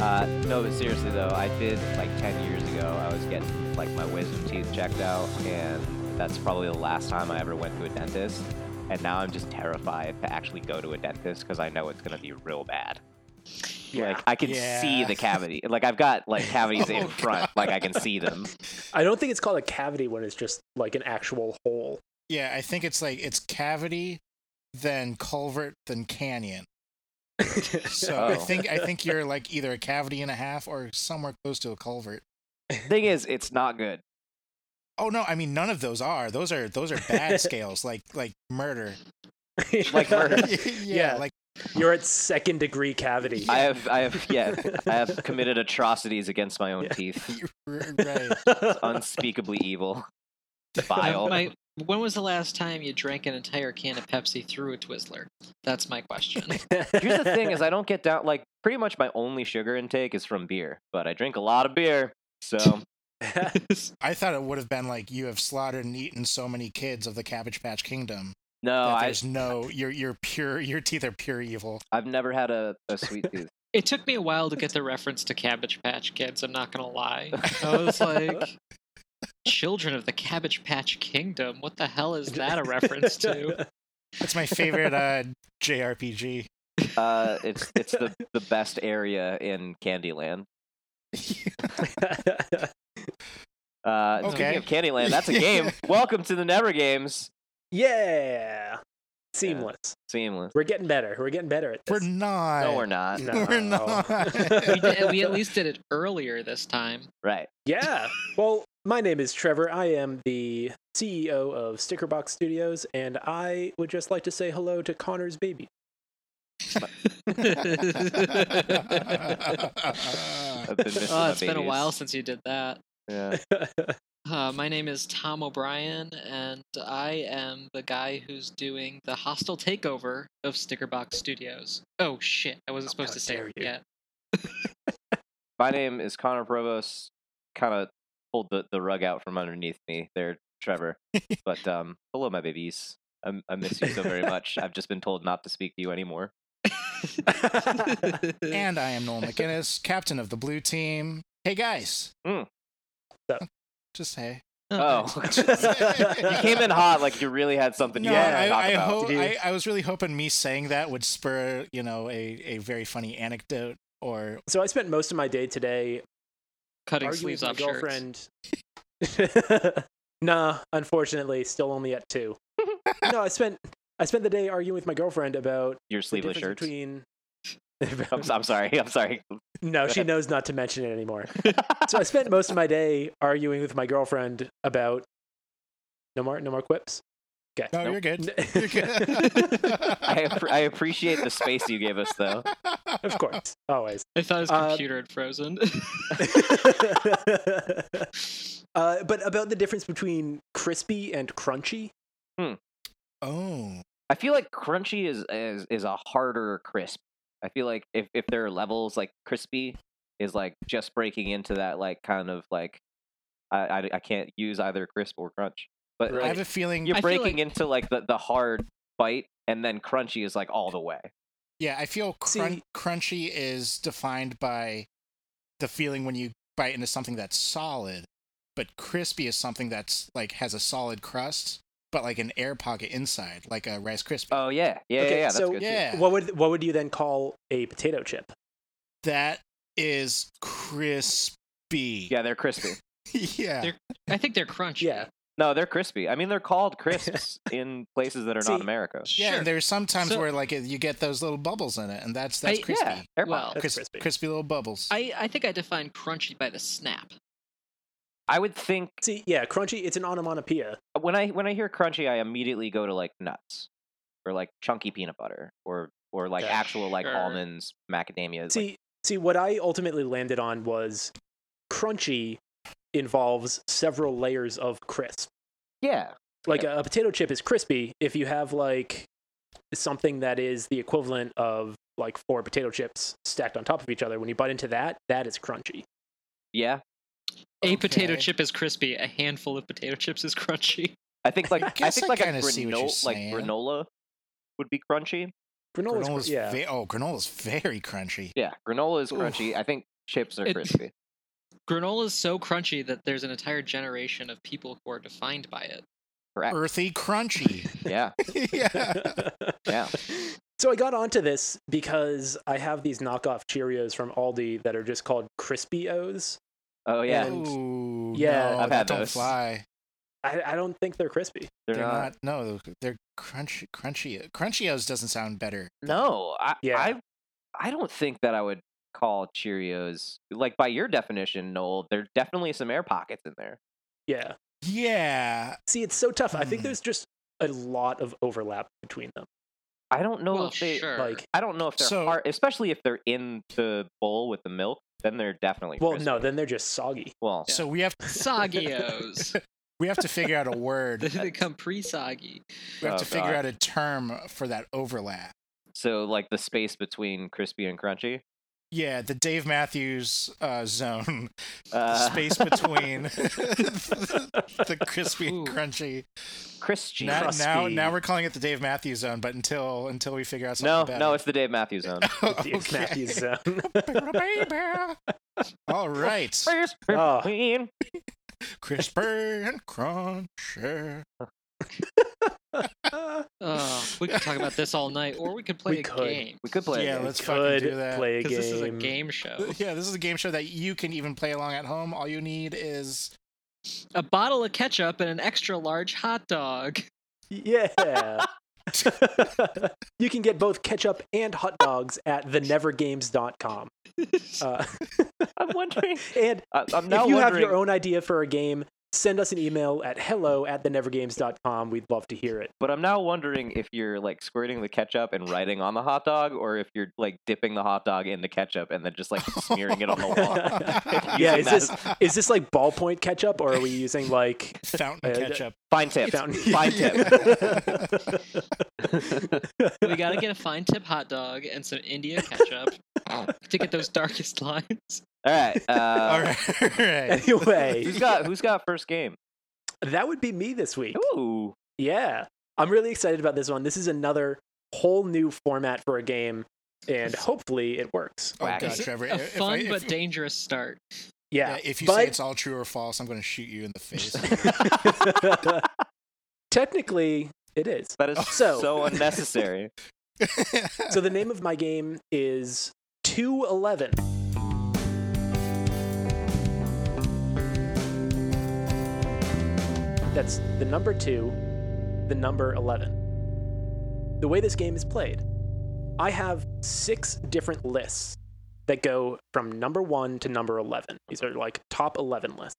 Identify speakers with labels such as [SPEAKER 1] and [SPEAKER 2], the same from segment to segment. [SPEAKER 1] Uh, no, but seriously though, I did like 10 years ago. I was getting like my wisdom teeth checked out, and that's probably the last time I ever went to a dentist. And now I'm just terrified to actually go to a dentist because I know it's gonna be real bad. Like I can see
[SPEAKER 2] Yeah.
[SPEAKER 1] the cavity. Like I've got like cavities in
[SPEAKER 2] Oh,
[SPEAKER 1] front. Like I can see them.
[SPEAKER 3] I don't think it's called a cavity when it's just like an actual hole.
[SPEAKER 2] Yeah, I think it's like it's cavity, then culvert, then canyon. So I
[SPEAKER 1] Oh.
[SPEAKER 2] think I think you're like either a cavity and a half or somewhere close to a culvert.
[SPEAKER 1] Thing is, it's not good.
[SPEAKER 2] Oh no, I mean none of those are. Those are those are bad scales, like like murder.
[SPEAKER 1] Like murder.
[SPEAKER 2] yeah,
[SPEAKER 3] Yeah.
[SPEAKER 2] like
[SPEAKER 3] You're at second degree cavity.
[SPEAKER 1] I have, I have, yeah, I have committed atrocities against my own teeth.
[SPEAKER 2] r- right.
[SPEAKER 1] Unspeakably evil,
[SPEAKER 4] I-
[SPEAKER 1] vile.
[SPEAKER 4] my- when was the last time you drank an entire can of Pepsi through a Twizzler? That's my question.
[SPEAKER 1] Here's the thing: is I don't get down. Like pretty much my only sugar intake is from beer, but I drink a lot of beer, so
[SPEAKER 2] I thought it would have been like you have slaughtered and eaten so many kids of the Cabbage Patch Kingdom
[SPEAKER 1] no,
[SPEAKER 2] that
[SPEAKER 1] Oh, I,
[SPEAKER 2] there's no you're you're pure your teeth are pure evil.
[SPEAKER 1] I've never had a, a sweet tooth.
[SPEAKER 4] It took me a while to get the reference to Cabbage Patch Kids, I'm not gonna lie. I was like, Children of the Cabbage Patch Kingdom, what the hell is that a reference to?
[SPEAKER 2] That's my favorite uh JRPG.
[SPEAKER 1] Uh, it's it's the the best area in Candyland. Uh,
[SPEAKER 2] Okay.
[SPEAKER 4] Oh,
[SPEAKER 1] Speaking of Candyland, that's a game. Welcome to the Never Games.
[SPEAKER 3] yeah. Seamless.
[SPEAKER 1] Seamless.
[SPEAKER 3] We're getting better. We're getting better at
[SPEAKER 2] We're
[SPEAKER 3] this.
[SPEAKER 2] not.
[SPEAKER 1] No, we're not.
[SPEAKER 3] No.
[SPEAKER 2] We're not.
[SPEAKER 4] We, did, we at least did it earlier this time.
[SPEAKER 1] Right.
[SPEAKER 3] Yeah. Well, my name is Trevor. I am the CEO of Stickerbox Studios, and I would just like to say hello to Connor's baby.
[SPEAKER 1] I've been missing
[SPEAKER 4] Oh,
[SPEAKER 1] my
[SPEAKER 4] it's been a
[SPEAKER 1] babies.
[SPEAKER 4] while since you did that.
[SPEAKER 1] Yeah.
[SPEAKER 4] Uh, my name is Tom O'Brien, and I am the guy who's doing the hostile takeover of Stickerbox Studios. Oh shit! I wasn't supposed
[SPEAKER 3] how
[SPEAKER 4] to say
[SPEAKER 3] dare
[SPEAKER 4] it
[SPEAKER 3] you.
[SPEAKER 4] yet.
[SPEAKER 1] My name is Connor Provost. Kind of pulled the, the rug out from underneath me there, Trevor. but um, hello, my babies. I, I miss you so very much. I've just been told not to speak to you anymore.
[SPEAKER 2] and I am Noel McInnes, captain of the blue team. Hey guys.
[SPEAKER 1] Mm.
[SPEAKER 3] Sup?
[SPEAKER 2] Just hey.
[SPEAKER 1] Oh, you came in hot like you really had something
[SPEAKER 2] No,
[SPEAKER 1] you wanted to
[SPEAKER 2] I,
[SPEAKER 1] talk
[SPEAKER 2] I,
[SPEAKER 1] about.
[SPEAKER 2] hope,
[SPEAKER 3] Did you-
[SPEAKER 2] I, I was really hoping me saying that would spur, you know, a, a very funny anecdote or
[SPEAKER 3] so I spent most of my day today
[SPEAKER 4] Cutting
[SPEAKER 3] arguing
[SPEAKER 4] sleeves
[SPEAKER 3] with my
[SPEAKER 4] off shirts.
[SPEAKER 3] girlfriend. nah, unfortunately, still only at two. no, I spent I spent the day arguing with my girlfriend about
[SPEAKER 1] Your
[SPEAKER 3] the
[SPEAKER 1] sleeveless
[SPEAKER 3] difference
[SPEAKER 1] shirts.
[SPEAKER 3] between.
[SPEAKER 1] I'm, s- I'm sorry. I'm sorry.
[SPEAKER 3] no, she knows not to mention it anymore. so I spent most of my day arguing with my girlfriend about no more no more quips. Okay.
[SPEAKER 2] No,
[SPEAKER 1] Nope.
[SPEAKER 2] you're good. You're good.
[SPEAKER 1] I, appre- I appreciate the space you gave us, though.
[SPEAKER 3] of course, always.
[SPEAKER 4] I thought his
[SPEAKER 3] Uh,
[SPEAKER 4] computer had frozen.
[SPEAKER 3] uh, but about the difference between crispy and crunchy.
[SPEAKER 2] Oh.
[SPEAKER 1] I feel like crunchy is is, is a harder crisp. I feel like if, if there are levels like crispy is like just breaking into that like kind of like I I, I can't use either crisp or crunch, but
[SPEAKER 3] Right.
[SPEAKER 2] I
[SPEAKER 1] like,
[SPEAKER 2] have a feeling.
[SPEAKER 1] you're
[SPEAKER 4] I feel
[SPEAKER 1] breaking
[SPEAKER 4] like-
[SPEAKER 1] into like the, the hard bite, and then crunchy is like all the way.
[SPEAKER 2] Yeah, I feel crun-
[SPEAKER 3] See-
[SPEAKER 2] crunchy is defined by the feeling when you bite into something that's solid, but crispy is something that's like has a solid crust, but like an air pocket inside, like a Rice Krispie.
[SPEAKER 1] Oh yeah, yeah, yeah,
[SPEAKER 3] Okay,
[SPEAKER 1] yeah. That's
[SPEAKER 3] so-
[SPEAKER 1] good. too.
[SPEAKER 2] yeah, Oh,
[SPEAKER 3] What would what would you then call a potato chip?
[SPEAKER 2] that is crispy.
[SPEAKER 1] Yeah, they're crispy.
[SPEAKER 2] yeah.
[SPEAKER 4] They're- I think they're crunchy.
[SPEAKER 3] Yeah.
[SPEAKER 1] No, they're crispy. I mean, they're called crisps in places that are not
[SPEAKER 3] See,
[SPEAKER 1] America.
[SPEAKER 2] Yeah,
[SPEAKER 4] Sure.
[SPEAKER 2] there's sometimes
[SPEAKER 4] So-
[SPEAKER 2] where like you get those little bubbles in it, and that's that's
[SPEAKER 4] I-
[SPEAKER 2] crispy.
[SPEAKER 1] Yeah, air
[SPEAKER 4] Well,
[SPEAKER 1] pocket.
[SPEAKER 3] That's
[SPEAKER 2] Cris-
[SPEAKER 3] crispy.
[SPEAKER 2] crispy little bubbles.
[SPEAKER 4] I, I think I define crunchy by the snap.
[SPEAKER 1] I would think
[SPEAKER 3] See, yeah, crunchy. It's an onomatopoeia.
[SPEAKER 1] when I when I hear crunchy, I immediately go to like nuts, or like chunky peanut butter, or or like
[SPEAKER 2] Yeah,
[SPEAKER 1] actual like
[SPEAKER 4] sure.
[SPEAKER 1] almonds, macadamias. like-
[SPEAKER 3] See, see, what I ultimately landed on was crunchy involves several layers of crisp.
[SPEAKER 1] yeah,
[SPEAKER 3] like
[SPEAKER 1] Yeah.
[SPEAKER 3] a, a potato chip is crispy if you have like something that is the equivalent of like four potato chips stacked on top of each other when you bite into that that is crunchy
[SPEAKER 1] yeah.
[SPEAKER 4] A potato
[SPEAKER 2] Okay.
[SPEAKER 4] chip is crispy. A handful of potato chips is crunchy.
[SPEAKER 1] I think like I
[SPEAKER 2] guess
[SPEAKER 1] think
[SPEAKER 2] I
[SPEAKER 1] like a
[SPEAKER 2] kinda see what you're
[SPEAKER 1] granola, like
[SPEAKER 2] saying.
[SPEAKER 1] granola would be crunchy,
[SPEAKER 3] Granola's,
[SPEAKER 2] Granola's
[SPEAKER 3] yeah.
[SPEAKER 2] ve- oh, granola's very crunchy.
[SPEAKER 1] Yeah, granola is
[SPEAKER 2] Oof.
[SPEAKER 1] crunchy. I think chips are
[SPEAKER 4] It-
[SPEAKER 1] crispy.
[SPEAKER 4] Granola is so crunchy that there's an entire generation of people who are defined by it.
[SPEAKER 1] Correct.
[SPEAKER 2] Earthy crunchy.
[SPEAKER 1] Yeah,
[SPEAKER 2] yeah.
[SPEAKER 1] yeah.
[SPEAKER 3] So I got onto this because I have these knockoff Cheerios from Aldi that are just called Crispy O's.
[SPEAKER 1] Oh yeah,
[SPEAKER 3] And-
[SPEAKER 2] Ooh,
[SPEAKER 3] Yeah.
[SPEAKER 2] no,
[SPEAKER 1] I've
[SPEAKER 2] that
[SPEAKER 1] had
[SPEAKER 2] don't
[SPEAKER 1] those.
[SPEAKER 2] fly.
[SPEAKER 3] I, I don't think they're crispy.
[SPEAKER 1] they're,
[SPEAKER 2] They're
[SPEAKER 1] not.
[SPEAKER 2] not. No, they're crunchy. Crunchy. Crunchios doesn't sound better.
[SPEAKER 1] No, I,
[SPEAKER 3] Yeah.
[SPEAKER 1] I, I don't think that I would call Cheerios like by your definition, Noel. There definitely some air pockets in there.
[SPEAKER 3] Yeah.
[SPEAKER 2] Yeah.
[SPEAKER 3] See, it's so tough. I think
[SPEAKER 2] Hmm.
[SPEAKER 3] there's just a lot of overlap between them.
[SPEAKER 1] I don't know
[SPEAKER 4] well,
[SPEAKER 1] if they.
[SPEAKER 4] sure.
[SPEAKER 3] Like,
[SPEAKER 1] I don't know if they're
[SPEAKER 2] So-
[SPEAKER 1] hard, especially if they're in the bowl with the milk. Then they're definitely.
[SPEAKER 3] well,
[SPEAKER 1] crispy.
[SPEAKER 3] no, then they're just soggy.
[SPEAKER 1] Well,
[SPEAKER 2] So we have
[SPEAKER 4] Soggios.
[SPEAKER 2] we have to figure out a
[SPEAKER 4] they
[SPEAKER 2] word.
[SPEAKER 4] become pre-soggy.
[SPEAKER 2] We have
[SPEAKER 1] Oh,
[SPEAKER 2] to figure
[SPEAKER 1] God.
[SPEAKER 2] out a term for that overlap.
[SPEAKER 1] so like the space between crispy and crunchy.
[SPEAKER 2] Yeah, the Dave Matthews uh, zone,
[SPEAKER 1] Uh,
[SPEAKER 2] space between the, crispy and
[SPEAKER 4] Ooh.
[SPEAKER 2] crunchy.
[SPEAKER 1] crispy.
[SPEAKER 2] Now, now,
[SPEAKER 3] Crispy.
[SPEAKER 2] now we're calling it the Dave Matthews zone, but until until we figure out
[SPEAKER 1] No,
[SPEAKER 2] something better.
[SPEAKER 1] no, it's the Dave Matthews Zone.
[SPEAKER 3] Dave Matthews zone.
[SPEAKER 2] All right,
[SPEAKER 1] Crispy
[SPEAKER 3] Oh.
[SPEAKER 1] and
[SPEAKER 2] crisper and cruncher.
[SPEAKER 4] Uh, we could talk about this all night, or we could play
[SPEAKER 3] We
[SPEAKER 4] a
[SPEAKER 3] could.
[SPEAKER 4] game
[SPEAKER 1] We could play.
[SPEAKER 2] Yeah,
[SPEAKER 1] it.
[SPEAKER 2] let's fucking
[SPEAKER 3] Could
[SPEAKER 2] do that.
[SPEAKER 3] play a game.
[SPEAKER 4] because this is a game
[SPEAKER 1] Oh.
[SPEAKER 4] show.
[SPEAKER 2] Yeah, this is a game show that you can even play along at home. All you need is
[SPEAKER 4] A bottle of ketchup and an extra large hot dog.
[SPEAKER 3] Yeah. you can get both ketchup and hot dogs at thenevergames.com. Uh,
[SPEAKER 1] I'm wondering.
[SPEAKER 3] and
[SPEAKER 1] I, I'm now
[SPEAKER 3] if you
[SPEAKER 1] wondering.
[SPEAKER 3] have your own idea for a game, send us an email at hello at thenevergames.com. We'd love to hear it.
[SPEAKER 1] But I'm now wondering if you're like squirting the ketchup and writing on the hot dog, or if you're like dipping the hot dog in the ketchup and then just like smearing it on the wall.
[SPEAKER 3] yeah,
[SPEAKER 1] Using that
[SPEAKER 3] is this
[SPEAKER 1] as-
[SPEAKER 3] is this like ballpoint ketchup or are we using like
[SPEAKER 2] fountain
[SPEAKER 3] Uh,
[SPEAKER 2] ketchup?
[SPEAKER 1] Fine tip.
[SPEAKER 3] fountain?
[SPEAKER 1] Fine tip.
[SPEAKER 4] We gotta get a fine tip hot dog and some India ketchup to get those darkest lines.
[SPEAKER 1] All right. Uh,
[SPEAKER 2] All right, all right.
[SPEAKER 3] anyway,
[SPEAKER 1] Who's got Who's got first game?
[SPEAKER 3] that would be me this week.
[SPEAKER 1] Ooh.
[SPEAKER 3] Yeah. I'm really excited about this one. This is another whole new format for a game, and hopefully it works.
[SPEAKER 2] Oh
[SPEAKER 1] Whack.
[SPEAKER 2] god,
[SPEAKER 1] Is it
[SPEAKER 2] Trevor!
[SPEAKER 4] A
[SPEAKER 2] if- if I-
[SPEAKER 4] fun
[SPEAKER 2] if-
[SPEAKER 4] but dangerous start.
[SPEAKER 3] Yeah.
[SPEAKER 2] yeah, if you say
[SPEAKER 3] but-
[SPEAKER 2] it's all true or false, I'm going to shoot you in the face.
[SPEAKER 3] Technically, it is.
[SPEAKER 1] That is Oh, so,
[SPEAKER 3] So-
[SPEAKER 1] unnecessary.
[SPEAKER 3] So the name of my game is 211. That's the number 2, the number 11. The way this game is played, I have six different lists that go from number 1 to number 11. These are like top 11 lists.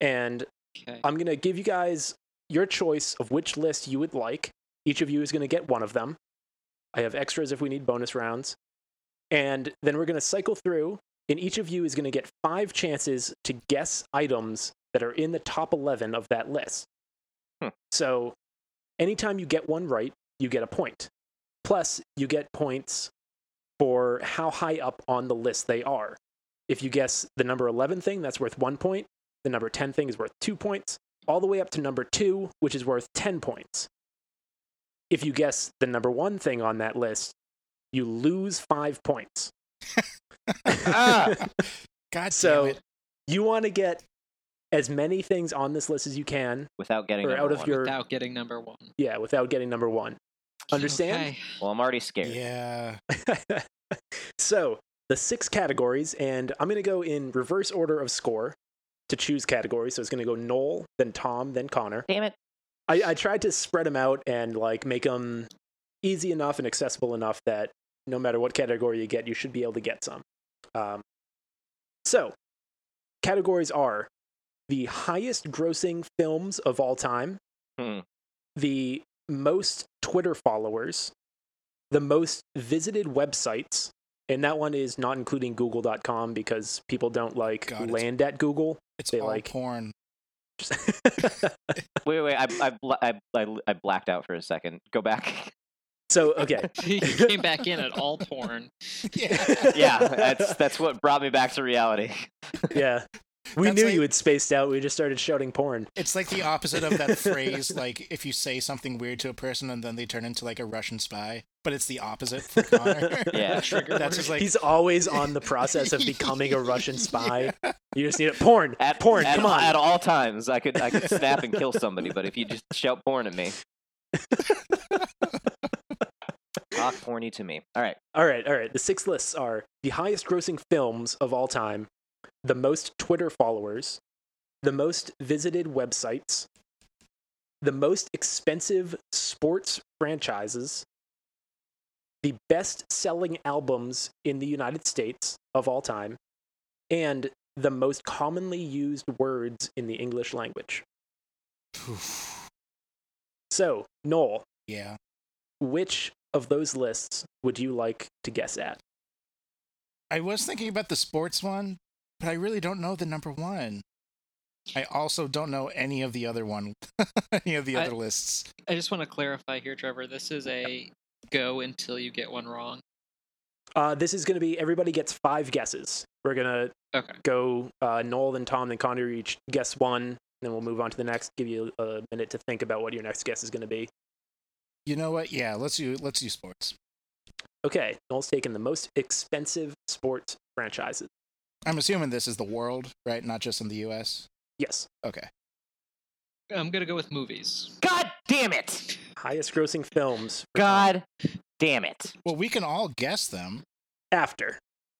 [SPEAKER 3] And
[SPEAKER 4] Okay.
[SPEAKER 3] I'm going to give you guys your choice of which list you would like. Each of you is going to get one of them. I have extras if we need bonus rounds. And then we're going to cycle through, and each of you is going to get five chances to guess items that are in the top 11 of that list.
[SPEAKER 1] Hmm.
[SPEAKER 3] So anytime you get one right, you get a point. Plus, you get points for how high up on the list they are. If you guess the number 11 thing, that's worth one point. The number 10 thing is worth two points, all the way up to number two, which is worth 10 points. If you guess the number one thing on that list, you lose five points.
[SPEAKER 1] Ah.
[SPEAKER 2] God
[SPEAKER 3] so
[SPEAKER 2] damn it!
[SPEAKER 3] you want to get as many things on this list as you can,
[SPEAKER 1] Without getting
[SPEAKER 3] or
[SPEAKER 1] number
[SPEAKER 3] out of
[SPEAKER 1] one.
[SPEAKER 3] your,
[SPEAKER 4] Without getting number one.
[SPEAKER 3] yeah, without getting number one. Understand?
[SPEAKER 4] Okay.
[SPEAKER 1] Well, I'm already scared.
[SPEAKER 2] Yeah,
[SPEAKER 3] so the six categories, and I'm going to go in reverse order of score to choose categories. So it's going to go Noel, then Tom, then Connor.
[SPEAKER 1] Damn it.
[SPEAKER 3] I, I tried to spread them out and like make them easy enough and accessible enough that no matter what category you get, you should be able to get some. Um, so, categories are the highest grossing films of all time,
[SPEAKER 1] Hmm.
[SPEAKER 3] the most Twitter followers, the most visited websites, and that one is not including Google.com because people don't like
[SPEAKER 2] God, it's-
[SPEAKER 3] land at Google.
[SPEAKER 2] it's
[SPEAKER 3] They
[SPEAKER 2] all
[SPEAKER 3] like-
[SPEAKER 2] porn.
[SPEAKER 1] Wait, wait. I, I, bla- I, I, I blacked out for a second. Go back.
[SPEAKER 3] so, okay.
[SPEAKER 4] he came back in at all porn.
[SPEAKER 2] Yeah,
[SPEAKER 1] yeah, that's that's what brought me back to reality.
[SPEAKER 3] yeah. We
[SPEAKER 2] That's
[SPEAKER 3] knew
[SPEAKER 2] like-
[SPEAKER 3] you had spaced out. We just started shouting porn.
[SPEAKER 2] It's like the opposite of that phrase, like if you say something weird to a person and then they turn into like a Russian spy, but it's the opposite for Connor.
[SPEAKER 1] Yeah.
[SPEAKER 4] Trigger
[SPEAKER 2] That's just
[SPEAKER 4] word.
[SPEAKER 2] like
[SPEAKER 3] He's always on the process of becoming a Russian spy. You just need it. Porn.
[SPEAKER 1] At
[SPEAKER 3] porn.
[SPEAKER 1] at,
[SPEAKER 3] come on.
[SPEAKER 1] At all times, I could I could snap and kill somebody, but if you just shout porn at me, talk porny to me. All right.
[SPEAKER 3] All right, all right. The six lists are the highest grossing films of all time, the most Twitter followers, the most visited websites, the most expensive sports franchises, the best selling albums in the United States of all time, and the most commonly used words in the English language.
[SPEAKER 2] Oof.
[SPEAKER 3] So, Noel,
[SPEAKER 2] Yeah.
[SPEAKER 3] which of those lists would you like to guess at?
[SPEAKER 2] I was thinking about the sports one, but I really don't know the number one. I also don't know any of the other one, any of the
[SPEAKER 4] I-
[SPEAKER 2] other lists.
[SPEAKER 4] I just want to clarify here, Trevor. This is a go until you get one wrong.
[SPEAKER 3] Uh, this is going to be everybody gets five guesses. We're going to
[SPEAKER 4] Okay.
[SPEAKER 3] go uh, Noel, then Tom, then Connor each guess one. Then we'll move on to the next. Give you a minute to think about what your next guess is going to be.
[SPEAKER 2] You know what? Yeah, let's do let's do sports.
[SPEAKER 3] Okay, Noel's taken the most expensive sports franchises.
[SPEAKER 2] I'm assuming this is the world, right? Not just in the U.S.
[SPEAKER 3] Yes,
[SPEAKER 2] Okay.
[SPEAKER 4] I'm gonna go with movies.
[SPEAKER 1] God damn it!
[SPEAKER 3] highest grossing films. for Tom.
[SPEAKER 1] God damn it!
[SPEAKER 2] Well, we can all guess them.
[SPEAKER 3] After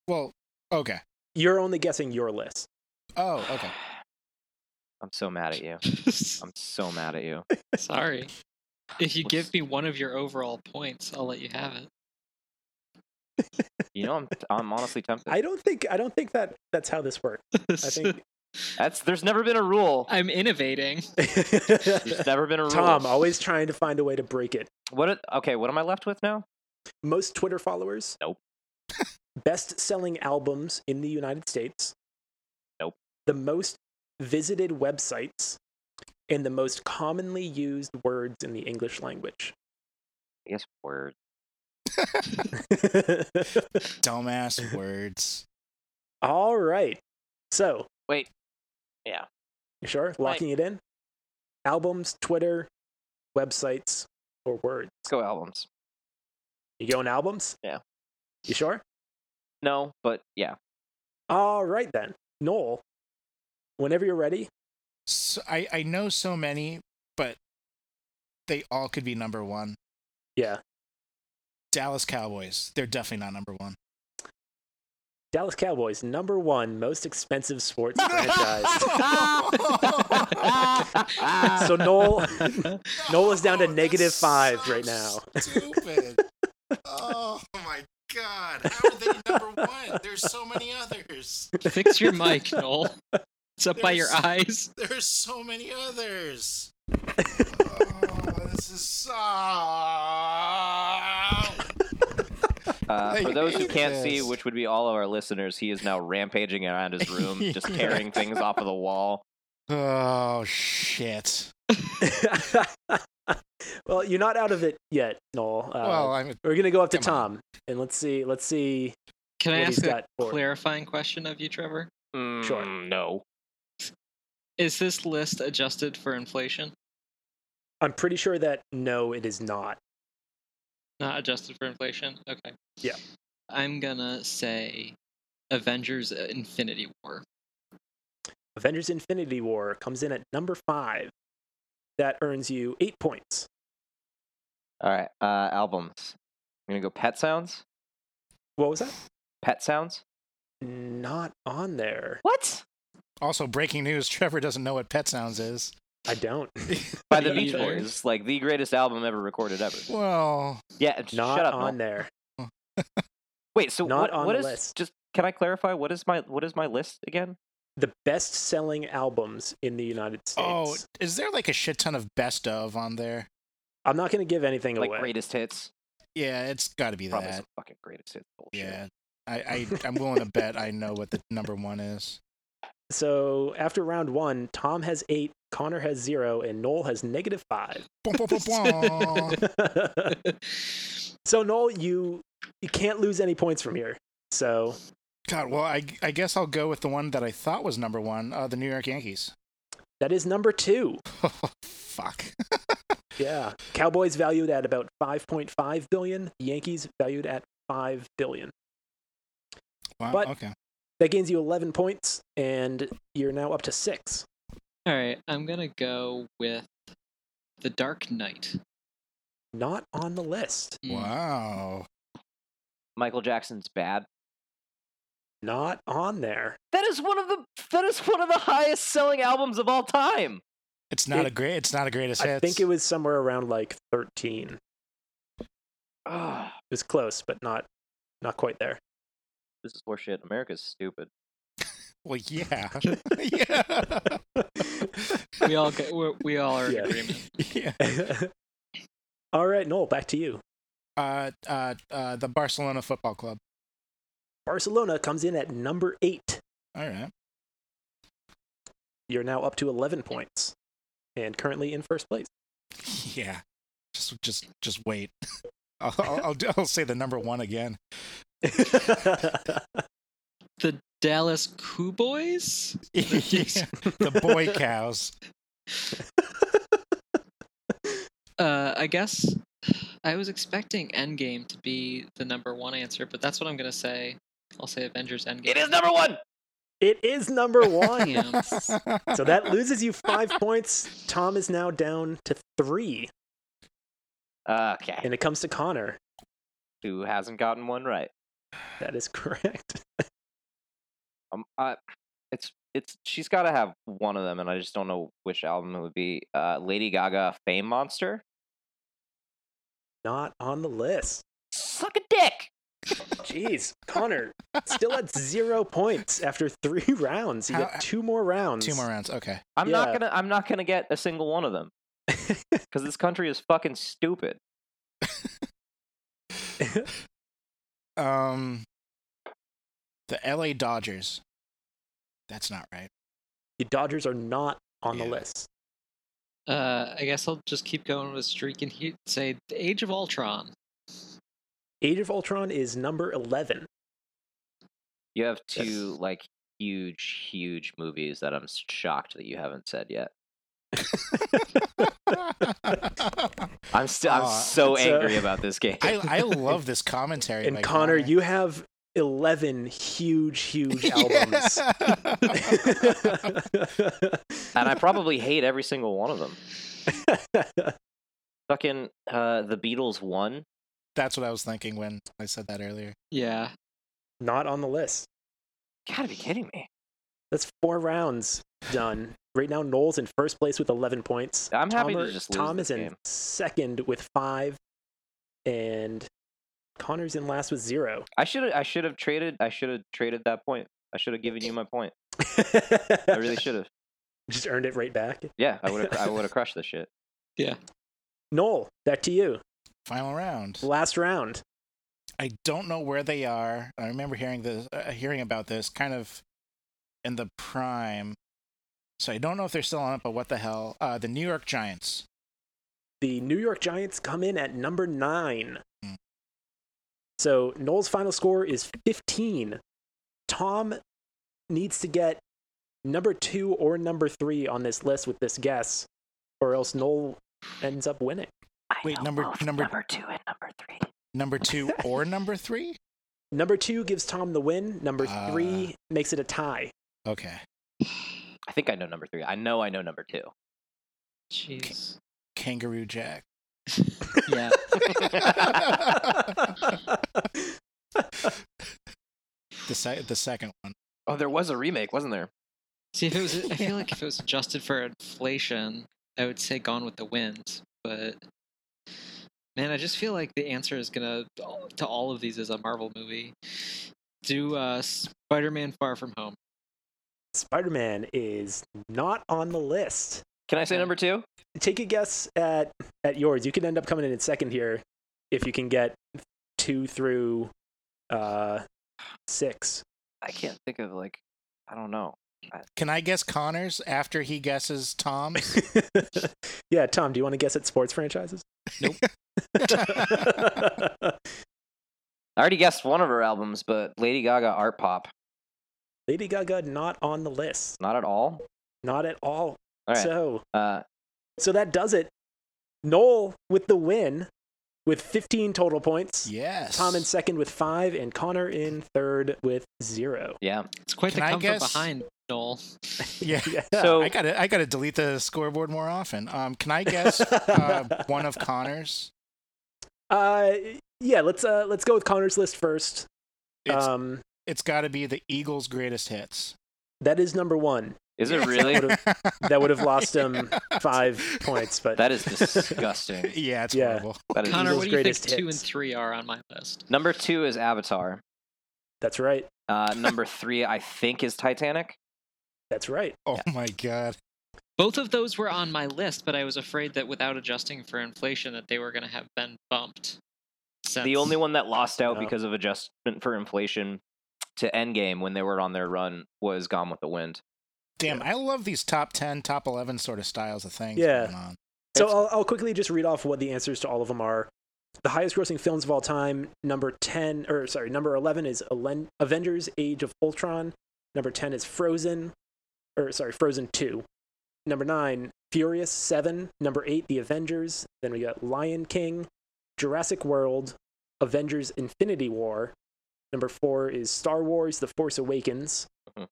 [SPEAKER 2] Well, okay.
[SPEAKER 3] you're only guessing your list.
[SPEAKER 2] Oh, okay.
[SPEAKER 1] I'm so mad at you. I'm so mad at you.
[SPEAKER 4] Sorry. If you give me one of your overall points, I'll let you have it.
[SPEAKER 1] You know, I'm I'm honestly tempted.
[SPEAKER 3] I don't think I don't think that that's how this works. I think
[SPEAKER 1] That's there's never been a rule.
[SPEAKER 4] I'm innovating.
[SPEAKER 1] There's never been a rule.
[SPEAKER 3] Tom always trying to find a way to break it.
[SPEAKER 1] What? a- Okay, what am I left with now?
[SPEAKER 3] Most Twitter followers?
[SPEAKER 1] Nope.
[SPEAKER 3] Best selling albums in the United States?
[SPEAKER 1] Nope.
[SPEAKER 3] The most visited websites and the most commonly used words in the English language.
[SPEAKER 1] I guess word.
[SPEAKER 2] Dumbass words.
[SPEAKER 3] All right. So,
[SPEAKER 1] Wait. Yeah.
[SPEAKER 3] you sure? Locking it in? Albums, Twitter, websites, or words?
[SPEAKER 1] Let's go albums.
[SPEAKER 3] You going albums?
[SPEAKER 1] Yeah.
[SPEAKER 3] You sure?
[SPEAKER 1] No, but yeah.
[SPEAKER 3] All right then. Noel, whenever you're ready,
[SPEAKER 2] So, I I know so many, but they all could be number one.
[SPEAKER 3] Yeah.
[SPEAKER 2] Dallas Cowboys. They're definitely not number one.
[SPEAKER 3] Dallas Cowboys, number one most expensive sports franchise.
[SPEAKER 2] Ah.
[SPEAKER 3] So Noel, Noel is down to
[SPEAKER 2] Oh,
[SPEAKER 3] negative
[SPEAKER 2] that's
[SPEAKER 3] five
[SPEAKER 2] so
[SPEAKER 3] right now.
[SPEAKER 2] Stupid. oh my god. How are they number one? There's so many others.
[SPEAKER 4] Fix your mic, Noel. It's up by your
[SPEAKER 2] There's-
[SPEAKER 4] eyes.
[SPEAKER 2] There's so many others. Oh, this is so.
[SPEAKER 1] Uh,
[SPEAKER 2] I
[SPEAKER 1] for those who
[SPEAKER 2] hate
[SPEAKER 1] can't see,
[SPEAKER 2] this.
[SPEAKER 1] which would be all of our listeners, he is now rampaging around his room, just
[SPEAKER 2] Yeah.
[SPEAKER 1] tearing things off of the wall.
[SPEAKER 2] Oh shit.
[SPEAKER 3] well, you're not out of it yet, Noel. Uh,
[SPEAKER 2] well, I'm
[SPEAKER 3] we're gonna go up to
[SPEAKER 2] come
[SPEAKER 3] Tom and let's see. Let's see.
[SPEAKER 4] Can I
[SPEAKER 3] What he's
[SPEAKER 4] ask a
[SPEAKER 3] got for it.
[SPEAKER 4] clarifying question of you, Trevor?
[SPEAKER 1] sure. Mm, No.
[SPEAKER 4] Is this list adjusted for inflation?
[SPEAKER 3] I'm pretty sure that no, it is not.
[SPEAKER 4] Not adjusted for inflation? Okay.
[SPEAKER 3] Yeah.
[SPEAKER 4] I'm gonna say Avengers uh, Infinity War.
[SPEAKER 3] Avengers: Infinity War comes in at number five. That earns you eight points.
[SPEAKER 1] All right. Uh, albums. I'm gonna go Pet Sounds.
[SPEAKER 3] What was that?
[SPEAKER 1] Pet Sounds.
[SPEAKER 3] Not on there.
[SPEAKER 1] What?
[SPEAKER 2] also breaking news. Trevor doesn't know what Pet Sounds is.
[SPEAKER 3] I don't.
[SPEAKER 1] By the
[SPEAKER 4] Me
[SPEAKER 1] Beach
[SPEAKER 4] either.
[SPEAKER 1] Boys, like the greatest album ever recorded ever.
[SPEAKER 2] Well,
[SPEAKER 1] Yeah. j-
[SPEAKER 3] Not
[SPEAKER 1] shut up.
[SPEAKER 3] on
[SPEAKER 1] Mel.
[SPEAKER 3] there.
[SPEAKER 1] Wait. So
[SPEAKER 3] Not
[SPEAKER 1] what-
[SPEAKER 3] on
[SPEAKER 1] what
[SPEAKER 3] the
[SPEAKER 1] is-
[SPEAKER 3] list.
[SPEAKER 1] just? Can I clarify what is my what is my list again?
[SPEAKER 3] the best selling albums in the United States.
[SPEAKER 2] oh, is there like a shit ton of best of on there?
[SPEAKER 3] I'm not going to give anything
[SPEAKER 1] Like
[SPEAKER 3] away.
[SPEAKER 1] greatest hits.
[SPEAKER 2] Yeah, it's got to be
[SPEAKER 1] Probably
[SPEAKER 2] that.
[SPEAKER 1] some fucking greatest hits bullshit.
[SPEAKER 2] Yeah. I, I I'm willing to bet I know what the number one is.
[SPEAKER 3] So after round one, Tom has eight, Connor has zero, and Noel has negative five.
[SPEAKER 2] Boom, boom, boom, boom.
[SPEAKER 3] so Noel, you you can't lose any points from here. So
[SPEAKER 2] God, well, I, I guess I'll go with the one that I thought was number one uh, the New York Yankees.
[SPEAKER 3] That is number two.
[SPEAKER 2] Fuck.
[SPEAKER 3] Yeah. Cowboys valued at about 5.5 billion. Yankees valued at 5 billion.
[SPEAKER 2] Wow.
[SPEAKER 3] But-
[SPEAKER 2] okay.
[SPEAKER 3] That gains you 11 points, and you're now up to six.
[SPEAKER 4] All right, I'm gonna go with the Dark Knight.
[SPEAKER 3] Not on the list.
[SPEAKER 4] Mm,
[SPEAKER 2] Wow.
[SPEAKER 1] Michael Jackson's bad.
[SPEAKER 3] Not on there.
[SPEAKER 1] That is one of the that is one of the highest selling albums of all time.
[SPEAKER 2] It's not
[SPEAKER 3] It-
[SPEAKER 2] a great. It's not a greatest
[SPEAKER 3] I
[SPEAKER 2] hits.
[SPEAKER 3] think it was somewhere around like 13. It
[SPEAKER 1] Ah,
[SPEAKER 3] was close, but not not quite there.
[SPEAKER 1] this is horseshit. America's stupid.
[SPEAKER 2] Well, yeah. yeah.
[SPEAKER 4] Mm. We all get, we're, we all are in
[SPEAKER 3] Yes.
[SPEAKER 4] agreement.
[SPEAKER 2] yeah.
[SPEAKER 3] All right, Noel, back to you.
[SPEAKER 2] Uh, uh, uh, the Barcelona Football Club.
[SPEAKER 3] Barcelona comes in at number eight.
[SPEAKER 2] All right.
[SPEAKER 3] You're now up to 11 points and currently in first place.
[SPEAKER 2] Yeah. Just, just, just wait. I'll, I'll, I'll, do- I'll say the number one again.
[SPEAKER 4] The Dallas Cowboys.
[SPEAKER 2] Yeah. The boy cows.
[SPEAKER 4] Uh, I guess I was expecting Endgame to be the number one answer, but that's what I'm gonna say. I'll say Avengers Endgame.
[SPEAKER 1] It is number one.
[SPEAKER 3] it is number one.
[SPEAKER 4] Damn.
[SPEAKER 3] so that loses you five points. Tom is now down to three,
[SPEAKER 1] Okay.
[SPEAKER 3] and it comes to Connor.
[SPEAKER 1] Who hasn't gotten one right?
[SPEAKER 3] That is correct.
[SPEAKER 1] Um, I, it's it's she's got to have one of them, and I just don't know which album it would be. Uh, Lady Gaga, Fame Monster.
[SPEAKER 3] Not on the list.
[SPEAKER 1] Suck a dick.
[SPEAKER 3] Jeez, Connor still at zero points after three rounds. You
[SPEAKER 2] How-
[SPEAKER 3] got two more rounds.
[SPEAKER 2] Two more rounds. Okay.
[SPEAKER 1] I'm not
[SPEAKER 3] Yeah.
[SPEAKER 1] gonna I'm not gonna get a single one of them because this country is fucking stupid.
[SPEAKER 2] Um, the L.A. Dodgers. That's not right.
[SPEAKER 3] The Dodgers are not on the
[SPEAKER 2] Yeah.
[SPEAKER 3] list.
[SPEAKER 4] Uh, I guess I'll just keep going with streak and heat. Say Age of Ultron.
[SPEAKER 3] Age of Ultron is number 11.
[SPEAKER 1] You have two
[SPEAKER 3] Yes.
[SPEAKER 1] like huge huge movies that I'm s- shocked that you haven't said yet.
[SPEAKER 2] I,
[SPEAKER 1] I'm still I'm
[SPEAKER 2] Aw,
[SPEAKER 1] so
[SPEAKER 3] it's, uh,
[SPEAKER 1] angry about this game.
[SPEAKER 2] I love this commentary.
[SPEAKER 3] and
[SPEAKER 2] by
[SPEAKER 3] Connor, you have 11 huge, huge albums.
[SPEAKER 1] and I probably hate every single one of them. Fucking uh, the Beatles one.
[SPEAKER 2] That's what I was thinking when I said that earlier.
[SPEAKER 4] Yeah.
[SPEAKER 3] not on the list.
[SPEAKER 1] Gotta be kidding me.
[SPEAKER 3] That's four rounds done. Right now, Noel's in first place with 11 points.
[SPEAKER 1] I'm happy to
[SPEAKER 3] Tomer-
[SPEAKER 1] just lose
[SPEAKER 3] Tom
[SPEAKER 1] this
[SPEAKER 3] is in
[SPEAKER 1] game.
[SPEAKER 3] second with five, and Connor's in last with zero.
[SPEAKER 1] I should I should have traded I should have traded that point. I should have given you my point. I
[SPEAKER 3] I
[SPEAKER 1] really should have.
[SPEAKER 3] just earned it right back.
[SPEAKER 1] Yeah, I would have I would have crushed this shit.
[SPEAKER 3] Noel, back to you.
[SPEAKER 2] Final round.
[SPEAKER 3] Last round.
[SPEAKER 2] I don't know where they are. I remember hearing this, uh, hearing about this, kind of in the prime. So I don't know if they're still on it, but what the hell? Uh, the New York Giants.
[SPEAKER 3] The New York Giants come in at number nine.
[SPEAKER 2] Hmm.
[SPEAKER 3] So Noel's final score is 15. Tom needs to get number two or number three on this list with this guess, or else Noel ends up winning.
[SPEAKER 2] Wait, number number number two and number three. Number two or number three?
[SPEAKER 3] Number two gives Tom the win. Number
[SPEAKER 2] Ah.
[SPEAKER 3] three makes it a tie.
[SPEAKER 2] Okay.
[SPEAKER 1] I think I know number three. I know I know number two.
[SPEAKER 4] Jeez.
[SPEAKER 2] Kangaroo Jack.
[SPEAKER 4] Yeah.
[SPEAKER 2] The se- the second one.
[SPEAKER 1] Oh, there was a remake, wasn't there?
[SPEAKER 4] See if it was. I feel like if it was adjusted for inflation, I would say Gone with the Wind. But man, I just feel like the answer is gonna to all of these is a Marvel movie. Do uh, Spider-Man: Far From Home.
[SPEAKER 3] Spider Man is not on the list.
[SPEAKER 1] Can I say
[SPEAKER 4] Yeah.
[SPEAKER 1] number two?
[SPEAKER 3] Take a guess at, at yours. You could end up coming in in second here if you can get two through uh, six.
[SPEAKER 1] I can't think of like I don't know.
[SPEAKER 2] Can I guess Connors after he guesses Tom's?
[SPEAKER 3] yeah, Tom, do you want to guess at sports franchises?
[SPEAKER 4] Nope.
[SPEAKER 1] I already guessed one of her albums, but Lady Gaga Art Pop.
[SPEAKER 3] Lady Gaga not on the list.
[SPEAKER 5] Not at all.
[SPEAKER 3] Not at all.
[SPEAKER 5] All right.
[SPEAKER 3] So
[SPEAKER 5] uh,
[SPEAKER 3] so that does it. Noel with the win with 15 total points.
[SPEAKER 2] Yes.
[SPEAKER 3] Tom in second with five, and Connor in third with zero.
[SPEAKER 5] yeah.
[SPEAKER 4] It's quite
[SPEAKER 2] Can
[SPEAKER 4] the
[SPEAKER 2] I
[SPEAKER 4] come
[SPEAKER 2] guess-
[SPEAKER 4] from behind, Noel.
[SPEAKER 2] Yeah.
[SPEAKER 3] Yeah.
[SPEAKER 5] So-
[SPEAKER 2] I gotta I gotta delete the scoreboard more often. Um, can I guess uh, one of Connor's?
[SPEAKER 3] Uh, yeah, let's uh, let's go with Connor's list first.
[SPEAKER 2] It's,
[SPEAKER 3] um,
[SPEAKER 2] it's got to be the Eagles' greatest hits.
[SPEAKER 3] that is number one.
[SPEAKER 5] Is it really?
[SPEAKER 3] Would've- That would have lost him five points, but
[SPEAKER 5] that is disgusting.
[SPEAKER 2] Yeah, it's
[SPEAKER 3] Yeah.
[SPEAKER 2] horrible.
[SPEAKER 5] That is
[SPEAKER 4] Connor,
[SPEAKER 3] Eagles'
[SPEAKER 4] what do you think
[SPEAKER 3] greatest
[SPEAKER 4] two and
[SPEAKER 3] hits.
[SPEAKER 4] three are on my list?
[SPEAKER 5] number two is Avatar.
[SPEAKER 3] that's right.
[SPEAKER 5] Uh, number three, I think, is Titanic.
[SPEAKER 3] That's right.
[SPEAKER 2] Oh my god.
[SPEAKER 4] Both of those were on my list, but I was afraid that without adjusting for inflation, that they were going to have been bumped. Since
[SPEAKER 5] The only one that lost out
[SPEAKER 3] No.
[SPEAKER 5] because of adjustment for inflation to Endgame when they were on their run was Gone with the Wind.
[SPEAKER 2] Damn, I love these top ten, top eleven sort of styles of things
[SPEAKER 3] Yeah.
[SPEAKER 2] going on.
[SPEAKER 3] So
[SPEAKER 5] It's-
[SPEAKER 3] I'll, I'll quickly just read off what the answers to all of them are. The highest grossing films of all time, number 10, or sorry, number 11 is Alen- Avengers Age of Ultron. Number 10 is Frozen, or sorry, Frozen 2. Number 9, Furious 7. Number 8, The Avengers. Then we got Lion King, Jurassic World, Avengers Infinity War. Number 4 is Star Wars The Force Awakens.
[SPEAKER 5] Mhm.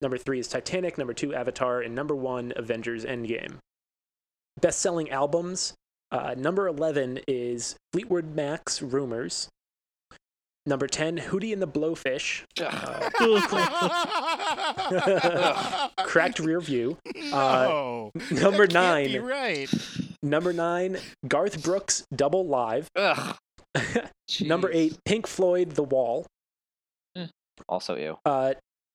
[SPEAKER 3] Number 3 is Titanic. Number 2, Avatar. And number 1, Avengers Endgame best selling albums. Uh, number 11 is Fleetwood Mac's Rumors. Number 10, Hootie and the Blowfish, Uh, Cracked Rear View.
[SPEAKER 2] No,
[SPEAKER 3] Number
[SPEAKER 2] that can't be
[SPEAKER 3] 9,
[SPEAKER 2] right?
[SPEAKER 3] number 9, Garth Brooks Double Live.
[SPEAKER 5] Ugh.
[SPEAKER 3] Number
[SPEAKER 4] Jeez.
[SPEAKER 3] 8, Pink Floyd The Wall.
[SPEAKER 5] Also, you
[SPEAKER 3] Uh,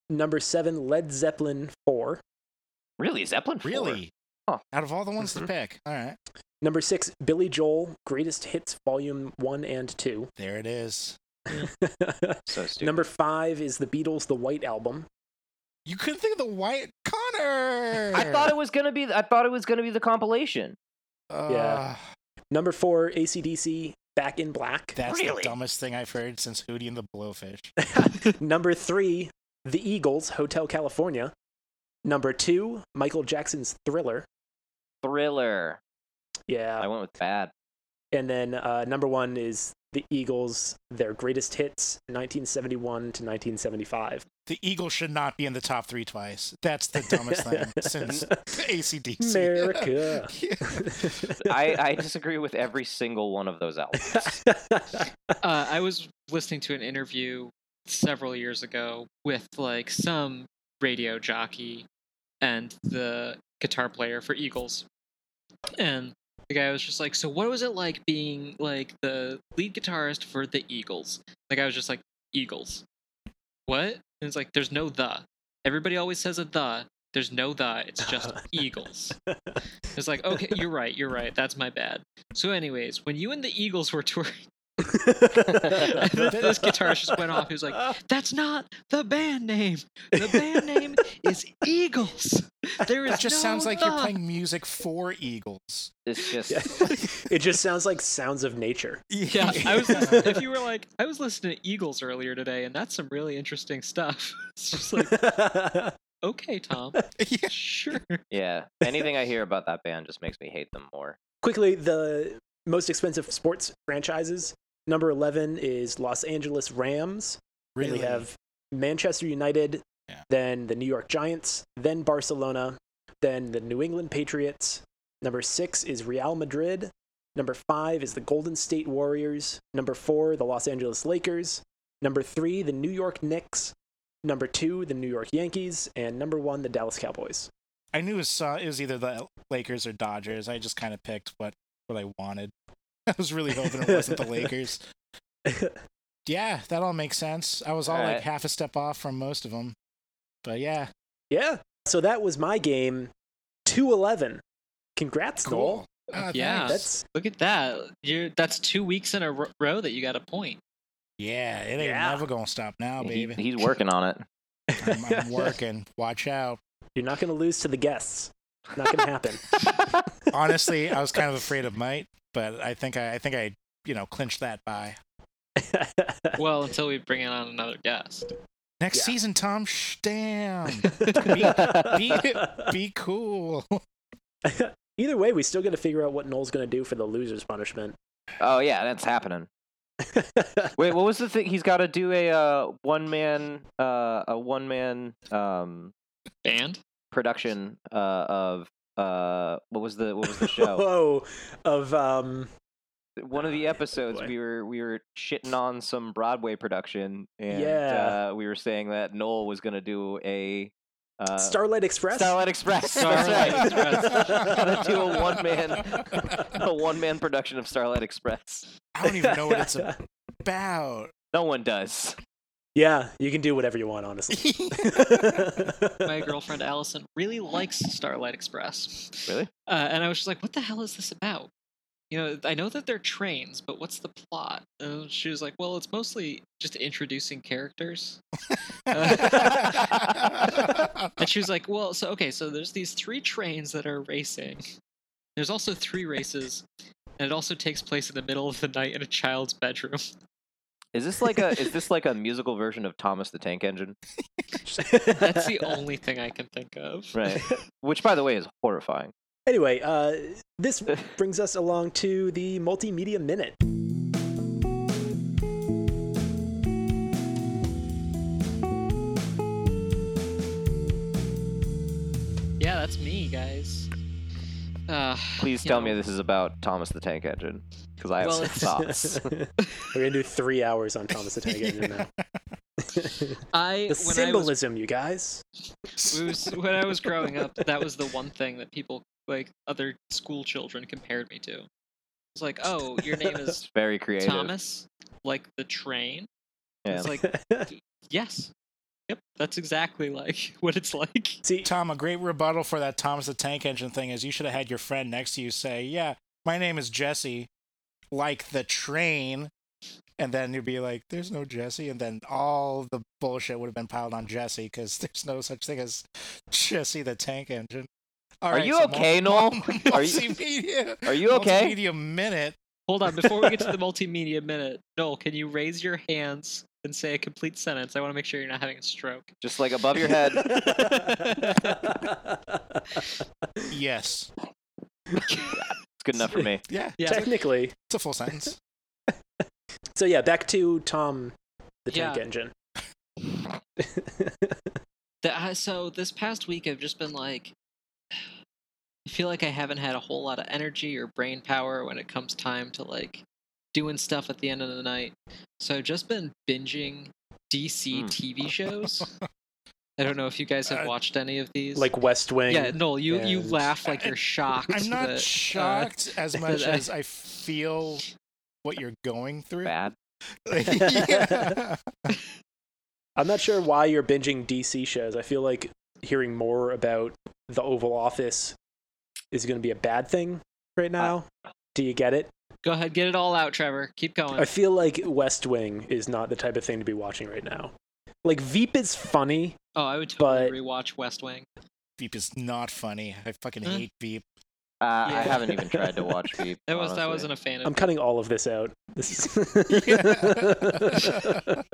[SPEAKER 3] number 7, Led Zeppelin 4.
[SPEAKER 5] really Zeppelin? four?
[SPEAKER 2] Really?
[SPEAKER 5] Huh.
[SPEAKER 2] Out of all the ones
[SPEAKER 3] Mm-hmm.
[SPEAKER 2] to pick, all right,
[SPEAKER 3] Number 6, Billy Joel Greatest Hits Volume 1 and 2.
[SPEAKER 2] there it is.
[SPEAKER 5] So stupid.
[SPEAKER 3] number 5 is The Beatles The White Album.
[SPEAKER 2] You couldn't think of the white Connor.
[SPEAKER 5] I thought it was gonna be. I thought it was gonna be the compilation.
[SPEAKER 2] Uh,
[SPEAKER 3] Yeah. Number 4, ACDC Back in Black.
[SPEAKER 2] That's the
[SPEAKER 5] Really?
[SPEAKER 2] dumbest thing I've heard since Hootie and the Blowfish.
[SPEAKER 3] Number three, The Eagles, Hotel California. Number two, Michael Jackson's Thriller.
[SPEAKER 5] Thriller. I
[SPEAKER 3] Yeah.
[SPEAKER 5] went with bad.
[SPEAKER 3] And then uh, number one is The Eagles, their greatest hits, 1971 to 1975.
[SPEAKER 2] The Eagle should not be in the top three twice. That's the dumbest thing since ACDC.
[SPEAKER 3] America.
[SPEAKER 5] I, I disagree with every single one of those albums.
[SPEAKER 4] uh, I was listening to an interview several years ago with like some radio jockey and the guitar player for Eagles. And the guy was just like, "So what was it like being like the lead guitarist for the Eagles?" The guy was just like, "Eagles." What? And it's like there's no the. Everybody always says a the. There's no the. It's just Eagles. It's like, "Okay, you're right. You're right. That's my bad." So anyways, when you and the Eagles were touring this guitarist just went off. He was like, That's not the band name. The band name is Eagles. There is
[SPEAKER 2] It just
[SPEAKER 4] no
[SPEAKER 2] sounds like you're
[SPEAKER 4] the."
[SPEAKER 2] playing music for Eagles.
[SPEAKER 5] It's just
[SPEAKER 3] Yeah. It just sounds like sounds of nature.
[SPEAKER 4] Yeah, I was. listening- If you were like, I was listening to Eagles earlier today, and that's some really interesting stuff. It's just like, okay, Tom,
[SPEAKER 2] Yeah.
[SPEAKER 4] sure.
[SPEAKER 5] yeah. Anything I hear about that band just makes me hate them more.
[SPEAKER 3] quickly the most expensive sports franchises number 11 is los angeles rams Then
[SPEAKER 2] Really?
[SPEAKER 3] we have manchester united
[SPEAKER 2] Yeah.
[SPEAKER 3] then the new york giants then barcelona then the new england patriots number six is real madrid number five is the golden state warriors number four the los angeles lakers number three the new york knicks number two the new york yankees and number one the dallas cowboys
[SPEAKER 2] I knew it was, uh, it was either the Lakers or Dodgers. I just kind of picked what, what I wanted. I was really hoping it wasn't the Lakers. Yeah, that all makes sense. I was all
[SPEAKER 5] All
[SPEAKER 2] like
[SPEAKER 5] right.
[SPEAKER 2] half a step off from most of them. But yeah,
[SPEAKER 3] Yeah. So that was my game. Two eleven. Congrats, Noel.
[SPEAKER 2] Ah,
[SPEAKER 4] Yeah.
[SPEAKER 2] thanks.
[SPEAKER 3] That's
[SPEAKER 4] Look at that. You're that's two weeks in a ro- row that you got a point.
[SPEAKER 2] Yeah, it ain't
[SPEAKER 3] Yeah.
[SPEAKER 2] never gonna stop now,
[SPEAKER 5] He-
[SPEAKER 2] baby.
[SPEAKER 5] he's working on it.
[SPEAKER 2] I'm, I'm working. Watch out.
[SPEAKER 3] you're not gonna lose to the guests. Not gonna happen.
[SPEAKER 2] Honestly, I was kind of afraid of might, but I think I, I think I, you know, clinched that by.
[SPEAKER 4] Well, until we bring in on another guest.
[SPEAKER 2] Next
[SPEAKER 3] Yeah.
[SPEAKER 2] season, Tom. Shh, damn. be- Be cool.
[SPEAKER 3] Either way, we still got to figure out what Noel's going to do for the loser's punishment.
[SPEAKER 1] Oh yeah, that's happening. Wait, what was the thing? He's got to do a uh, one man, uh, a one man um,
[SPEAKER 4] Band?
[SPEAKER 1] production uh, of uh, what was the what was the show?
[SPEAKER 3] Whoa, of um,
[SPEAKER 1] One of the episodes
[SPEAKER 3] Boy.
[SPEAKER 1] we were we were shitting on some Broadway production, and
[SPEAKER 3] Yeah.
[SPEAKER 1] uh, we were saying that Noel was gonna do a uh,
[SPEAKER 3] Starlight Express.
[SPEAKER 1] Starlight Express. That's
[SPEAKER 4] Starlight
[SPEAKER 1] right.
[SPEAKER 4] Express.
[SPEAKER 1] Gotta do a one man, a one man production of Starlight Express.
[SPEAKER 2] I don't even know what it's about.
[SPEAKER 1] No one does.
[SPEAKER 3] yeah, you can do whatever you want, honestly.
[SPEAKER 4] My girlfriend Allison really likes Starlight Express.
[SPEAKER 1] Really?
[SPEAKER 4] Uh, and I was just like, what the hell is this about? You know, I know that they're trains, but what's the plot? And she was like, well, it's mostly just introducing characters. And she was like, well, so okay, so there's these three trains that are racing. There's also three races, and it also takes place in the middle of the night in a child's bedroom.
[SPEAKER 1] Is this like a is this like a musical version of Thomas the Tank Engine?
[SPEAKER 4] That's the only thing I can think of.
[SPEAKER 1] Right. Which, by the way, is horrifying.
[SPEAKER 3] Anyway, uh, this brings us along to the multimedia minute.
[SPEAKER 4] Yeah, that's me, guys. Uh,
[SPEAKER 1] Please
[SPEAKER 4] you
[SPEAKER 1] tell
[SPEAKER 4] know,
[SPEAKER 1] me this is about Thomas the Tank Engine because I have
[SPEAKER 4] Well,
[SPEAKER 1] some
[SPEAKER 4] it's-
[SPEAKER 1] thoughts.
[SPEAKER 3] We're gonna do three hours on Thomas the Tank Engine now.
[SPEAKER 4] I
[SPEAKER 3] The
[SPEAKER 4] when I was
[SPEAKER 3] symbolism, you guys.
[SPEAKER 4] it was- when I was growing up, that was the one thing that people like other school children compared me to. It's like, oh, your name is
[SPEAKER 1] It's very creative.
[SPEAKER 4] Thomas, like the train.
[SPEAKER 1] Yeah.
[SPEAKER 4] It's like, yes, yep, that's exactly like what it's like.
[SPEAKER 3] See,
[SPEAKER 2] Tom, a great rebuttal for that Thomas the Tank Engine thing is you should have had your friend next to you say, "Yeah, my name is Jesse, like the train," and then you'd be like, "There's no Jesse," and then all the bullshit would have been piled on Jesse because there's no such thing as Jesse the Tank Engine. All
[SPEAKER 1] Are
[SPEAKER 2] right,
[SPEAKER 1] you
[SPEAKER 2] so
[SPEAKER 1] okay, Noel?
[SPEAKER 2] mul- mul-
[SPEAKER 1] Are you-
[SPEAKER 2] multimedia-
[SPEAKER 1] Are you okay?
[SPEAKER 2] Multimedia minute.
[SPEAKER 4] Hold on, before we get to the multimedia minute, Noel, can you raise your hands and say a complete sentence? I want to make sure you're not having a stroke.
[SPEAKER 1] Just like above your head.
[SPEAKER 2] Yes.
[SPEAKER 1] It's good enough for me.
[SPEAKER 2] Yeah.
[SPEAKER 4] Yeah.
[SPEAKER 3] technically.
[SPEAKER 2] It's a full sentence.
[SPEAKER 3] So yeah, back to Tom, the Tank
[SPEAKER 4] Yeah.
[SPEAKER 3] Engine.
[SPEAKER 4] The, I- so this past week, I've just been like, I feel like I haven't had a whole lot of energy or brain power when it comes time to like doing stuff at the end of the night. So I've just been binging DC
[SPEAKER 1] Mm.
[SPEAKER 4] TV shows. I don't know if you guys have
[SPEAKER 2] Uh,
[SPEAKER 4] watched any of these.
[SPEAKER 3] Like West Wing.
[SPEAKER 4] yeah, Noel, you you
[SPEAKER 3] and-
[SPEAKER 4] laugh like you're shocked.
[SPEAKER 2] I'm not
[SPEAKER 4] that, uh,
[SPEAKER 2] shocked as much
[SPEAKER 4] that I-
[SPEAKER 2] as I feel what you're going through.
[SPEAKER 1] Bad.
[SPEAKER 2] yeah.
[SPEAKER 3] I'm not sure why you're binging DC shows. I feel like hearing more about the Oval Office is going to be a bad thing right now. Do you get it?
[SPEAKER 4] Go ahead, get it all out, Trevor. Keep going.
[SPEAKER 3] I feel like West Wing is not the type of thing to be watching right now. Like Veep is funny.
[SPEAKER 4] oh, I would totally
[SPEAKER 3] but-
[SPEAKER 4] rewatch West Wing.
[SPEAKER 2] Veep is not funny. I fucking
[SPEAKER 4] Mm.
[SPEAKER 2] hate Veep.
[SPEAKER 1] Uh, I
[SPEAKER 4] Yeah.
[SPEAKER 1] haven't even tried to watch Veep.
[SPEAKER 4] That was I
[SPEAKER 1] honestly.
[SPEAKER 4] wasn't a fan of.
[SPEAKER 3] I'm cutting all of this out. This is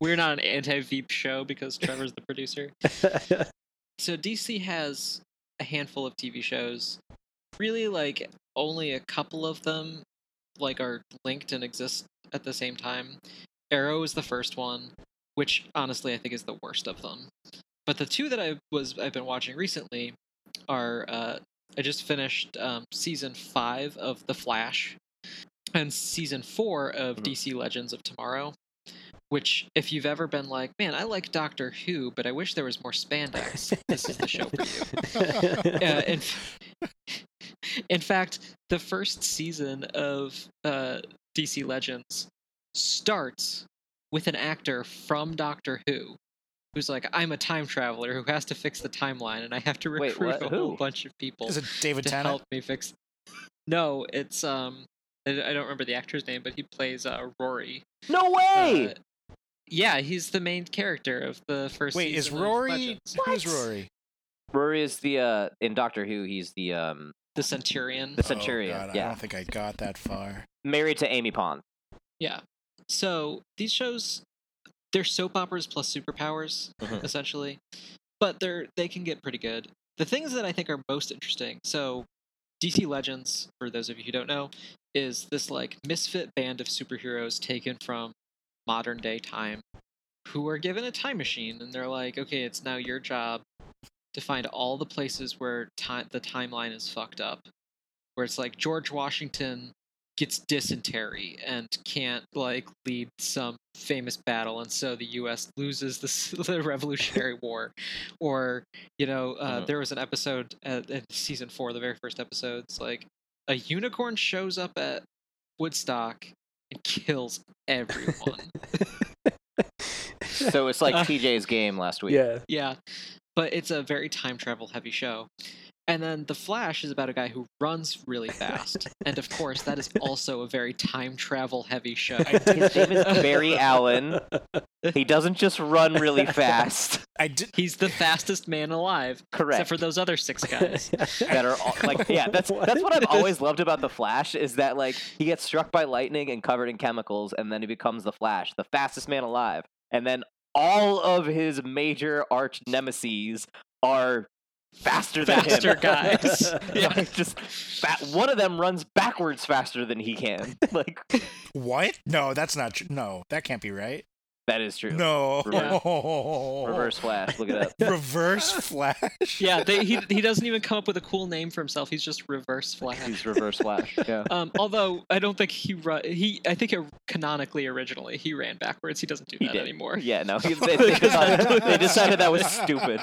[SPEAKER 4] We're not an anti-Veep show because Trevor's the producer. so DC has a handful of TV shows. Really, like only a couple of them, like are linked and exist at the same time. Arrow is the first one, which honestly I think is the worst of them. But the two that I was I've been watching recently are uh, I just finished um, season five of The Flash and season four of
[SPEAKER 1] Mhm.
[SPEAKER 4] DC Legends of Tomorrow. Which, if you've ever been like, man, I like Doctor Who, but I wish there was more spandex. this is the show for you uh, in, in fact, the first season of uh, DC Legends starts with an actor from Doctor Who who's like, I'm a time traveler who has to fix the timeline, and I have to
[SPEAKER 1] Wait,
[SPEAKER 4] recruit
[SPEAKER 1] what?
[SPEAKER 4] a whole
[SPEAKER 1] Who?
[SPEAKER 4] bunch of people
[SPEAKER 2] Is it David
[SPEAKER 4] to
[SPEAKER 2] Tennant?
[SPEAKER 4] help me fix. No, it's um, I I don't remember the actor's name, but he plays uh, Rory.
[SPEAKER 1] No way.
[SPEAKER 4] Uh, yeah, he's the main character of the first.
[SPEAKER 2] Wait, is
[SPEAKER 4] season of
[SPEAKER 2] Rory?
[SPEAKER 4] Legends.
[SPEAKER 2] Who's Rory?
[SPEAKER 1] Rory is the uh, in Doctor Who. He's the um,
[SPEAKER 4] the Centurion?
[SPEAKER 1] the Centurion.
[SPEAKER 2] Oh, God, I
[SPEAKER 1] yeah,
[SPEAKER 2] don't think I got that far.
[SPEAKER 1] married to Amy Pond.
[SPEAKER 4] Yeah. So these shows they're soap operas plus superpowers
[SPEAKER 1] Mhm.
[SPEAKER 4] essentially, but they're they can get pretty good. The things that I think are most interesting. So, DC Legends, for those of you who don't know, is this like misfit band of superheroes taken from modern day time, who are given a time machine, and they're like, okay, it's now your job to find all the places where time the timeline is fucked up, where it's like George Washington gets dysentery and can't like lead some famous battle and so the US loses the, s- the revolutionary war or you know uh,
[SPEAKER 1] Mhm.
[SPEAKER 4] there was an episode at, at season 4 the very first episode it's like a unicorn shows up at Woodstock and kills everyone
[SPEAKER 1] So it's like
[SPEAKER 4] Uh,
[SPEAKER 1] TJ's game last week.
[SPEAKER 3] yeah.
[SPEAKER 4] yeah but it's a very time travel heavy show and then the flash is about a guy who runs really fast and of course that is also a very time travel heavy show
[SPEAKER 2] His
[SPEAKER 1] name is Barry Allen. He doesn't just run really fast.
[SPEAKER 2] I did.
[SPEAKER 4] he's the fastest man alive
[SPEAKER 1] Correct.
[SPEAKER 4] except for those other six guys
[SPEAKER 1] that are all, like yeah that's that's what I've always loved about the Flash is that like he gets struck by lightning and covered in chemicals and then he becomes the Flash the fastest man alive and then all of his major arch nemesis are faster than
[SPEAKER 4] faster
[SPEAKER 1] him
[SPEAKER 4] guys yeah.
[SPEAKER 1] Like, just fa- one of them runs backwards faster than he can like
[SPEAKER 2] What? No, that's not true. No, that can't be right.
[SPEAKER 1] that is true
[SPEAKER 2] No.
[SPEAKER 1] reverse Flash look it up
[SPEAKER 2] Reverse Flash.
[SPEAKER 4] yeah they, he, he doesn't even come up with a cool name for himself he's just reverse flash
[SPEAKER 1] he's reverse Flash yeah
[SPEAKER 4] um, although i don't think he run, he i think uh, canonically originally he ran backwards he doesn't do
[SPEAKER 1] He
[SPEAKER 4] that
[SPEAKER 1] did.
[SPEAKER 4] anymore
[SPEAKER 1] Yeah, no, he- they, they decided, they decided that was stupid.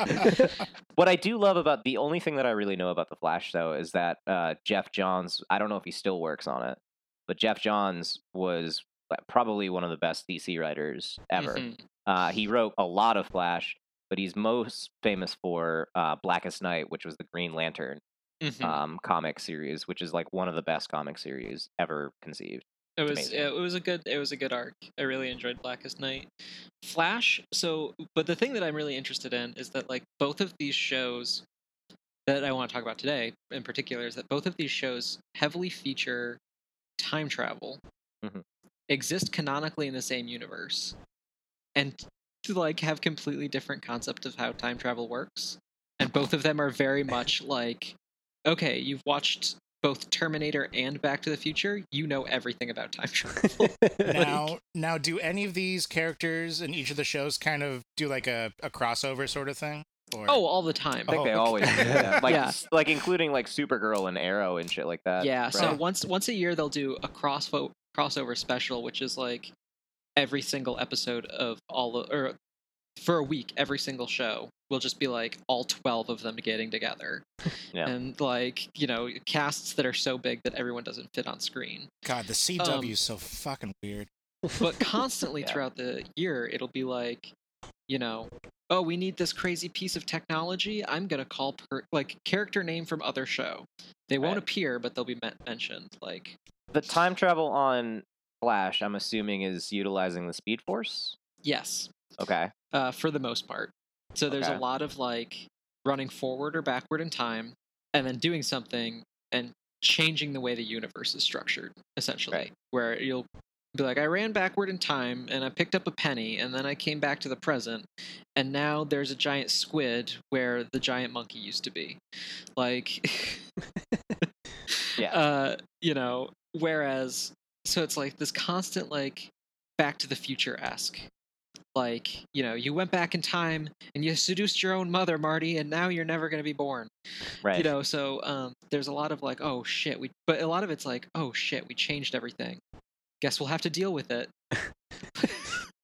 [SPEAKER 1] what I do love about the only thing that I really know about the Flash though is that uh, Jeff Johns. I don't know if he still works on it, but Jeff Johns was like, probably one of the best DC writers ever.
[SPEAKER 2] Mm-hmm.
[SPEAKER 4] Mhm.
[SPEAKER 1] Uh, he wrote a lot of Flash, but he's most famous for uh, Blackest Night, which was the Green Lantern
[SPEAKER 4] Mhm.
[SPEAKER 2] Mm-hmm.
[SPEAKER 1] um, comic series, which is like one of the best comic series ever conceived.
[SPEAKER 4] It was
[SPEAKER 1] amazing.
[SPEAKER 4] it was a good it was a good arc. I really enjoyed Blackest Night. Flash, so but the thing that I'm really interested in is that like both of these shows that I want to talk about today in particular is that both of these shows heavily feature time travel.
[SPEAKER 1] Mhm.
[SPEAKER 4] Exist canonically in the same universe and to like have completely different concept of how time travel works. And both of them are very much like okay, you've watched both Terminator and Back to the Future, you know everything about time travel.
[SPEAKER 2] Now, now, do any of these characters in each of the shows kind of do like a, a crossover sort of thing? Or
[SPEAKER 4] oh, all the time.
[SPEAKER 1] I think
[SPEAKER 2] Oh,
[SPEAKER 1] they
[SPEAKER 2] okay.
[SPEAKER 1] always do that. like
[SPEAKER 4] Yeah.
[SPEAKER 1] s- like including like Supergirl and Arrow and shit like that.
[SPEAKER 4] yeah. So
[SPEAKER 1] right?
[SPEAKER 4] once once a year they'll do a crossfo- crossover special, which is like every single episode of all the, or for a week, every single show will just be like all twelve of them getting together,
[SPEAKER 1] Yeah.
[SPEAKER 4] and like you know casts that are so big that everyone doesn't fit on screen.
[SPEAKER 2] God, the CW
[SPEAKER 4] Um,
[SPEAKER 2] is so fucking weird.
[SPEAKER 4] but constantly
[SPEAKER 1] Yeah.
[SPEAKER 4] throughout the year it'll be like you know oh we need this crazy piece of technology i'm going to call per- like character name from other show they won't
[SPEAKER 1] Right.
[SPEAKER 4] appear but they'll be men- mentioned like
[SPEAKER 1] the time travel on Flash, I'm assuming, is utilizing the Speed Force.
[SPEAKER 4] yes
[SPEAKER 1] Okay.
[SPEAKER 4] uh, for the most part so there's
[SPEAKER 1] Okay.
[SPEAKER 4] a lot of like running forward or backward in time and then doing something and changing the way the universe is structured essentially
[SPEAKER 1] Right.
[SPEAKER 4] where you'll be like i ran backward in time and i picked up a penny and then i came back to the present and now there's a giant squid where the giant monkey used to be like
[SPEAKER 1] Yeah.
[SPEAKER 4] uh you know whereas so it's like this constant like back to the future esque like you know you went back in time and you seduced your own mother marty and now you're never going to be born
[SPEAKER 1] right.
[SPEAKER 4] you know so um, there's a lot of like oh shit we but a lot of it's like oh shit we changed everything guess we'll have to deal with it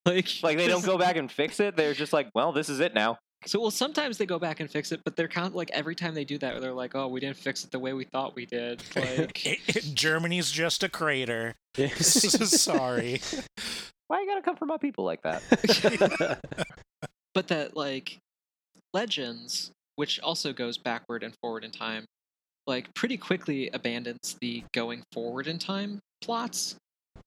[SPEAKER 4] like
[SPEAKER 1] like they don't
[SPEAKER 4] this-
[SPEAKER 1] go back and fix it. They're just like, well, this is it now.
[SPEAKER 4] so well sometimes they go back and fix it but they're kind of like every time they do that they're like oh we didn't fix it the way we thought we did like
[SPEAKER 2] Germany's just a crater. Sorry.
[SPEAKER 1] Why you gotta come for my people like that?
[SPEAKER 4] but that like legends which also goes backward and forward in time like pretty quickly abandons the going forward in time plots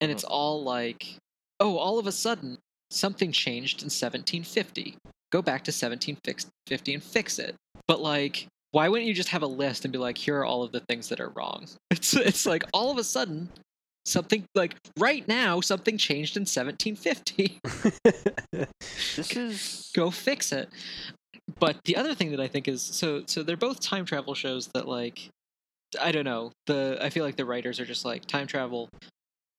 [SPEAKER 4] and it's all like oh all of a sudden something changed in 1750 go back to 1750 and fix it but like why wouldn't you just have a list and be like here are all of the things that are wrong it's it's like all of a sudden Something like right now, something changed in 1750.
[SPEAKER 1] This is
[SPEAKER 4] Go fix it. But the other thing that I think is so so they're both time travel shows that like I don't know. The I feel like the writers are just like time travel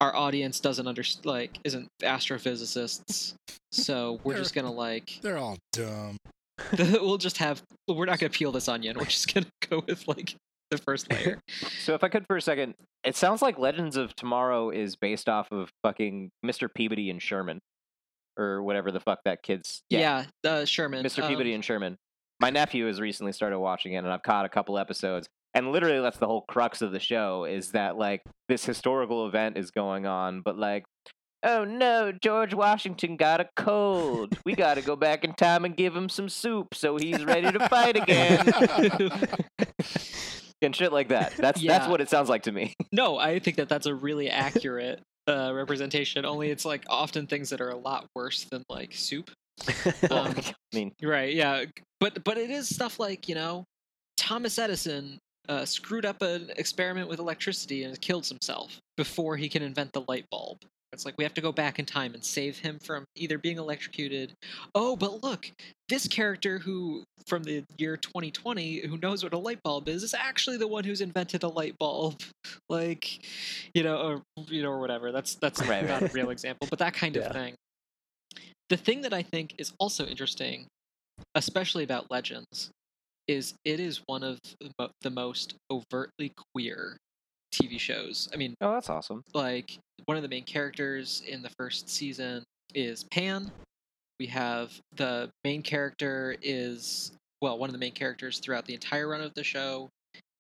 [SPEAKER 4] our audience doesn't understand like isn't astrophysicists. So we're just going to like
[SPEAKER 2] They're all dumb.
[SPEAKER 4] we'll just have we're not going to peel this onion. We're just going to go with like the first layer.
[SPEAKER 1] so. If I could for a second, it sounds like Legends of Tomorrow is based off of fucking Mr. Peabody and Sherman, or whatever the fuck that kid's.
[SPEAKER 4] Yeah, uh, Sherman.
[SPEAKER 1] Mr.
[SPEAKER 4] um,
[SPEAKER 1] Peabody and Sherman. My nephew has recently started watching it, and I've caught a couple episodes. And literally, that's the whole crux of the show is that like this historical event is going on, but like, oh no, George Washington got a cold. We got to go back in time and give him some soup so he's ready to fight again and shit like that. That's that's
[SPEAKER 4] Yeah.
[SPEAKER 1] what it sounds like to me.
[SPEAKER 4] No, I think that that's a really accurate uh, representation. Only it's like often things that are a lot worse than like soup. Um,
[SPEAKER 1] I mean,
[SPEAKER 4] right? Yeah, but but it is stuff like you know, Thomas Edison uh, screwed up an experiment with electricity and killed himself before he can invent the light bulb. It's like we have to go back in time and save him from either being electrocuted. Oh, but look, this character who from the year 2020 who knows what a light bulb is is actually the one who's invented a light bulb. Like, you know, or you know, or whatever. That's that's
[SPEAKER 1] Right,
[SPEAKER 4] not
[SPEAKER 3] right.
[SPEAKER 4] a real example, but that kind
[SPEAKER 3] Yeah.
[SPEAKER 4] of thing. The thing that I think is also interesting, especially about Legends, is it is one of the mo- the most overtly queer TV shows. I mean,
[SPEAKER 1] oh, that's awesome.
[SPEAKER 4] like one of the main characters in the first season is Pan. We have the main character is well, one of the main characters throughout the entire run of the show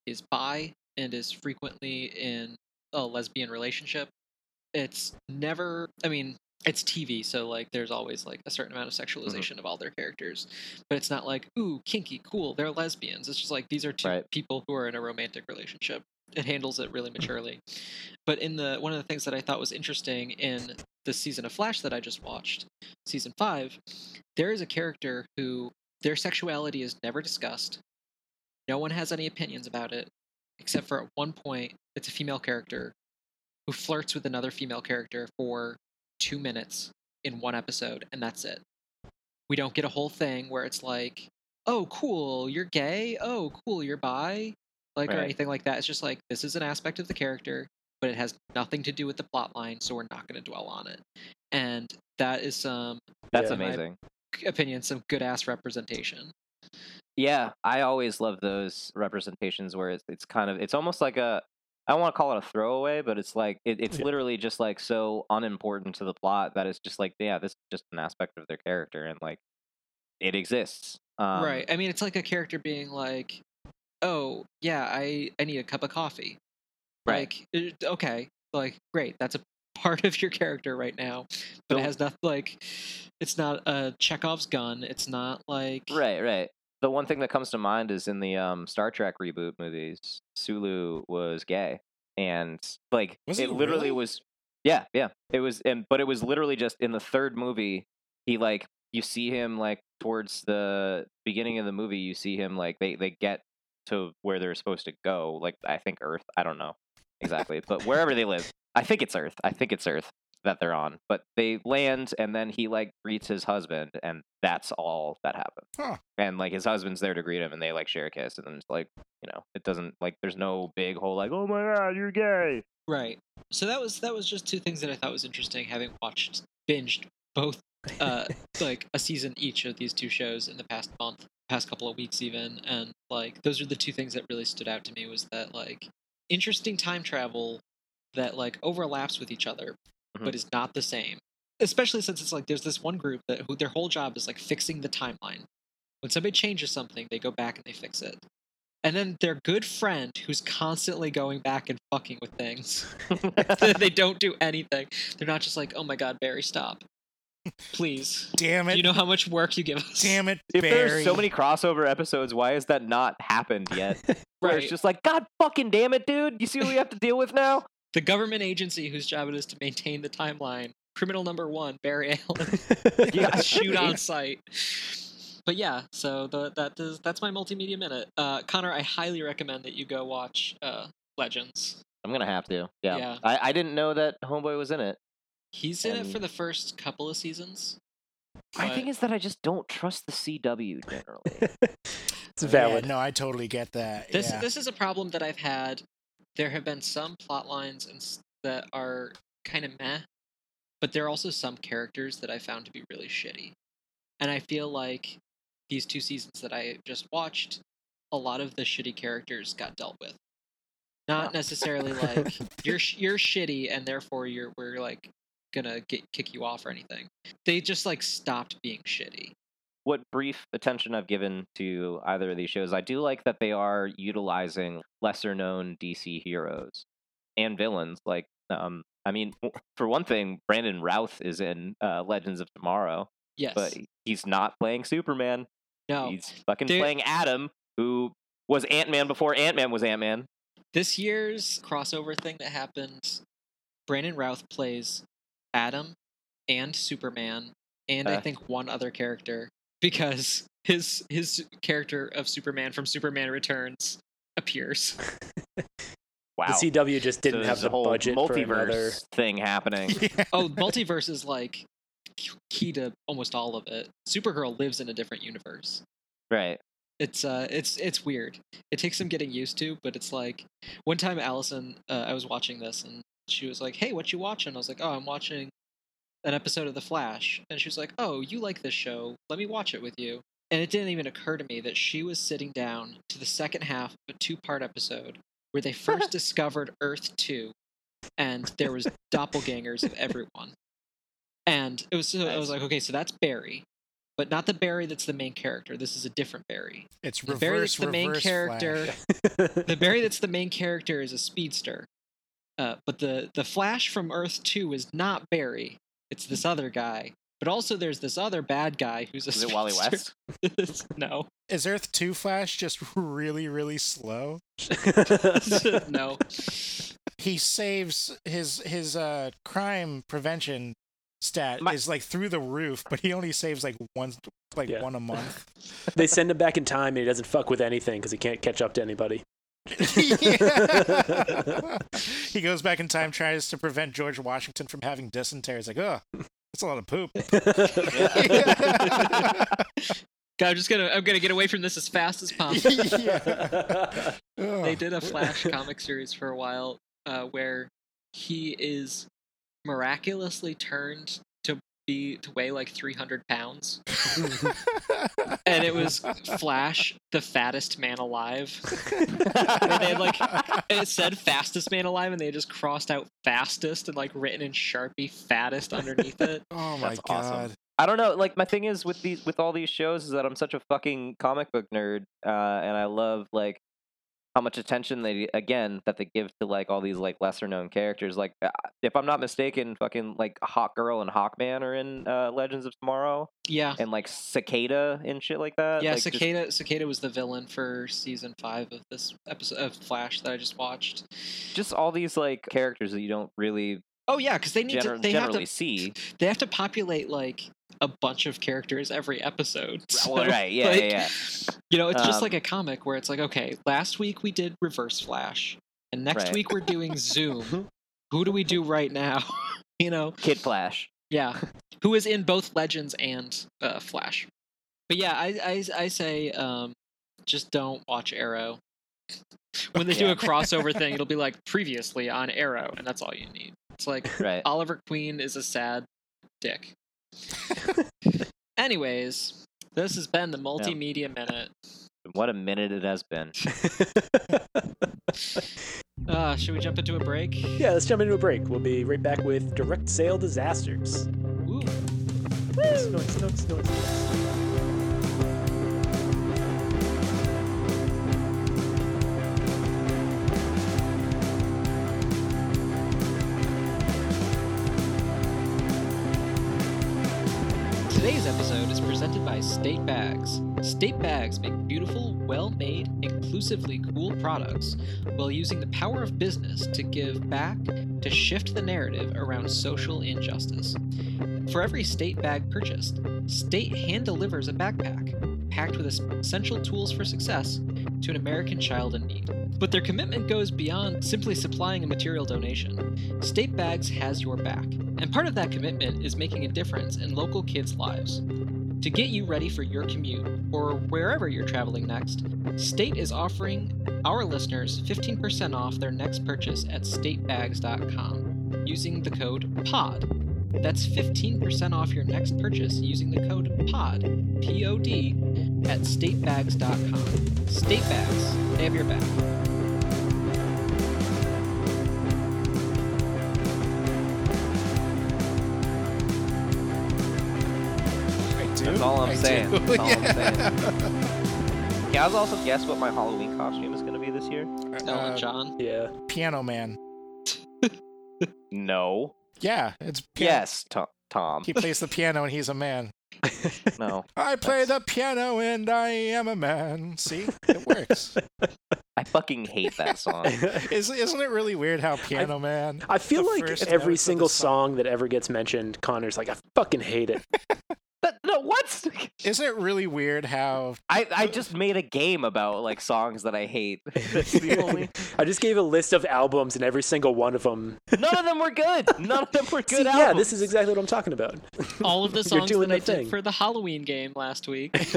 [SPEAKER 4] is bi and is frequently in a lesbian relationship. It's never I mean, it's TV, so like there's always like a certain amount of sexualization of all their characters. But it's not like, ooh, kinky, cool, they're lesbians. It's just like these are two
[SPEAKER 1] Right.
[SPEAKER 4] people who are in a romantic relationship. It handles it really maturely but in the one of the things that I thought was interesting in the season of Flash that I just watched, season five, there is a character who their sexuality is never discussed. No one has any opinions about it, except for at one point, it's a female character who flirts with another female character for two minutes in one episode, and that's it. We don't get a whole thing where it's like, oh, cool, you're gay. Oh, cool, you're bi. Like, or
[SPEAKER 1] Right.
[SPEAKER 4] anything like that. It's just like, this is an aspect of the character, but it has nothing to do with the plot line, so we're not going to dwell on it. And that is some
[SPEAKER 1] That's
[SPEAKER 3] Yeah.
[SPEAKER 4] My-
[SPEAKER 1] amazing.
[SPEAKER 4] opinion, some good ass representation.
[SPEAKER 1] Yeah, I always love those representations where it's it's kind of it's almost like a I don't want to call it a throwaway, but it's like it, it's
[SPEAKER 3] Yeah.
[SPEAKER 1] literally just like so unimportant to the plot that it's just like yeah, this is just an aspect of their character and like it exists. Um,
[SPEAKER 4] right. I mean, it's like a character being like, "Oh, yeah, I I need a cup of coffee."
[SPEAKER 1] Right.
[SPEAKER 4] Like, uh, okay, like great, that's a part of your character right now, but
[SPEAKER 1] The-
[SPEAKER 4] it has nothing like it's not a Chekhov's gun. It's not like
[SPEAKER 1] Right, right. The one thing that comes to mind is in the um, Star Trek reboot movies, Sulu was gay, and like
[SPEAKER 2] Was
[SPEAKER 1] it
[SPEAKER 2] he
[SPEAKER 1] literally
[SPEAKER 2] really?
[SPEAKER 1] was. Yeah, yeah. It was, and but it was literally just in the third movie. He like you see him like towards the beginning of the movie. You see him like they they get to where they're supposed to go. Like I think Earth. I don't know exactly, but wherever they live, I think it's Earth. I think it's Earth that they're on. But they land, and then he like greets his husband, and that's all that happens.
[SPEAKER 2] Huh.
[SPEAKER 1] And like his husband's there to greet him, and they like share a kiss, and then it's like you know, it doesn't like there's no big whole like oh my god you're gay.
[SPEAKER 4] Right. So that was that was just two things that I thought was interesting having watched binged both uh like a season each of these two shows in the past month, past couple of weeks even and like those are the two things that really stood out to me was that like interesting time travel that like overlaps with each other but is not the same. Especially since it's like there's this one group that who their whole job is like fixing the timeline. When somebody changes something, they go back and they fix it. And then their good friend who's constantly going back and fucking with things they don't do anything. They're not just like, oh my god, Barry, stop, please.
[SPEAKER 2] Damn it.
[SPEAKER 4] You know how much work you give us.
[SPEAKER 2] Damn it,
[SPEAKER 1] If
[SPEAKER 2] Barry.
[SPEAKER 1] there's so many crossover episodes, why has that not happened yet? Where
[SPEAKER 4] right.
[SPEAKER 1] it's just like God fucking damn it, dude! You see what we have to deal with now?
[SPEAKER 4] the government agency whose job it is to maintain the timeline. Criminal number one, Barry Allen.
[SPEAKER 1] Yeah, it should
[SPEAKER 4] shoot
[SPEAKER 1] be.
[SPEAKER 4] on site. But yeah, so the, that is that's my multimedia minute. Uh, Connor, I highly recommend that you go watch uh, Legends.
[SPEAKER 1] I'm gonna have to. Yeah.
[SPEAKER 4] Yeah.
[SPEAKER 1] I, I didn't know that Homeboy was in it.
[SPEAKER 4] He's in it for
[SPEAKER 1] And-
[SPEAKER 4] the first couple of seasons.
[SPEAKER 1] I
[SPEAKER 4] but-
[SPEAKER 1] think it's that I just don't trust the CW generally.
[SPEAKER 3] it's valid.
[SPEAKER 2] Yeah, no, I totally get that.
[SPEAKER 4] This
[SPEAKER 2] yeah.
[SPEAKER 4] this is a problem that I've had. There have been some plot lines and s- that are kind of meh, but there are also some characters that I found to be really shitty. And I feel like these two seasons that I just watched, a lot of the shitty characters got dealt with. Not necessarily like you're sh- you're shitty and therefore you're we're like gonna get, kick you off or anything. They just like stopped being shitty.
[SPEAKER 1] what brief attention I've given to either of these shows, I do like that they are utilizing lesser known DC heroes and villains. Like, um, I mean, for one thing, Brandon Routh is in uh, Legends of Tomorrow,
[SPEAKER 4] Yes.
[SPEAKER 1] but he's not playing Superman.
[SPEAKER 4] no.
[SPEAKER 1] He's fucking
[SPEAKER 4] There-
[SPEAKER 1] playing Adam, who was Ant Man before Ant Man was Ant Man.
[SPEAKER 4] This year's crossover thing that happened, Brandon Routh plays Adam and Superman, and I
[SPEAKER 1] Uh.
[SPEAKER 4] think one other character because his his character of Superman from Superman Returns appears.
[SPEAKER 1] Wow.
[SPEAKER 3] The CW just didn't
[SPEAKER 1] So
[SPEAKER 3] have
[SPEAKER 1] there's
[SPEAKER 3] the
[SPEAKER 1] a whole
[SPEAKER 3] budget for
[SPEAKER 1] multiverse
[SPEAKER 3] another.
[SPEAKER 1] thing happening.
[SPEAKER 2] Yeah.
[SPEAKER 4] Oh, multiverse is like key to almost all of it. Supergirl lives in a different universe.
[SPEAKER 1] right.
[SPEAKER 4] It's uh, it's it's weird. It takes some getting used to, but it's like one time Allison, uh, I was watching this and she was like, "Hey, what you watching?" I was like, "Oh, I'm watching an episode of The Flash," and she was like, "Oh, you like this show? Let me watch it with you." And it didn't even occur to me that she was sitting down to the second half of a two-part episode where they first discovered Earth Two, and there was doppelgangers of everyone. And it was so I was
[SPEAKER 1] Nice.
[SPEAKER 4] like, okay, so that's Barry, but not the Barry that's the main character. This is a different Barry.
[SPEAKER 2] It's
[SPEAKER 4] The
[SPEAKER 2] reverse.
[SPEAKER 4] Barry that's the main
[SPEAKER 2] reverse
[SPEAKER 4] character.
[SPEAKER 2] Flash.
[SPEAKER 4] the Barry that's the main character is a speedster, uh, but the the Flash from Earth Two is not Barry. It's this other guy. But also, there's this other bad guy who's a
[SPEAKER 1] Hmm. Is it Wally
[SPEAKER 4] speedster.
[SPEAKER 1] West?
[SPEAKER 4] no,
[SPEAKER 2] Is Earth Two Flash just really, really slow?
[SPEAKER 4] no.
[SPEAKER 2] He saves his his uh crime prevention stat
[SPEAKER 1] My-
[SPEAKER 2] is like through the roof, but he only saves like one like
[SPEAKER 3] Yeah.
[SPEAKER 2] one a month.
[SPEAKER 3] they send him back in time, and he doesn't fuck with anything because he can't catch up to anybody.
[SPEAKER 2] Yeah. he goes back in time, tries to prevent George Washington from having dysentery. He's like, oh, that's a lot of poop.
[SPEAKER 4] God, I'm just gonna I'm gonna get away from this as fast as possible.
[SPEAKER 2] Yeah. Ugh.
[SPEAKER 4] they did a Flash comic series for a while uh, where he is miraculously turned to be to weigh like 300 pounds. and it was Flash, the fattest man alive. And they had like, and it said fastest man alive, and they just crossed out fastest and like written in Sharpie fattest underneath it.
[SPEAKER 2] oh my
[SPEAKER 1] That's awesome.
[SPEAKER 2] god.
[SPEAKER 1] I don't know. Like my thing is with these with all these shows is that I'm such a fucking comic book nerd, uh, and I love like how much attention they again that they give to like all these like lesser known characters. Like uh, if I'm not mistaken, fucking like Hawk Girl and Hawkman are in uh, Legends of Tomorrow,
[SPEAKER 4] Yeah.
[SPEAKER 1] and like Cicada and shit like that.
[SPEAKER 4] Yeah,
[SPEAKER 1] like, just-
[SPEAKER 4] Cicada Cicada was the villain for season five of this episode of Flash that I just watched.
[SPEAKER 1] Just, all these like characters that you don't really
[SPEAKER 4] Oh yeah, because they need
[SPEAKER 1] gener-
[SPEAKER 4] to, they have
[SPEAKER 1] generally
[SPEAKER 4] to
[SPEAKER 1] see.
[SPEAKER 4] they have to populate like a bunch of characters every episode. So,
[SPEAKER 1] well, right? Yeah,
[SPEAKER 4] like,
[SPEAKER 1] yeah, yeah.
[SPEAKER 4] You know, it's just like
[SPEAKER 1] Um,
[SPEAKER 4] a comic where it's like, okay, last week we did Reverse Flash, and next
[SPEAKER 1] Right.
[SPEAKER 4] week we're doing Zoom. Who do we do right now? you know,
[SPEAKER 1] Kid Flash.
[SPEAKER 4] yeah, who is in both Legends and uh, Flash? But yeah, I I, I say um, just don't watch Arrow. When they do
[SPEAKER 1] Yeah.
[SPEAKER 4] a crossover thing, it'll be like previously on Arrow, and that's all you need. It's like
[SPEAKER 1] Right.
[SPEAKER 4] Oliver Queen is a sad dick. Anyways, this has been the Multimedia Minute.
[SPEAKER 1] What a minute it has been.
[SPEAKER 4] Uh, should we jump into a break?
[SPEAKER 3] yeah, let's jump into a break. We'll be right back with direct sale disasters.
[SPEAKER 4] Ooh.
[SPEAKER 3] Noise, noise, noise.
[SPEAKER 4] Today's episode is presented by State Bags. State Bags make beautiful, well made, inclusively cool products while using the power of business to give back to shift the narrative around social injustice. For every state bag purchased, State hand delivers a backpack. packed with essential tools for success to an American child in need. But their commitment goes beyond simply supplying a material donation. State Bags has your back, and part of that commitment is making a difference in local kids' lives. To get you ready for your commute or wherever you're traveling next, State is offering our listeners 15% off their next purchase at statebags.com using the code POD. That's 15% off your next purchase using the code POD, P O D, at statebags.com. State Bags, they have your back.
[SPEAKER 2] I do.
[SPEAKER 1] That's all I'm
[SPEAKER 2] I
[SPEAKER 1] saying.
[SPEAKER 2] do.
[SPEAKER 1] That's all I'm
[SPEAKER 2] Yeah.
[SPEAKER 1] Can I also guess what my Halloween costume is going to be this year?
[SPEAKER 4] Ellen
[SPEAKER 2] Uh,
[SPEAKER 4] John.
[SPEAKER 3] Yeah.
[SPEAKER 2] Piano Man.
[SPEAKER 1] No.
[SPEAKER 2] Yeah, it's piano.
[SPEAKER 1] Yes, Tom. Tom.
[SPEAKER 2] He plays the piano and he's a man.
[SPEAKER 1] No.
[SPEAKER 2] I play
[SPEAKER 1] That's-
[SPEAKER 2] the piano and I am a man. See, it works.
[SPEAKER 1] I fucking hate that song.
[SPEAKER 2] Is, isn't it really weird how Piano Man?
[SPEAKER 3] I feel
[SPEAKER 2] The
[SPEAKER 3] like
[SPEAKER 2] first
[SPEAKER 3] every
[SPEAKER 2] notes of the
[SPEAKER 3] single
[SPEAKER 2] song.
[SPEAKER 3] song that ever gets mentioned, Connor's like, I fucking hate it.
[SPEAKER 1] But, no, what?
[SPEAKER 2] Isn't it really weird how?
[SPEAKER 1] I, I just made a game about like songs that I hate. That's the only.
[SPEAKER 3] I just gave a list of albums, and every single one of them.
[SPEAKER 1] None of them were good. None of them were good.
[SPEAKER 3] See, yeah,
[SPEAKER 1] albums.
[SPEAKER 3] this is exactly what I'm talking about.
[SPEAKER 4] All of the
[SPEAKER 3] You're
[SPEAKER 4] songs
[SPEAKER 3] doing
[SPEAKER 4] that I
[SPEAKER 3] the
[SPEAKER 4] did
[SPEAKER 3] thing.
[SPEAKER 4] for the Halloween game last week.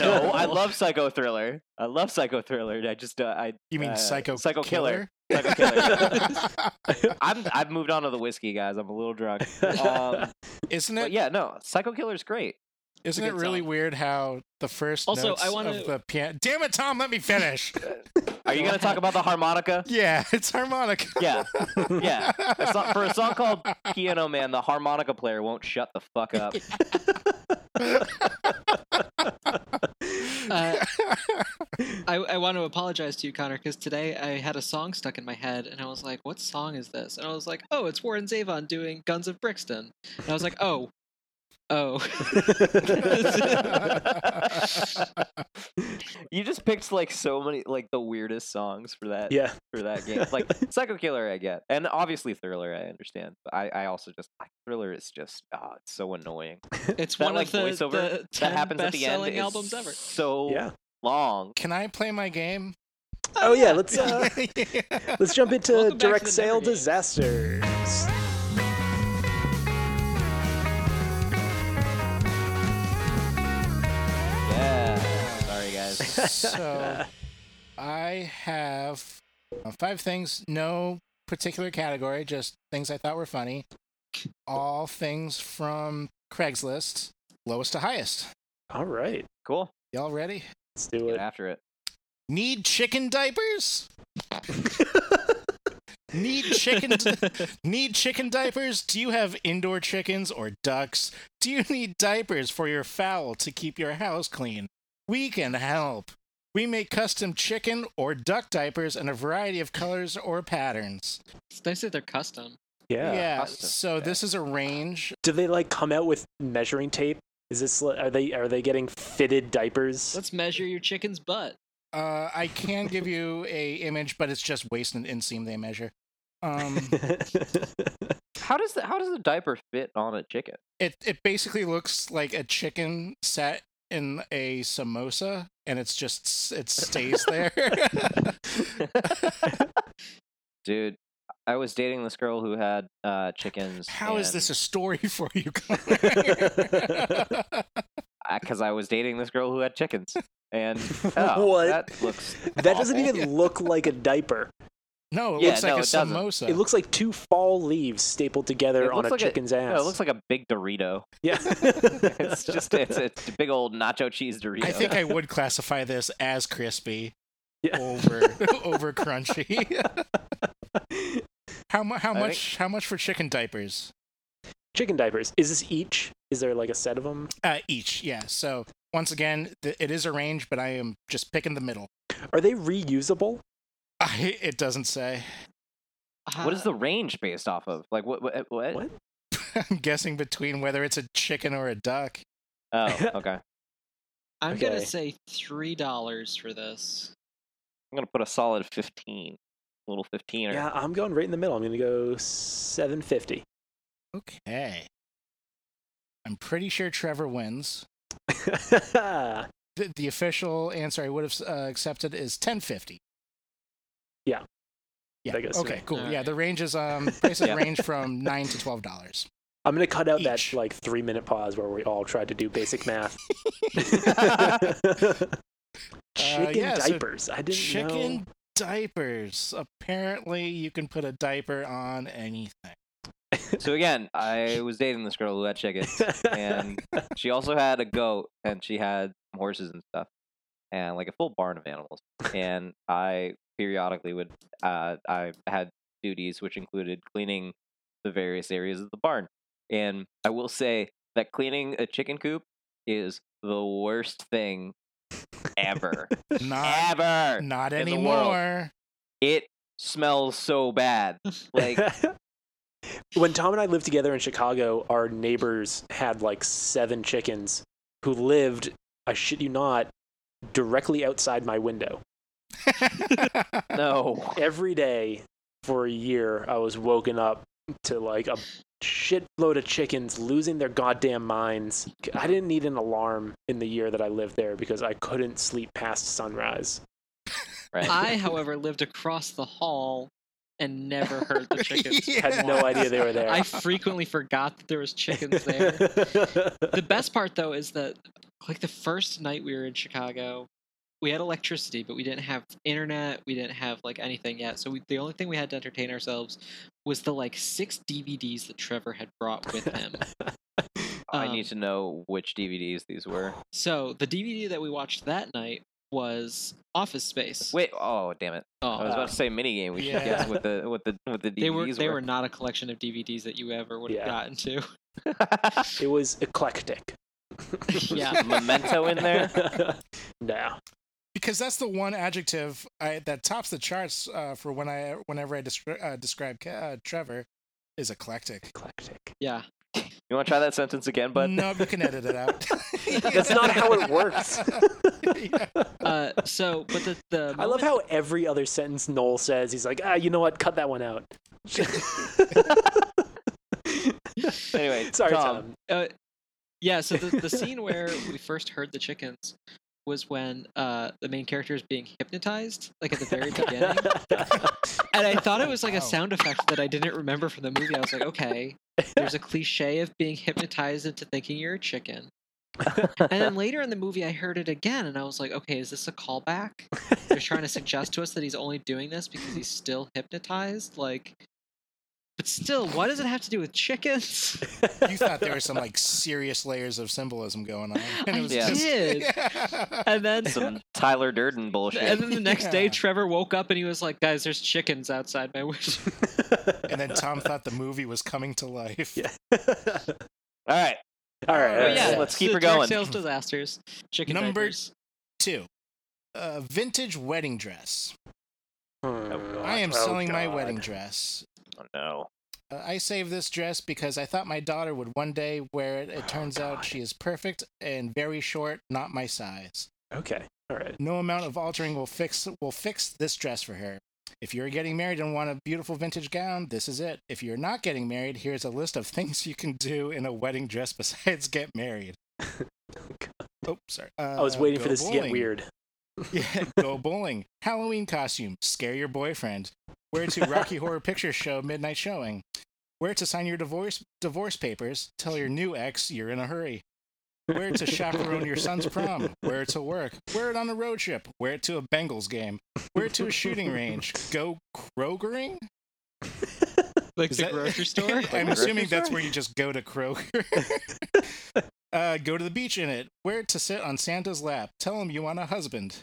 [SPEAKER 1] No, I love Psycho Thriller. I love Psycho Thriller. I just uh, I.
[SPEAKER 2] You mean
[SPEAKER 1] uh,
[SPEAKER 2] Psycho
[SPEAKER 1] Psycho Killer? Psycho Killer.
[SPEAKER 2] Killer?
[SPEAKER 1] I'm I've moved on to the whiskey, guys. I'm a little drunk. Um,
[SPEAKER 2] isn't
[SPEAKER 1] but
[SPEAKER 2] it?
[SPEAKER 1] yeah, no, Psycho Killer's great.
[SPEAKER 2] Isn't
[SPEAKER 4] a
[SPEAKER 2] it
[SPEAKER 4] good
[SPEAKER 2] really
[SPEAKER 4] song.
[SPEAKER 2] weird how the first
[SPEAKER 4] Also,
[SPEAKER 2] notes
[SPEAKER 4] I wanna-
[SPEAKER 2] of the piano? Damn it, Tom! Let me finish.
[SPEAKER 1] Are you gonna talk about the harmonica?
[SPEAKER 2] yeah, it's harmonica.
[SPEAKER 1] Yeah, yeah. A song- for a song called Piano Man, the harmonica player won't shut the fuck up.
[SPEAKER 4] Uh, I, I want to apologize to you, Connor, because today I had a song stuck in my head, and I was like, "What song is this?" And I was like, "Oh, it's Warren Zevon doing Guns of Brixton." And I was like, "Oh, oh,
[SPEAKER 1] You just picked like so many like the weirdest songs for that
[SPEAKER 3] yeah,
[SPEAKER 1] for that game. Like Psycho Killer, I get, and obviously Thriller, I understand. But I I also just Thriller is just ah, it's so annoying.
[SPEAKER 4] it's
[SPEAKER 1] That
[SPEAKER 4] one
[SPEAKER 1] like
[SPEAKER 4] of the,
[SPEAKER 1] voiceover
[SPEAKER 4] the
[SPEAKER 1] that
[SPEAKER 4] 10
[SPEAKER 1] happens at the end.
[SPEAKER 4] best-selling
[SPEAKER 1] is
[SPEAKER 4] albums ever."
[SPEAKER 1] So
[SPEAKER 3] yeah.
[SPEAKER 1] long.
[SPEAKER 2] Can I play my game?
[SPEAKER 3] Oh yeah, let's uh,
[SPEAKER 2] yeah.
[SPEAKER 3] let's jump into
[SPEAKER 4] Welcome back to
[SPEAKER 3] direct
[SPEAKER 4] the
[SPEAKER 3] sale
[SPEAKER 4] Never Game.
[SPEAKER 3] disasters.
[SPEAKER 1] Yeah. Sorry, guys.
[SPEAKER 2] so I have uh, five things, no particular category, just things I thought were funny. All things from Craigslist, lowest to highest.
[SPEAKER 3] All right,
[SPEAKER 1] Cool.
[SPEAKER 2] Y'all ready?
[SPEAKER 3] let's do
[SPEAKER 1] Get
[SPEAKER 3] it.
[SPEAKER 1] after it.
[SPEAKER 2] Need chicken diapers? Need chicken need chicken diapers? Do you have indoor chickens or ducks? Do you need diapers for your fowl to keep your house clean? We can help. We make custom chicken or duck diapers in a variety of colors or patterns.
[SPEAKER 4] It's nice that they're custom.
[SPEAKER 3] Yeah.
[SPEAKER 1] custom,
[SPEAKER 2] so
[SPEAKER 1] yeah.
[SPEAKER 2] this is a range.
[SPEAKER 3] Do they like come out with measuring tape? Is this li- are they are they getting fitted diapers?
[SPEAKER 4] Let's measure your chicken's butt.
[SPEAKER 2] Uh, I can give you a image, but it's just waist and inseam they measure. Um,
[SPEAKER 1] How does the how does the diaper fit on a chicken?
[SPEAKER 2] it it basically looks like a chicken set in a samosa and it's just s- it stays there
[SPEAKER 1] Dude, I was dating this girl who had uh, chickens.
[SPEAKER 2] How is this a story for you
[SPEAKER 1] Because I was dating this girl who had chickens, and oh,
[SPEAKER 3] What?
[SPEAKER 1] that looks
[SPEAKER 3] that doesn't
[SPEAKER 1] awful.
[SPEAKER 3] even look like a diaper.
[SPEAKER 2] no it
[SPEAKER 1] Yeah,
[SPEAKER 2] looks like
[SPEAKER 1] no,
[SPEAKER 2] a
[SPEAKER 1] it doesn't.
[SPEAKER 2] samosa
[SPEAKER 3] It looks like two fall leaves stapled together
[SPEAKER 1] It
[SPEAKER 3] on
[SPEAKER 1] looks
[SPEAKER 3] a
[SPEAKER 1] like a-
[SPEAKER 3] chicken's
[SPEAKER 1] Yeah,
[SPEAKER 3] ass.
[SPEAKER 1] it looks like a big Dorito.
[SPEAKER 3] yeah.
[SPEAKER 1] It's just it's, it's a big old nacho cheese Dorito.
[SPEAKER 2] i think i would classify this as crispy
[SPEAKER 3] Yeah.
[SPEAKER 2] over over crunchy how, mu- how
[SPEAKER 1] I
[SPEAKER 2] much how much for chicken diapers
[SPEAKER 3] chicken diapers. Is this each? Is there like a set of them?
[SPEAKER 2] uh each yeah so once again th- it is a range but i am just picking the middle
[SPEAKER 3] Are they reusable?
[SPEAKER 2] I, it doesn't say
[SPEAKER 1] What is
[SPEAKER 4] Ah,
[SPEAKER 1] the range based off of? Like what? What? what?
[SPEAKER 3] What?
[SPEAKER 2] i'm guessing between whether it's a chicken or a duck
[SPEAKER 1] Oh, okay.
[SPEAKER 4] I'm gonna
[SPEAKER 3] Okay.
[SPEAKER 4] say three dollars for this.
[SPEAKER 1] I'm gonna put a solid fifteen, little fifteen. er.
[SPEAKER 3] Yeah, I'm going right in the middle. I'm going to go 750.
[SPEAKER 2] Okay. I'm pretty sure Trevor wins. The, the official answer I would have uh, accepted is 1050.
[SPEAKER 3] Yeah.
[SPEAKER 2] Yeah.
[SPEAKER 3] That goes to
[SPEAKER 2] okay.
[SPEAKER 3] me.
[SPEAKER 2] Cool.
[SPEAKER 4] All
[SPEAKER 2] Yeah.
[SPEAKER 4] right.
[SPEAKER 2] The range is um prices
[SPEAKER 1] Yeah.
[SPEAKER 2] range from nine to twelve dollars.
[SPEAKER 3] I'm gonna cut out
[SPEAKER 2] Each.
[SPEAKER 3] that like three minute pause where we all tried to do basic math. chicken
[SPEAKER 2] yeah, so
[SPEAKER 3] diapers. I didn't
[SPEAKER 2] Chicken
[SPEAKER 3] know.
[SPEAKER 2] diapers. Apparently, you can put a diaper on anything.
[SPEAKER 1] so again, I was dating this girl who had chickens, and she also had a goat, and she had horses and stuff, and like a full barn of animals. And I periodically would, uh, I had duties which included cleaning the various areas of the barn. And I will say that cleaning a chicken coop is the worst thing ever,
[SPEAKER 2] Not
[SPEAKER 1] ever.
[SPEAKER 2] not
[SPEAKER 1] in the world.
[SPEAKER 2] anymore.
[SPEAKER 1] It smells so bad, like.
[SPEAKER 3] when Tom and I lived together in Chicago, our neighbors had like seven chickens who lived, I shit you not, directly outside my window.
[SPEAKER 1] No.
[SPEAKER 3] Every day for a year, I was woken up to like a shitload of chickens losing their goddamn minds. I didn't need an alarm in the year that I lived there because I couldn't sleep past sunrise.
[SPEAKER 1] Right.
[SPEAKER 4] I, however, lived across the hall and never heard the chickens.
[SPEAKER 3] Had no idea they were there.
[SPEAKER 4] I frequently forgot that there was chickens there. the best part though is that like the first night we were in Chicago, we had electricity, but we didn't have internet. We didn't have like anything yet. So we, the only thing we had to entertain ourselves was the like six DVDs that Trevor had brought with him.
[SPEAKER 1] I need
[SPEAKER 4] Um,
[SPEAKER 1] to know which DVDs these were.
[SPEAKER 4] so the DVD that we watched that night was Office Space.
[SPEAKER 1] Wait, oh damn it!
[SPEAKER 4] Oh,
[SPEAKER 1] I was about to say minigame. We should
[SPEAKER 2] Yeah.
[SPEAKER 1] guess what the what the what the DVDs
[SPEAKER 4] they were they were not a collection of DVDs that you ever would have
[SPEAKER 3] Yeah.
[SPEAKER 4] gotten to.
[SPEAKER 3] It was eclectic.
[SPEAKER 4] yeah.
[SPEAKER 1] Memento in there.
[SPEAKER 3] no.
[SPEAKER 2] because that's the one adjective I, that tops the charts uh, for when I whenever I descri- uh, describe Ca- uh, Trevor is eclectic.
[SPEAKER 3] Eclectic.
[SPEAKER 4] Yeah.
[SPEAKER 1] You want to try that sentence again, bud?
[SPEAKER 2] no, we can edit it out.
[SPEAKER 3] That's not how it works.
[SPEAKER 4] Uh, so, but the, the
[SPEAKER 3] I love
[SPEAKER 4] moment-
[SPEAKER 3] how every other sentence Noel says, he's like, ah, you know what? Cut that one out.
[SPEAKER 1] Anyway,
[SPEAKER 3] Sorry,
[SPEAKER 1] Tom.
[SPEAKER 3] Tom.
[SPEAKER 4] uh, yeah so the, the scene where we first heard the chickens was when uh, the main character is being hypnotized like at the very beginning and i thought it was like
[SPEAKER 2] Wow.
[SPEAKER 4] a sound effect that i didn't remember from the movie i was like okay there's a cliche of being hypnotized into thinking you're a chicken and then later in the movie i heard it again and i was like okay is this a callback they're trying to suggest to us that he's only doing this because he's still hypnotized like but still what does it have to do with chickens
[SPEAKER 2] you thought there were some like serious layers of symbolism going on.
[SPEAKER 4] I
[SPEAKER 1] Yeah.
[SPEAKER 4] did. And then
[SPEAKER 1] Some Tyler Durden bullshit.
[SPEAKER 4] and then the next
[SPEAKER 2] Yeah.
[SPEAKER 4] day Trevor woke up and he was like, "Guys, there's chickens outside my window."
[SPEAKER 2] and then Tom thought the movie was coming to life.
[SPEAKER 3] Yeah.
[SPEAKER 1] All right,
[SPEAKER 3] All right.
[SPEAKER 2] Oh,
[SPEAKER 4] But
[SPEAKER 3] all right,
[SPEAKER 4] yeah,
[SPEAKER 1] let's
[SPEAKER 4] so
[SPEAKER 1] keep her
[SPEAKER 4] direct
[SPEAKER 1] going.
[SPEAKER 4] Sales disasters, chicken
[SPEAKER 2] Number-
[SPEAKER 4] diapers.
[SPEAKER 2] Two, a vintage wedding dress.
[SPEAKER 3] Hmm.
[SPEAKER 2] I am
[SPEAKER 3] Oh,
[SPEAKER 2] selling my
[SPEAKER 3] God.
[SPEAKER 2] wedding dress.
[SPEAKER 1] oh, no.
[SPEAKER 2] Uh, I saved this dress because I thought my daughter would one day wear it. It turns out
[SPEAKER 3] God.
[SPEAKER 2] she is perfect and very short, not my size.
[SPEAKER 3] Okay. All right.
[SPEAKER 2] No amount of altering will fix will fix this dress for her. If you're getting married and want a beautiful vintage gown, this is it. If you're not getting married, here's a list of things you can do in a wedding dress besides get married. oh, sorry.
[SPEAKER 3] I was
[SPEAKER 2] Uh,
[SPEAKER 3] waiting
[SPEAKER 2] go
[SPEAKER 3] for this to get
[SPEAKER 2] bowling.
[SPEAKER 3] weird.
[SPEAKER 2] Yeah, go bowling. Halloween costume. Scare your boyfriend. Where to Rocky Horror Picture Show midnight showing. Where to sign your divorce divorce papers. Tell your new ex you're in a hurry. Where to chaperone your son's prom. Where to work. Wear it on a road trip. Wear it to a Bengals game. Wear it to a shooting range. Go Krogering?
[SPEAKER 4] like
[SPEAKER 2] Is
[SPEAKER 4] the
[SPEAKER 2] that-
[SPEAKER 4] grocery store.
[SPEAKER 2] I'm
[SPEAKER 1] grocery
[SPEAKER 2] assuming that's
[SPEAKER 1] store?
[SPEAKER 2] where you just go to Kroger. uh, go to the beach in it. Where to sit on Santa's lap. Tell him you want a husband.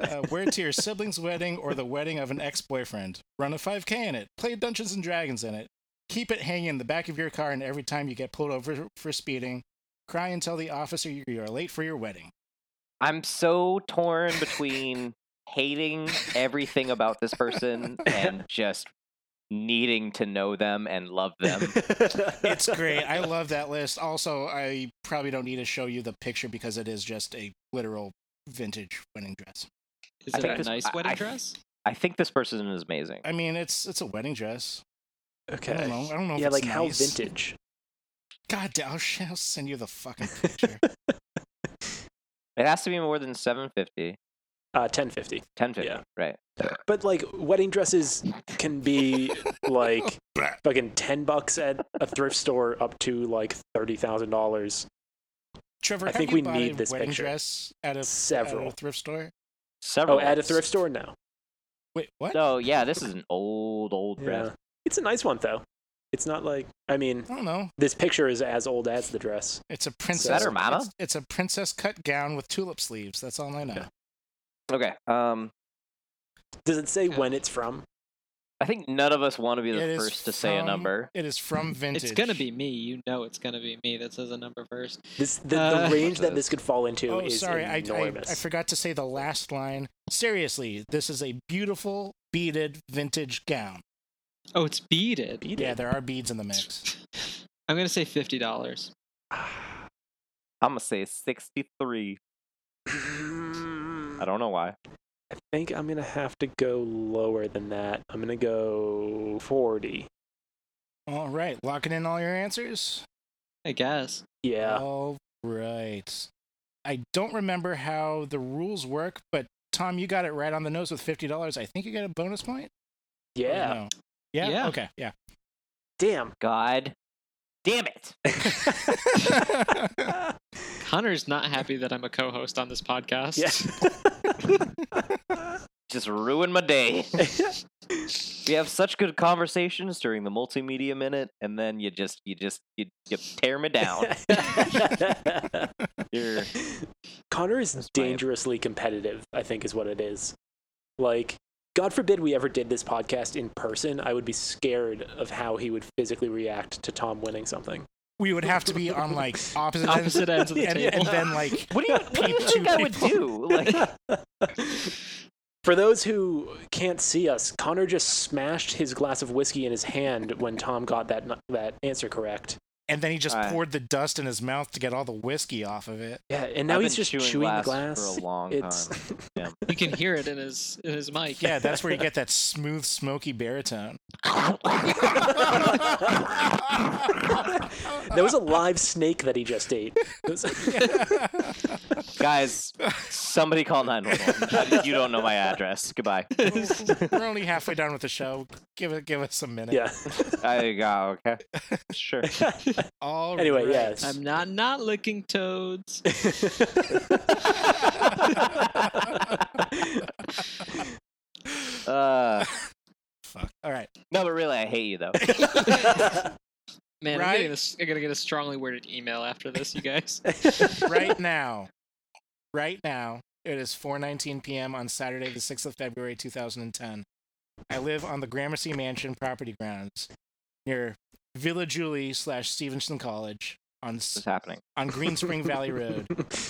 [SPEAKER 2] Uh, where to your sibling's wedding or the wedding of an ex-boyfriend. Run a 5K in it. Play Dungeons and Dragons in it. Keep it hanging in the back of your car, and every time you get pulled over for speeding, cry and tell the officer you you are late for your wedding.
[SPEAKER 1] I'm so torn between hating everything about this person and just needing to know them and love them.
[SPEAKER 2] It's great. I love that list. Also, I probably don't need to show you the picture because it is just a literal vintage wedding dress.
[SPEAKER 4] Is
[SPEAKER 1] I
[SPEAKER 4] it
[SPEAKER 1] think
[SPEAKER 4] a
[SPEAKER 1] this-
[SPEAKER 4] nice
[SPEAKER 1] I-
[SPEAKER 4] wedding
[SPEAKER 1] I-
[SPEAKER 4] dress?
[SPEAKER 1] I think this person is amazing.
[SPEAKER 2] I mean, it's it's a wedding dress.
[SPEAKER 3] Okay.
[SPEAKER 2] I don't know. I don't know. If
[SPEAKER 3] Yeah,
[SPEAKER 2] it's
[SPEAKER 3] like how
[SPEAKER 2] nice.
[SPEAKER 3] vintage.
[SPEAKER 2] God damn! I'll, sh- I'll send you the fucking picture.
[SPEAKER 1] It has to be more than 750.
[SPEAKER 3] Uh, 1050.
[SPEAKER 1] 1050,
[SPEAKER 3] Yeah. Oh,
[SPEAKER 1] right.
[SPEAKER 3] But like wedding dresses can be like fucking 10 bucks at a thrift store up to like $30,000.
[SPEAKER 2] Trevor,
[SPEAKER 3] I
[SPEAKER 2] have
[SPEAKER 3] think
[SPEAKER 2] you
[SPEAKER 3] we
[SPEAKER 2] bought
[SPEAKER 3] need
[SPEAKER 2] a
[SPEAKER 3] this
[SPEAKER 2] wedding
[SPEAKER 3] picture.
[SPEAKER 2] dress at a at
[SPEAKER 3] Several.
[SPEAKER 2] a thrift store?
[SPEAKER 1] Several.
[SPEAKER 3] Oh, at a
[SPEAKER 1] apps.
[SPEAKER 3] thrift store? No.
[SPEAKER 2] Wait, what?
[SPEAKER 1] So, yeah, this is an old, old dress.
[SPEAKER 3] Yeah. It's a nice one though. It's not like I mean,
[SPEAKER 2] I don't know.
[SPEAKER 3] this picture is as old as the dress.
[SPEAKER 2] It's a princess.
[SPEAKER 1] her mama?
[SPEAKER 2] It's, it's a princess cut gown with tulip sleeves. That's all I know.
[SPEAKER 1] Okay. Um,
[SPEAKER 3] Does it say when it's from?
[SPEAKER 1] I think none of us want to be the
[SPEAKER 2] It is
[SPEAKER 1] first to say a
[SPEAKER 2] from-
[SPEAKER 1] number.
[SPEAKER 2] It is from vintage.
[SPEAKER 4] It's gonna be me. You know, it's gonna be me that says a number first.
[SPEAKER 3] This the,
[SPEAKER 4] Uh,
[SPEAKER 3] the range that this could fall into
[SPEAKER 2] Oh,
[SPEAKER 3] is
[SPEAKER 2] sorry, I, I,
[SPEAKER 3] enormous.
[SPEAKER 2] I forgot to say the last line. Seriously, this is a beautiful beaded vintage gown.
[SPEAKER 4] Oh, it's beaded.
[SPEAKER 3] Beat
[SPEAKER 2] Yeah,
[SPEAKER 3] it.
[SPEAKER 2] there are beads in the mix.
[SPEAKER 4] I'm gonna say fifty dollars.
[SPEAKER 1] I'm going to say 63. I don't know why.
[SPEAKER 3] I think I'm gonna have to go lower than that. I'm gonna go forty.
[SPEAKER 2] All right, locking in all your answers.
[SPEAKER 4] I guess.
[SPEAKER 3] Yeah.
[SPEAKER 2] All right. I don't remember how the rules work, but Tom, you got it right on the nose with fifty dollars. I think you get a bonus point. or
[SPEAKER 3] yeah.
[SPEAKER 2] no? Yeah.
[SPEAKER 4] Yeah.
[SPEAKER 2] Okay. Yeah.
[SPEAKER 3] Damn.
[SPEAKER 1] God damn it.
[SPEAKER 4] Hunter's not happy that I'm a co-host on this podcast.
[SPEAKER 3] yeah.
[SPEAKER 1] Just ruined my day. We have such good conversations during the multimedia minute, and then you just, you just, you, you tear me down. You're,
[SPEAKER 3] Connor is
[SPEAKER 1] That's my-
[SPEAKER 3] dangerously competitive, I think is what it is. Like, God forbid we ever did this podcast in person, I would be scared of how he would physically react to Tom winning something.
[SPEAKER 2] We would have to be on like opposite,
[SPEAKER 4] Opposite ends of the
[SPEAKER 2] and,
[SPEAKER 4] table.
[SPEAKER 2] and then like
[SPEAKER 1] what do you, what do you think I would do? Like,
[SPEAKER 3] For those who can't see us, Connor just smashed his glass of whiskey in his hand when Tom got that nu- that answer correct.
[SPEAKER 2] and then he just
[SPEAKER 1] Alright.
[SPEAKER 2] poured the dust in his mouth to get all the whiskey off of it.
[SPEAKER 3] Yeah, and now
[SPEAKER 1] I've
[SPEAKER 3] he's
[SPEAKER 1] been
[SPEAKER 3] just
[SPEAKER 1] chewing
[SPEAKER 3] chewing the
[SPEAKER 1] glass
[SPEAKER 3] glass.
[SPEAKER 1] for a long
[SPEAKER 3] it's
[SPEAKER 1] time.
[SPEAKER 4] you can hear it in his in his mic.
[SPEAKER 2] Yeah, that's where you get that smooth, smoky baritone.
[SPEAKER 3] that was a live snake that he just ate. It was-
[SPEAKER 1] Guys, somebody call 911. you don't know my address. Goodbye.
[SPEAKER 2] We're only halfway done with the show. Give it, give us a minute.
[SPEAKER 3] yeah.
[SPEAKER 1] I go, okay. Sure.
[SPEAKER 2] All
[SPEAKER 3] Anyway,
[SPEAKER 2] right.
[SPEAKER 3] yes.
[SPEAKER 4] I'm not not licking toads.
[SPEAKER 1] Uh,
[SPEAKER 2] Fuck. All right.
[SPEAKER 1] no, but really, I hate you, though.
[SPEAKER 4] Man,
[SPEAKER 2] Right?
[SPEAKER 4] I'm, getting this, I'm gonna get a strongly worded email after this, you guys.
[SPEAKER 2] Right now, right now, it is 4:19 p.m. on Saturday, the 6th of February, 2010. I live on the Gramercy Mansion property grounds near Villa Julie slash Stevenson College on
[SPEAKER 1] What's
[SPEAKER 2] S-
[SPEAKER 1] happening?
[SPEAKER 2] on Green Spring Valley Road.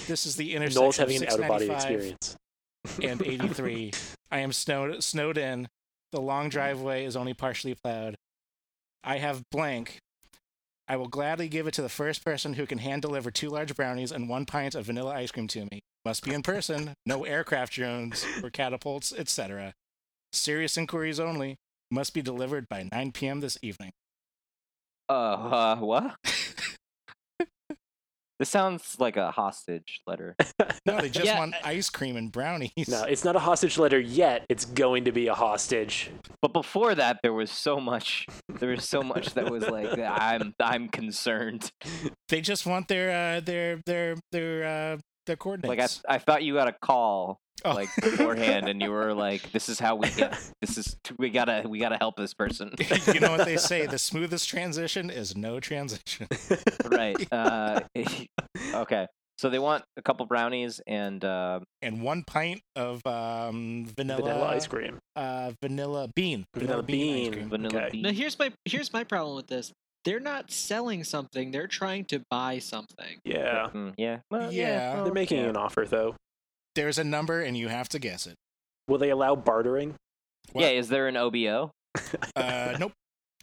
[SPEAKER 2] This is the intersection
[SPEAKER 3] Noel's
[SPEAKER 2] of
[SPEAKER 3] having an out of body
[SPEAKER 2] 695
[SPEAKER 3] experience.
[SPEAKER 2] and 83. I am snowed, snowed in. The long driveway is only partially plowed. I have blank. I will gladly give it to the first person who can hand deliver two large brownies and one pint of vanilla ice cream to me. Must be in person. No aircraft drones or catapults, etc. Serious inquiries only. Must be delivered by 9 p.m. this evening.
[SPEAKER 1] Uh, uh what? this sounds like a hostage letter.
[SPEAKER 2] No, they just
[SPEAKER 4] Yeah,
[SPEAKER 2] want ice cream and brownies.
[SPEAKER 3] No, it's not a hostage letter yet. It's going to be a hostage.
[SPEAKER 1] But before that, there was so much. There was so much that was like, I'm, I'm concerned.
[SPEAKER 2] They just want their uh, their their their uh, their
[SPEAKER 1] Like, I,
[SPEAKER 2] coordinates.
[SPEAKER 1] I thought you got a call
[SPEAKER 2] Oh.
[SPEAKER 1] like beforehand, and you were like, "This is how we get. This is we gotta we gotta help this person."
[SPEAKER 2] you know what they say the smoothest transition is no transition
[SPEAKER 1] right. Uh, okay. So they want a couple brownies and uh,
[SPEAKER 2] and one pint of um, vanilla
[SPEAKER 3] Vanilla ice cream.
[SPEAKER 2] uh, vanilla bean
[SPEAKER 3] Vanilla
[SPEAKER 2] ice
[SPEAKER 3] bean.
[SPEAKER 2] cream.
[SPEAKER 1] vanilla
[SPEAKER 3] Okay.
[SPEAKER 1] bean.
[SPEAKER 4] now here's my here's my problem with this. They're not selling something, they're trying to buy something.
[SPEAKER 3] Yeah.
[SPEAKER 1] Mm, yeah. Well,
[SPEAKER 2] Oh, Yeah.
[SPEAKER 1] well,
[SPEAKER 3] They're making
[SPEAKER 1] yeah.
[SPEAKER 3] an offer, though.
[SPEAKER 2] there's a number and you have to guess it
[SPEAKER 3] Will they allow bartering?
[SPEAKER 1] Yeah. Is there an OBO?
[SPEAKER 2] uh, nope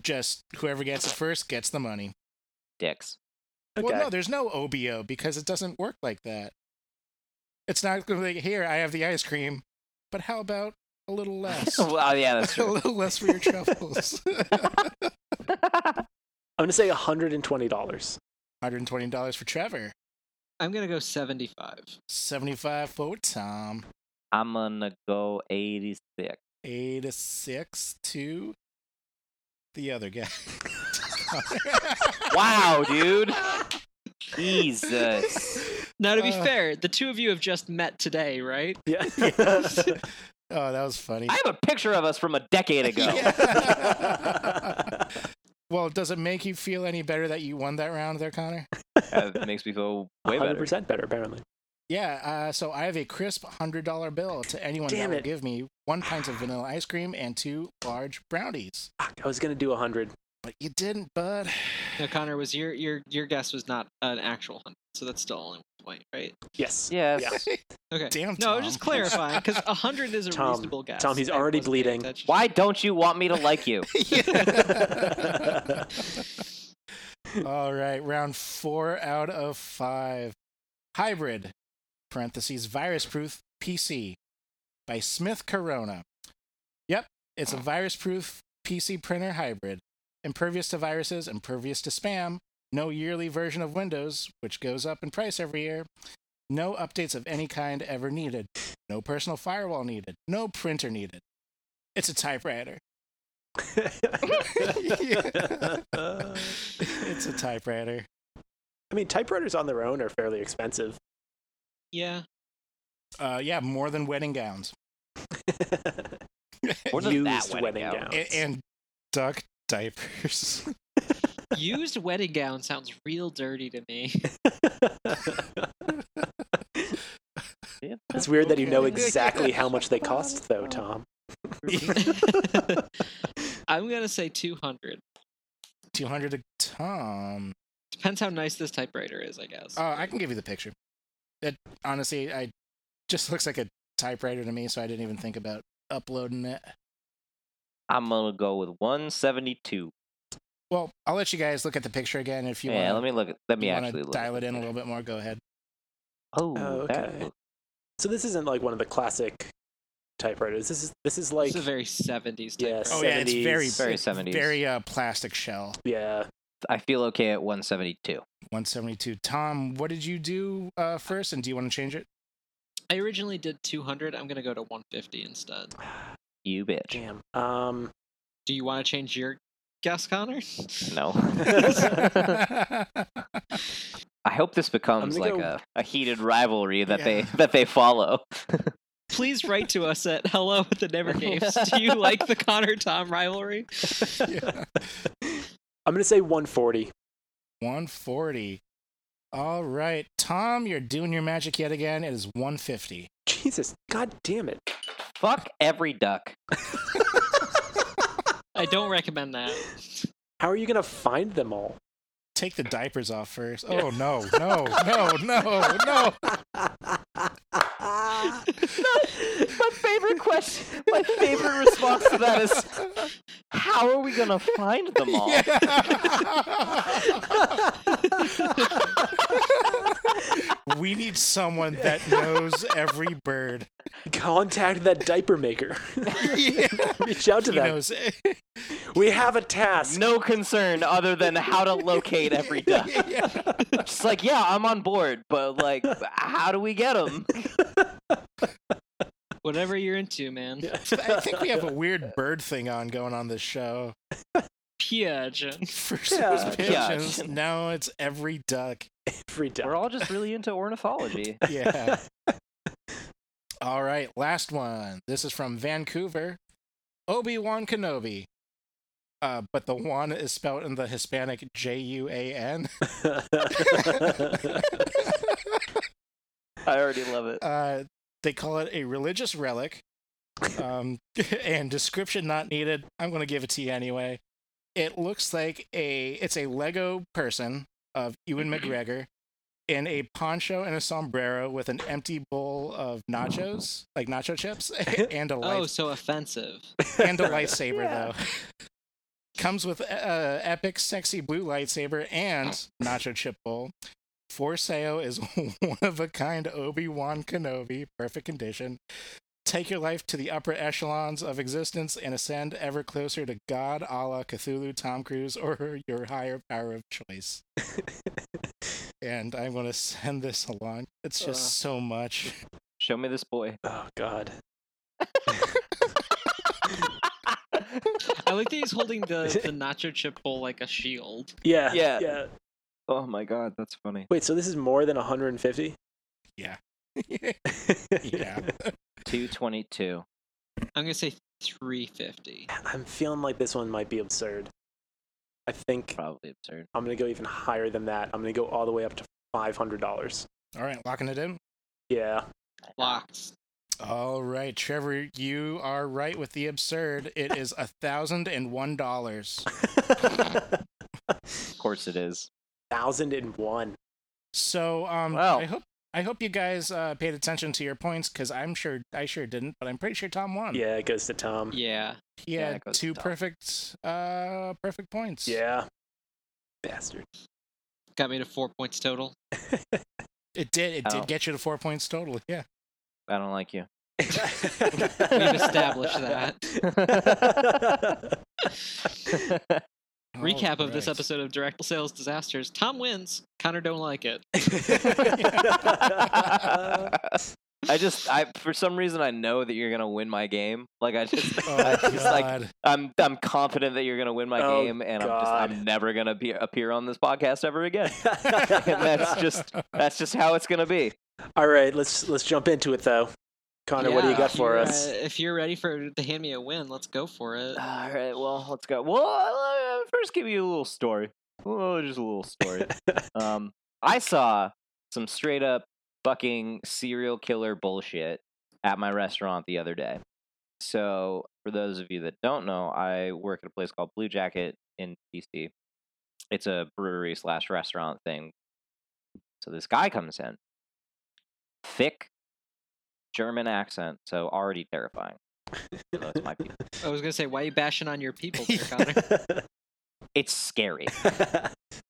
[SPEAKER 2] just whoever gets it first gets the money
[SPEAKER 1] Dicks.
[SPEAKER 2] well
[SPEAKER 3] Okay.
[SPEAKER 2] no there's no obo because it doesn't work like that it's not going to be like, here i have the ice cream but how about a little less
[SPEAKER 1] well, uh, yeah, that's
[SPEAKER 2] a
[SPEAKER 1] true.
[SPEAKER 2] little less for your troubles
[SPEAKER 3] I'm going to say $120.
[SPEAKER 2] $120 for trevor
[SPEAKER 4] I'm gonna go 75.
[SPEAKER 2] 75 for Tom.
[SPEAKER 1] I'm gonna go 86.
[SPEAKER 2] 86 to the other guy.
[SPEAKER 1] Wow, dude. Jesus.
[SPEAKER 4] Now, to be
[SPEAKER 2] Uh.
[SPEAKER 4] fair, the two of you have just met today, right?
[SPEAKER 3] Yeah.
[SPEAKER 2] Oh, that was funny.
[SPEAKER 1] I have a picture of us from a decade ago.
[SPEAKER 2] Yeah. well, does it make you feel any better that you won that round there, Connor?
[SPEAKER 1] That makes me feel way better.
[SPEAKER 3] 100% better, apparently.
[SPEAKER 2] Yeah, uh, so I have a crisp $100 bill to anyone
[SPEAKER 3] Damn
[SPEAKER 2] that will
[SPEAKER 3] it.
[SPEAKER 2] give me one pint of vanilla ice cream and two large brownies.
[SPEAKER 3] Fuck, I was going to do 100.
[SPEAKER 2] But you didn't, bud.
[SPEAKER 4] Now, Connor, was your your your guess was not an actual hundred, so that's still only one point, right?
[SPEAKER 3] Yes.
[SPEAKER 1] Yes.
[SPEAKER 4] Okay.
[SPEAKER 2] Damn,
[SPEAKER 4] No, I was
[SPEAKER 2] Tom.
[SPEAKER 4] just clarifying because a hundred is a
[SPEAKER 3] Tom,
[SPEAKER 4] reasonable guess.
[SPEAKER 3] Tom, he's
[SPEAKER 4] I
[SPEAKER 3] already
[SPEAKER 4] wasn't paying
[SPEAKER 3] bleeding.
[SPEAKER 4] attention.
[SPEAKER 1] Why don't you want me to like you?
[SPEAKER 2] All right, round four out of five. Hybrid, parentheses, virus proof PC by Smith Corona. Yep, it's a virus proof PC printer hybrid. Impervious to viruses, impervious to spam, no yearly version of Windows, which goes up in price every year, no updates of any kind ever needed, no personal firewall needed, no printer needed. It's a typewriter. It's a typewriter.
[SPEAKER 3] I mean, typewriters on their own are fairly expensive.
[SPEAKER 4] Yeah.
[SPEAKER 2] Uh, yeah, more than wedding gowns.
[SPEAKER 1] More than
[SPEAKER 3] Used
[SPEAKER 1] that wedding,
[SPEAKER 3] wedding
[SPEAKER 1] gown.
[SPEAKER 3] gown.
[SPEAKER 2] and, and duck diapers.
[SPEAKER 4] Used wedding gown sounds real dirty to me.
[SPEAKER 1] Yeah.
[SPEAKER 3] it's weird that you know
[SPEAKER 2] Okay.
[SPEAKER 3] exactly how much they cost, though, Tom.
[SPEAKER 4] I'm gonna say 200.
[SPEAKER 2] 200 to Tom.
[SPEAKER 4] Depends how nice this typewriter is, I guess.
[SPEAKER 2] Uh, I can give you the picture. It honestly, I just looks like a typewriter to me, so I didn't even think about uploading it.
[SPEAKER 1] I'm gonna go with 172.
[SPEAKER 2] Well, I'll let you guys look at the picture again if you
[SPEAKER 1] yeah, let
[SPEAKER 2] want.
[SPEAKER 1] me look. at- Let me
[SPEAKER 2] you wanna
[SPEAKER 1] actually look.
[SPEAKER 2] dial
[SPEAKER 1] at
[SPEAKER 2] it in a
[SPEAKER 1] this.
[SPEAKER 2] little bit more. Go ahead.
[SPEAKER 1] Oh,
[SPEAKER 3] Oh,
[SPEAKER 1] that
[SPEAKER 3] okay.
[SPEAKER 1] looks-
[SPEAKER 3] So this isn't like one of the classic typewriters. This is this is like
[SPEAKER 4] it's a very 70s
[SPEAKER 3] Yeah,
[SPEAKER 4] typewriter.
[SPEAKER 2] Oh yeah, it's very
[SPEAKER 3] 70s.
[SPEAKER 1] Very
[SPEAKER 2] it's
[SPEAKER 1] 70s.
[SPEAKER 2] Very uh, plastic shell.
[SPEAKER 3] yeah.
[SPEAKER 1] I feel okay at 172.
[SPEAKER 2] 172. Tom, what did you do uh, first, and do you want to change it?
[SPEAKER 4] I originally did 200. I'm gonna go to 150 instead.
[SPEAKER 1] You bitch.
[SPEAKER 3] Damn. Um.
[SPEAKER 4] Do you want to change your guess, Connor?
[SPEAKER 1] No.
[SPEAKER 2] All
[SPEAKER 1] I hope this becomes
[SPEAKER 3] gonna
[SPEAKER 1] like
[SPEAKER 3] go-
[SPEAKER 1] a, a heated rivalry that they
[SPEAKER 2] Yeah.
[SPEAKER 1] that they follow.
[SPEAKER 4] Please write to us at hello at the Never Games. Do you like the Connor Tom rivalry?
[SPEAKER 2] Yeah.
[SPEAKER 3] I'm gonna say 140.
[SPEAKER 2] 140. All right, Tom, you're doing your magic yet again. It is 150.
[SPEAKER 3] Jesus, god damn it!
[SPEAKER 1] Fuck every duck.
[SPEAKER 4] I don't recommend that.
[SPEAKER 3] How are you gonna find them all?
[SPEAKER 2] Take the diapers off first. Oh no, no, no, no, no.
[SPEAKER 1] My favorite question, my favorite response to that is, how are we gonna find them all?
[SPEAKER 2] we need someone that knows every bird.
[SPEAKER 3] Contact that diaper maker. Reach out to
[SPEAKER 2] He
[SPEAKER 3] them.
[SPEAKER 2] knows.
[SPEAKER 3] We have a task.
[SPEAKER 1] No concern other than how to locate every duck. Just like, yeah, I'm on board, but like, how do we get them?
[SPEAKER 4] Whatever you're into, man.
[SPEAKER 2] I think we have a weird bird thing on going on this show.
[SPEAKER 4] Pigeon.
[SPEAKER 2] First
[SPEAKER 3] Yeah.
[SPEAKER 2] it was
[SPEAKER 1] Yeah.
[SPEAKER 2] pigeons. Now it's every duck.
[SPEAKER 3] Every duck.
[SPEAKER 1] We're all just really into ornithology.
[SPEAKER 2] Yeah. All right, last one. This is from Vancouver. Obi Wan Kenobi. Uh, but the one is spelled in the Hispanic J U A N.
[SPEAKER 1] I already love it.
[SPEAKER 2] Uh, they call it a religious relic. Um, and description not needed. I'm going to give it to you anyway. It looks like a it's a Lego person of Ewan McGregor in a poncho and a sombrero with an empty bowl of nachos, like nacho chips, and a light
[SPEAKER 4] Oh, so offensive.
[SPEAKER 2] and a lightsaber
[SPEAKER 3] Yeah.
[SPEAKER 2] though. Comes with uh, epic, sexy blue lightsaber and nacho chip bowl. For sale is one of a kind Obi Wan Kenobi, perfect condition. Take your life to the upper echelons of existence and ascend ever closer to God, Allah, Cthulhu, Tom Cruise, or your higher power of choice. and I want to send this along. It's just
[SPEAKER 3] Uh.
[SPEAKER 2] so much.
[SPEAKER 1] Show me this boy.
[SPEAKER 3] Oh God.
[SPEAKER 4] I like that he's holding the, the nacho chip bowl like a shield.
[SPEAKER 3] Yeah.
[SPEAKER 1] Yeah.
[SPEAKER 3] Yeah.
[SPEAKER 1] oh my god, that's funny.
[SPEAKER 3] Wait, so this is more than 150?
[SPEAKER 2] yeah.
[SPEAKER 1] 222.
[SPEAKER 4] I'm gonna say 350.
[SPEAKER 3] I'm feeling like this one might be absurd. I think
[SPEAKER 1] Probably absurd.
[SPEAKER 3] I'm gonna go even higher than that. I'm gonna go all the way up to five hundred dollars.
[SPEAKER 2] All right, locking it in.
[SPEAKER 3] Yeah.
[SPEAKER 4] Locked.
[SPEAKER 2] All right, Trevor, you are right with the absurd. It is a thousand and one dollars.
[SPEAKER 1] Of course it is.
[SPEAKER 3] Thousand and one.
[SPEAKER 2] So, um,
[SPEAKER 1] Wow.
[SPEAKER 2] I hope I hope you guys uh, paid attention to your points because I'm sure I sure didn't, but I'm pretty sure Tom
[SPEAKER 1] Um,
[SPEAKER 2] won.
[SPEAKER 3] Yeah, it goes to Tom.
[SPEAKER 4] Yeah.
[SPEAKER 2] he
[SPEAKER 1] Yeah,
[SPEAKER 2] had
[SPEAKER 1] it goes to
[SPEAKER 2] two
[SPEAKER 1] Tom.
[SPEAKER 2] perfect, uh, perfect points.
[SPEAKER 3] Yeah. Bastard.
[SPEAKER 4] Got me to four points total.
[SPEAKER 2] it did. It
[SPEAKER 1] Oh.
[SPEAKER 2] did get you to four points total. Yeah.
[SPEAKER 1] I don't like you.
[SPEAKER 3] We've
[SPEAKER 4] established that.
[SPEAKER 2] Oh,
[SPEAKER 4] Recap of this
[SPEAKER 2] Alright.
[SPEAKER 4] episode of Direct Sales Disasters. Tom wins. Connor don't like it.
[SPEAKER 1] I just I for some reason I know that you're gonna win my game. Like I just
[SPEAKER 2] Oh,
[SPEAKER 1] I just like
[SPEAKER 2] God.
[SPEAKER 1] I'm I'm confident that you're gonna win my
[SPEAKER 3] Oh,
[SPEAKER 1] game and I'm just
[SPEAKER 3] God.
[SPEAKER 1] I'm never gonna be appear on this podcast ever again. and that's just that's just how it's gonna be.
[SPEAKER 3] All right, let's let's jump into it though. Connor, what do you
[SPEAKER 4] Yeah,
[SPEAKER 3] got
[SPEAKER 4] if
[SPEAKER 3] for
[SPEAKER 4] you're,
[SPEAKER 3] us?
[SPEAKER 4] uh, if you're ready for to hand me a win, let's go for it.
[SPEAKER 1] All right, well, let's go. Well, I'll, uh, first give you a little story. Oh, just a little story. um, I saw some straight up fucking serial killer bullshit at my restaurant the other day. So, for those of you that don't know, I work at a place called Blue Jacket in DC. It's a brewery slash restaurant thing. So this guy comes in, thick German accent, so already terrifying. for those of my people.
[SPEAKER 4] I was gonna say, why you bashing on your people there, Connor?
[SPEAKER 1] It's scary.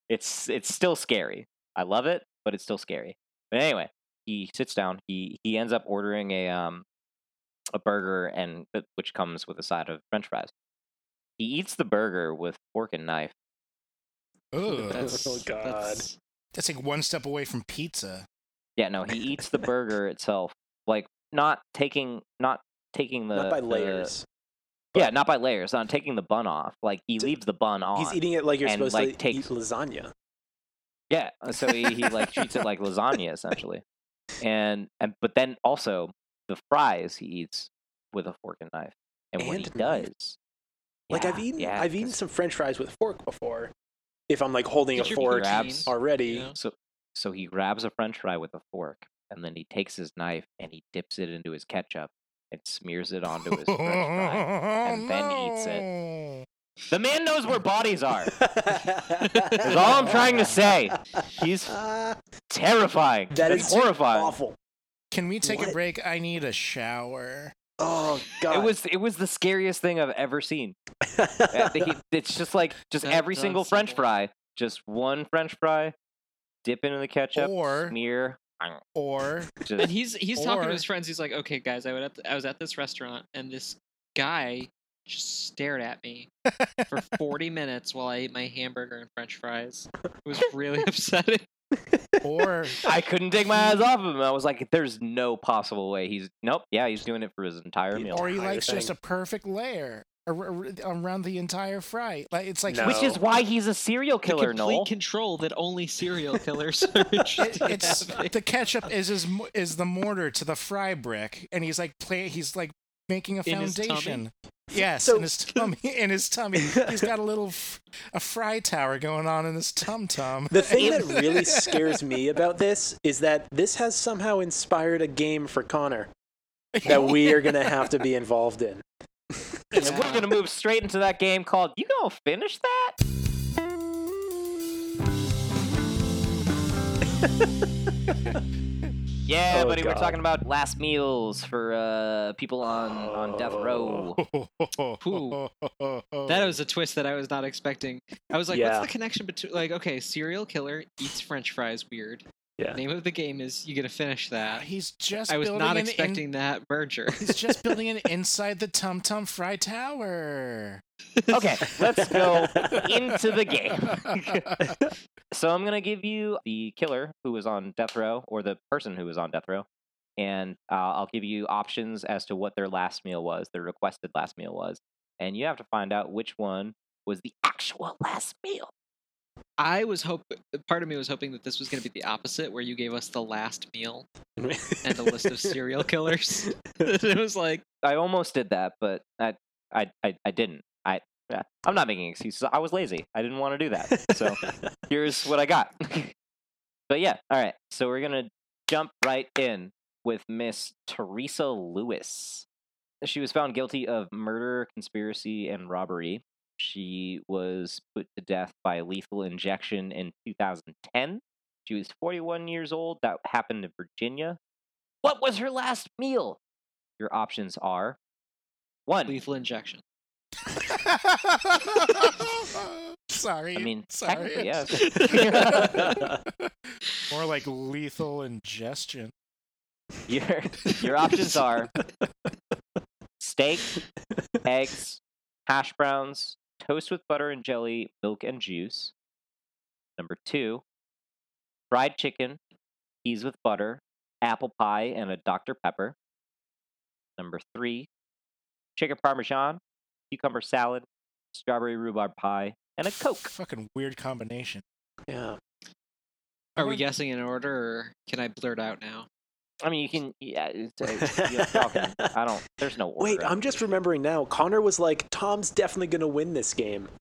[SPEAKER 1] it's it's still scary. I love it, but it's still scary. But anyway, he sits down. He he ends up ordering a um a burger and uh, which comes with a side of French fries. He eats the burger with fork and knife.
[SPEAKER 2] Ooh,
[SPEAKER 4] That's-
[SPEAKER 3] Oh, God.
[SPEAKER 4] that's-
[SPEAKER 2] that's like one step away from pizza.
[SPEAKER 1] Yeah, no, he eats the burger itself, like not taking not taking the
[SPEAKER 3] Not by
[SPEAKER 1] the-
[SPEAKER 3] layers.
[SPEAKER 1] yeah, not by layers. Not taking the bun off. Like he
[SPEAKER 3] T-
[SPEAKER 1] leaves the bun on.
[SPEAKER 3] He's eating it like you're
[SPEAKER 1] and,
[SPEAKER 3] supposed
[SPEAKER 1] like,
[SPEAKER 3] to
[SPEAKER 1] takes-
[SPEAKER 3] eat lasagna.
[SPEAKER 1] Yeah, uh, so he, he like treats it like lasagna essentially, and and but then also the fries he eats with a fork and knife, and, what he
[SPEAKER 3] And knife?
[SPEAKER 1] does,
[SPEAKER 3] Like I've
[SPEAKER 1] yeah,
[SPEAKER 3] eaten,
[SPEAKER 1] yeah,
[SPEAKER 3] I've eaten
[SPEAKER 1] 'cause-
[SPEAKER 3] some French fries with a fork before. If I'm like holding a
[SPEAKER 4] Get your
[SPEAKER 3] fork
[SPEAKER 1] grabs.
[SPEAKER 4] protein,
[SPEAKER 3] already,
[SPEAKER 4] you know?
[SPEAKER 1] so so he grabs a French fry with a fork, and then he takes his knife and he dips it into his ketchup and smears it onto his French fry. and then eats
[SPEAKER 2] Oh,
[SPEAKER 1] it.
[SPEAKER 2] it.
[SPEAKER 1] The man knows where bodies are. That's all I'm trying to say. He's
[SPEAKER 3] Ah,
[SPEAKER 1] terrifying.
[SPEAKER 3] That
[SPEAKER 1] That's
[SPEAKER 3] is
[SPEAKER 1] horrifying.
[SPEAKER 3] awful.
[SPEAKER 2] Can we take a
[SPEAKER 3] What?
[SPEAKER 2] break? I need a shower.
[SPEAKER 3] Oh god.
[SPEAKER 1] It was it was the scariest thing I've ever seen. Uh, he- it's just like just
[SPEAKER 4] That
[SPEAKER 1] every
[SPEAKER 4] does
[SPEAKER 1] single
[SPEAKER 4] sound
[SPEAKER 1] French fry,
[SPEAKER 4] like-
[SPEAKER 1] just one French fry, dip into the ketchup,
[SPEAKER 2] Or-
[SPEAKER 1] smear,
[SPEAKER 2] Or
[SPEAKER 4] And
[SPEAKER 1] just
[SPEAKER 4] he's he's talking
[SPEAKER 2] Or-
[SPEAKER 4] to his friends. He's like, okay, guys, I was at I was at this restaurant, and this guy just stared at me for 40 minutes while I ate my hamburger and French fries. It was really upsetting.
[SPEAKER 2] or
[SPEAKER 1] I couldn't take my eyes off of him. I was like, "There's no possible way he's nope, yeah, he's doing it for his entire
[SPEAKER 3] Yeah.
[SPEAKER 1] meal."
[SPEAKER 2] or he
[SPEAKER 3] entire
[SPEAKER 2] likes just
[SPEAKER 3] thing.
[SPEAKER 2] a perfect layer ar- ar- around the entire fry. Like it's like
[SPEAKER 3] No.
[SPEAKER 1] Which is why he's a serial
[SPEAKER 4] the
[SPEAKER 1] killer,
[SPEAKER 4] complete
[SPEAKER 1] Noel.
[SPEAKER 4] control that only serial killers are
[SPEAKER 2] it-
[SPEAKER 4] interested in
[SPEAKER 2] it's
[SPEAKER 4] having.
[SPEAKER 2] the ketchup is his, mo- is the mortar to the fry brick, and he's like play he's like making a
[SPEAKER 4] In his tummy?
[SPEAKER 2] foundation. Yes,
[SPEAKER 3] So-
[SPEAKER 2] in his tummy. In his tummy, he's got a little f- a fry tower going on in his tum tum.
[SPEAKER 3] The thing that really scares me about this is that this has somehow inspired a game for Connor that we are going to have to be involved in.
[SPEAKER 1] And We're gonna move straight into that game called "You Gonna Finish That." yeah,
[SPEAKER 3] Oh,
[SPEAKER 1] buddy,
[SPEAKER 3] God.
[SPEAKER 1] we're talking about last meals for uh, people on on death row.
[SPEAKER 3] Oh.
[SPEAKER 4] That was a twist that I was not expecting. I was like,
[SPEAKER 3] Yeah.
[SPEAKER 4] what's the connection between like okay, serial killer eats french fries weird.
[SPEAKER 3] Yeah.
[SPEAKER 4] Name of the game is you got to finish that.
[SPEAKER 2] He's just.
[SPEAKER 4] I was
[SPEAKER 2] building
[SPEAKER 4] not
[SPEAKER 2] an in-
[SPEAKER 4] expecting that merger.
[SPEAKER 2] he's just building an inside the Tum Tum Fry Tower.
[SPEAKER 1] Okay, let's go into the game. So I'm gonna give you the killer who was on death row, or the person who was on death row, and uh, I'll give you options as to what their last meal was, their requested last meal was, and you have to find out which one was the actual last meal.
[SPEAKER 4] I was hope. Part of me was hoping that this was going to be the opposite, where you gave us the last meal and a list of serial killers. it was like,
[SPEAKER 1] I almost did that, but I, I, I, I didn't. I, yeah, I'm not making excuses. I was lazy. I didn't want to do that. So here's what I got. but yeah, all right. So we're gonna jump right in with Miss Teresa Lewis. She was found guilty of murder, conspiracy, and robbery. She was put to death by lethal injection in 2010. She was 41 years old. That happened in Virginia. What was her last meal? Your options are one.
[SPEAKER 4] lethal injection.
[SPEAKER 2] Sorry.
[SPEAKER 1] I mean,
[SPEAKER 2] sorry.
[SPEAKER 1] technically, yes.
[SPEAKER 2] More like lethal ingestion.
[SPEAKER 1] Your your options are steak, eggs, hash browns, toast with butter and jelly, milk and juice. Number two, fried chicken, peas with butter, apple pie, and a Dr. Pepper. Number three, chicken parmesan, cucumber salad, strawberry rhubarb pie, and a Coke.
[SPEAKER 2] Fucking weird combination.
[SPEAKER 3] yeah.
[SPEAKER 4] Are
[SPEAKER 2] Or-
[SPEAKER 4] we guessing in order, or can I blurt out now?
[SPEAKER 1] I mean, you can, yeah, it's, it's, you y'all can- I don't, there's no order.
[SPEAKER 3] Wait, I'm just remembering now. Connor was like, "Tom's definitely gonna win this game."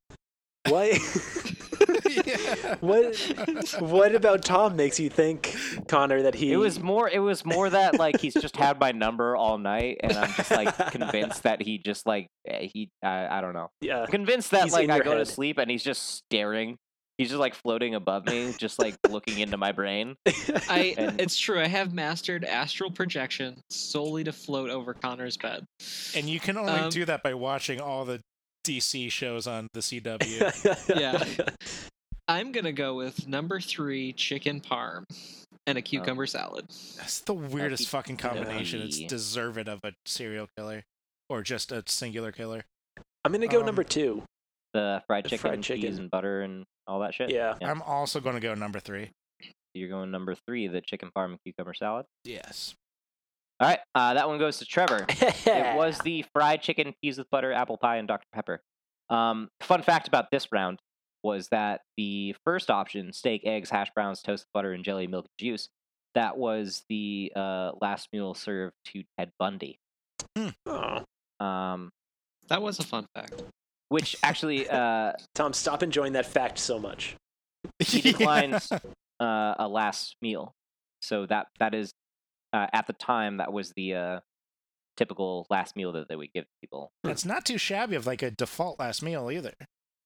[SPEAKER 3] What? what? What about Tom makes you think, Connor, that he?
[SPEAKER 1] It was more. It was more that like he's just had my number all night, and I'm just like convinced that he just like eh, he. I, I don't know.
[SPEAKER 3] Yeah.
[SPEAKER 1] I'm convinced that
[SPEAKER 3] He's
[SPEAKER 1] like
[SPEAKER 3] in
[SPEAKER 1] I
[SPEAKER 3] your
[SPEAKER 1] go to
[SPEAKER 3] head.
[SPEAKER 1] sleep and he's just staring. He's just like floating above me, just like looking into my brain.
[SPEAKER 4] I.
[SPEAKER 1] And-
[SPEAKER 4] It's true. I have mastered astral projection solely to float over Connor's bed.
[SPEAKER 2] And you can only
[SPEAKER 4] Um,
[SPEAKER 2] do that by watching all the DC shows on the CW.
[SPEAKER 4] Yeah. I'm gonna go with number three, chicken parm, and a
[SPEAKER 1] Oh.
[SPEAKER 4] cucumber salad.
[SPEAKER 2] That's the weirdest
[SPEAKER 1] keep-
[SPEAKER 2] fucking combination. It's
[SPEAKER 1] Dundee.
[SPEAKER 2] deserved of a serial killer or just a singular killer.
[SPEAKER 3] I'm gonna go
[SPEAKER 2] Um,
[SPEAKER 3] number two.
[SPEAKER 1] The fried
[SPEAKER 3] The
[SPEAKER 1] chicken,
[SPEAKER 3] fried
[SPEAKER 1] peas
[SPEAKER 3] chicken.
[SPEAKER 1] and butter and all that shit.
[SPEAKER 3] Yeah.
[SPEAKER 1] Yeah.
[SPEAKER 2] I'm also going to go number three.
[SPEAKER 1] You're going number three, the chicken parm and cucumber salad.
[SPEAKER 2] Yes.
[SPEAKER 1] All right, uh, that one goes to Trevor. it was the fried chicken, peas with butter, apple pie, and Dr. Pepper. Um, fun fact about this round was that the first option, steak, eggs, hash browns, toast, butter, and jelly, milk, and juice, that was the uh, last meal served to Ted Bundy.
[SPEAKER 3] Oh.
[SPEAKER 1] Um,
[SPEAKER 4] That was a fun fact.
[SPEAKER 1] which actually, uh,
[SPEAKER 3] Tom, stop enjoying that fact so much.
[SPEAKER 1] he declined uh, a last meal. So that that is, uh, at the time, that was the uh, typical last meal that they would give people.
[SPEAKER 2] That's not too shabby of like a default last meal either.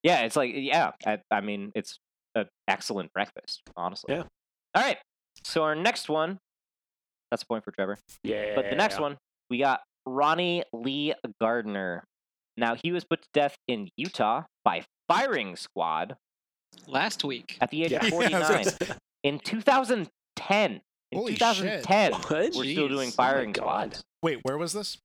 [SPEAKER 1] Yeah, it's like yeah. I, I mean, it's an excellent breakfast, honestly.
[SPEAKER 3] Yeah.
[SPEAKER 1] All right. So our next one, that's a point for Trevor.
[SPEAKER 3] Yeah.
[SPEAKER 1] But the next one, we got Ronnie Lee Gardner. Now he was put to death in Utah by firing squad
[SPEAKER 4] Last week,
[SPEAKER 1] at the age
[SPEAKER 3] Yeah.
[SPEAKER 1] of 49 in 2010. In
[SPEAKER 2] Holy shit.
[SPEAKER 1] 2010,
[SPEAKER 3] What?
[SPEAKER 1] we're still doing
[SPEAKER 4] Jeez. Oh my
[SPEAKER 1] firing
[SPEAKER 3] God.
[SPEAKER 1] squads.
[SPEAKER 2] Wait, where was this?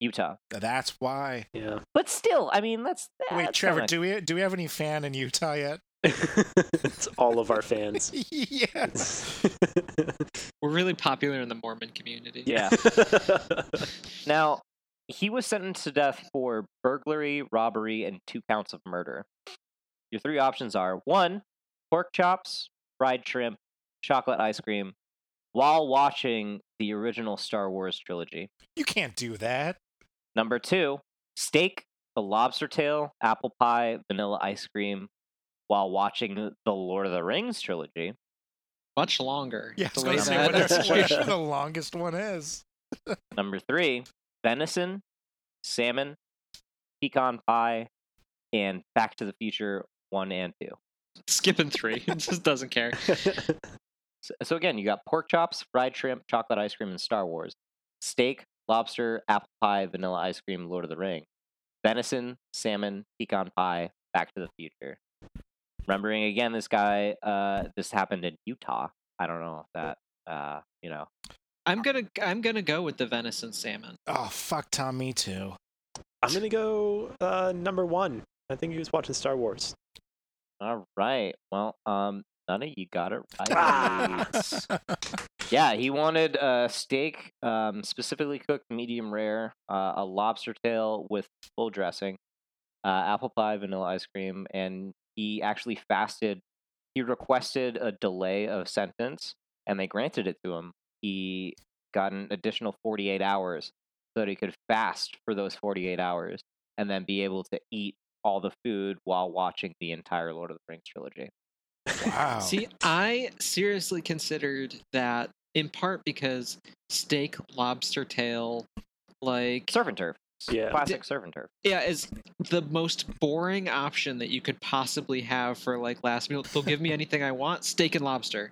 [SPEAKER 1] Utah,
[SPEAKER 2] That's why.
[SPEAKER 3] Yeah.
[SPEAKER 1] but still, I mean, that's that's
[SPEAKER 2] Wait,
[SPEAKER 1] not
[SPEAKER 2] Trevor,
[SPEAKER 1] like-
[SPEAKER 2] do we do we have any fan in Utah yet?
[SPEAKER 3] it's all of our fans.
[SPEAKER 2] yeah.
[SPEAKER 4] we're really popular in the Mormon community.
[SPEAKER 1] Yeah. Now, he was sentenced to death for burglary, robbery, and two counts of murder. Your three options are one, pork chops, fried shrimp, chocolate ice cream, while watching the original Star Wars trilogy.
[SPEAKER 2] You can't do that.
[SPEAKER 1] Number two, steak, a lobster tail, apple pie, vanilla ice cream, while watching the Lord of the Rings trilogy.
[SPEAKER 4] Much longer.
[SPEAKER 2] Yeah, I was
[SPEAKER 4] Delay
[SPEAKER 2] going to say, what
[SPEAKER 4] that.
[SPEAKER 3] that.
[SPEAKER 2] I'm sure the longest one is.
[SPEAKER 1] Number three, venison, salmon, pecan pie, and Back to the Future 1 and 2.
[SPEAKER 4] Skipping three. It just doesn't care.
[SPEAKER 1] So, so again, you got pork chops, fried shrimp, chocolate ice cream, and Star Wars. Steak, lobster, apple pie, vanilla ice cream, Lord of the Ring. Venison, salmon, pecan pie, Back to the Future. Remembering again, this guy, uh, this happened in Utah.
[SPEAKER 5] I don't know if that uh, you know.
[SPEAKER 4] I'm gonna I'm gonna go with the venison salmon.
[SPEAKER 2] Oh fuck, Tom. Me too.
[SPEAKER 3] I'm gonna go uh, number one. I think he was watching Star Wars.
[SPEAKER 1] All right. Well, um, none of you got it right.
[SPEAKER 3] Ah.
[SPEAKER 1] yeah, he wanted a steak, um, specifically cooked medium rare, uh, a lobster tail with full dressing, uh, apple pie, vanilla ice cream, and he actually fasted. He requested a delay of sentence, and they granted it to him. He got an additional 48 hours so that he could fast for those 48 hours and then be able to eat all the food while watching the entire Lord of the Rings trilogy.
[SPEAKER 2] Wow.
[SPEAKER 4] See, I seriously considered that in part because steak, lobster tail, like
[SPEAKER 1] Servant turf.
[SPEAKER 3] Yeah.
[SPEAKER 1] Classic servant turf.
[SPEAKER 4] yeah, is the most boring option that you could possibly have for like last meal. They'll give me anything I want, steak and lobster.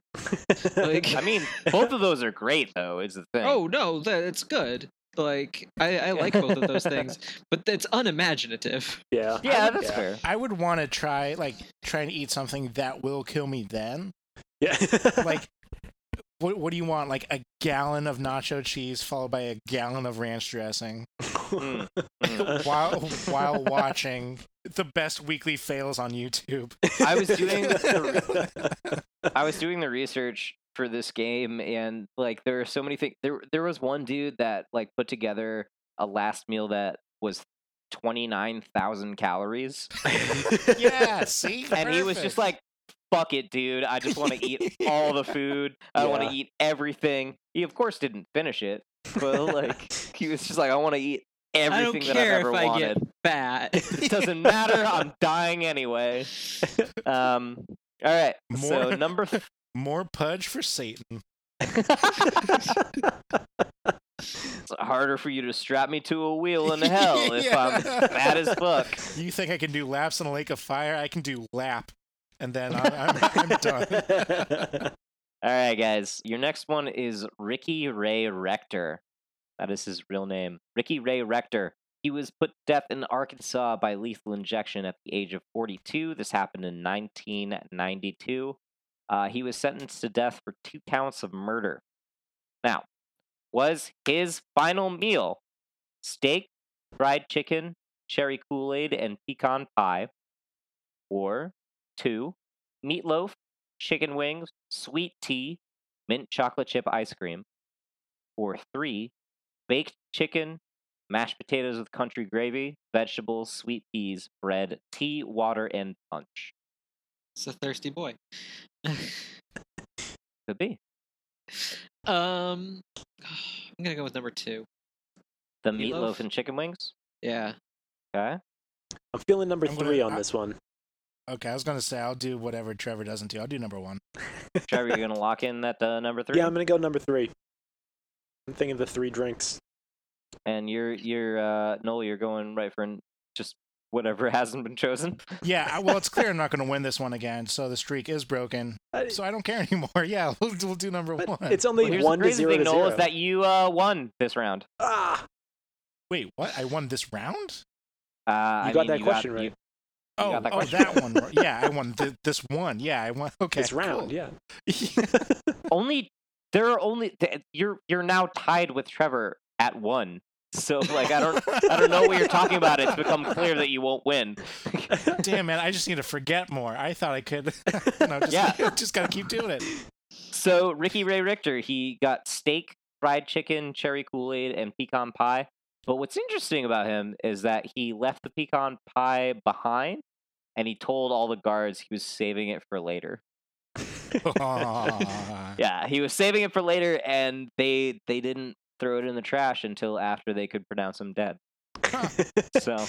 [SPEAKER 4] Like-
[SPEAKER 1] I mean, both of those are great, though, is the thing.
[SPEAKER 4] Oh no, that it's good. Like I, I like both of those things, but it's unimaginative.
[SPEAKER 3] yeah.
[SPEAKER 1] yeah, that's fair.
[SPEAKER 2] I would want to try like try and eat something that will kill me. Then
[SPEAKER 3] Yeah.
[SPEAKER 2] like. What, what do you want? Like a gallon of nacho cheese followed by a gallon of ranch dressing
[SPEAKER 1] Mm, mm.
[SPEAKER 2] while while watching the best weekly fails on YouTube.
[SPEAKER 1] I was doing the I was doing the research for this game, and like there are so many things. There, there was one dude that like put together a last meal that was twenty nine thousand calories,
[SPEAKER 2] yeah, see,
[SPEAKER 1] and he was just
[SPEAKER 2] Perfect.
[SPEAKER 1] like, "Fuck it, dude! I just want to eat all the food. I want
[SPEAKER 3] Yeah.
[SPEAKER 1] to eat everything." He, of course, didn't finish it, but like he was just like, "I want to eat everything
[SPEAKER 4] I don't
[SPEAKER 1] that I've
[SPEAKER 4] care if
[SPEAKER 1] ever
[SPEAKER 4] I
[SPEAKER 1] wanted."
[SPEAKER 4] get fat.
[SPEAKER 1] it doesn't matter. I'm dying anyway. Um. All right. So
[SPEAKER 2] More-
[SPEAKER 1] number. Th-
[SPEAKER 2] more pudge for Satan.
[SPEAKER 1] it's harder for you to strap me to a wheel in hell if I'm
[SPEAKER 2] Yeah.
[SPEAKER 1] fat as fuck.
[SPEAKER 2] You think I can do laps in a lake of fire? I can do lap, and then I'm, I'm, I'm done.
[SPEAKER 1] All right, guys. Your next one is Ricky Ray Rector. That is his real name. Ricky Ray Rector. He was put to death in Arkansas by lethal injection at the age of 42. This happened in 1992. Uh, he was sentenced to death for two counts of murder. Now, was his final meal steak, fried chicken, cherry Kool Aid, and pecan pie? Or two, meatloaf, chicken wings, sweet tea, mint chocolate chip ice cream, or three, baked chicken, mashed potatoes with country gravy, vegetables, sweet peas, bread, tea, water, and punch.
[SPEAKER 4] It's a thirsty boy.
[SPEAKER 1] Could be.
[SPEAKER 4] Um, I'm gonna go with number two.
[SPEAKER 1] The meatloaf,
[SPEAKER 4] Meatloaf.
[SPEAKER 1] and chicken wings.
[SPEAKER 4] Yeah,
[SPEAKER 1] Okay.
[SPEAKER 3] I'm feeling number
[SPEAKER 2] I'm gonna-
[SPEAKER 3] three on
[SPEAKER 2] I-
[SPEAKER 3] this one.
[SPEAKER 2] Okay, I was gonna say I'll do whatever Trevor doesn't do. I'll do number one.
[SPEAKER 1] Trevor, you're going to lock in that uh, number three?
[SPEAKER 3] Yeah, I'm gonna go number three. I'm thinking the three drinks.
[SPEAKER 1] And you're, you're, uh, Noel, you're going right for n- just whatever hasn't been chosen.
[SPEAKER 2] Yeah, I- well, it's clear I'm not gonna win this one again, so the streak is broken.
[SPEAKER 3] I-
[SPEAKER 2] So I don't care anymore. Yeah, we'll, we'll do number
[SPEAKER 3] but
[SPEAKER 2] one.
[SPEAKER 3] it's
[SPEAKER 1] Well,
[SPEAKER 3] only
[SPEAKER 1] here's
[SPEAKER 3] one
[SPEAKER 1] the
[SPEAKER 3] to
[SPEAKER 1] crazy
[SPEAKER 3] zero
[SPEAKER 1] thing,
[SPEAKER 3] to
[SPEAKER 1] Noel,
[SPEAKER 3] zero.
[SPEAKER 1] is that you uh, won this round.
[SPEAKER 3] ah,
[SPEAKER 2] Wait, what? I won this round?
[SPEAKER 1] Uh,
[SPEAKER 3] you
[SPEAKER 1] I
[SPEAKER 3] got
[SPEAKER 1] mean,
[SPEAKER 3] that
[SPEAKER 1] you
[SPEAKER 3] question right.
[SPEAKER 1] you- You
[SPEAKER 2] Oh,
[SPEAKER 1] got that
[SPEAKER 2] oh,
[SPEAKER 1] question.
[SPEAKER 2] that one. Yeah, I won th- this one. Yeah, I won. Okay,
[SPEAKER 3] it's round. Yeah.
[SPEAKER 2] Yeah.
[SPEAKER 1] only there are only th- you're you're now tied with Trevor at one. So like I don't I don't know what you're talking about. It's become clear that you won't win.
[SPEAKER 2] Damn man, I just need to forget more. I thought I could. no, just,
[SPEAKER 1] Yeah.
[SPEAKER 2] just gotta keep doing it.
[SPEAKER 1] So Ricky Ray Richter, he got steak, fried chicken, cherry Kool Aid, and pecan pie. But what's interesting about him is that he left the pecan pie behind, and he told all the guards he was saving it for later.
[SPEAKER 2] Aw.
[SPEAKER 1] Yeah, he was saving it for later, and they they didn't throw it in the trash until after they could pronounce him dead. So,
[SPEAKER 4] and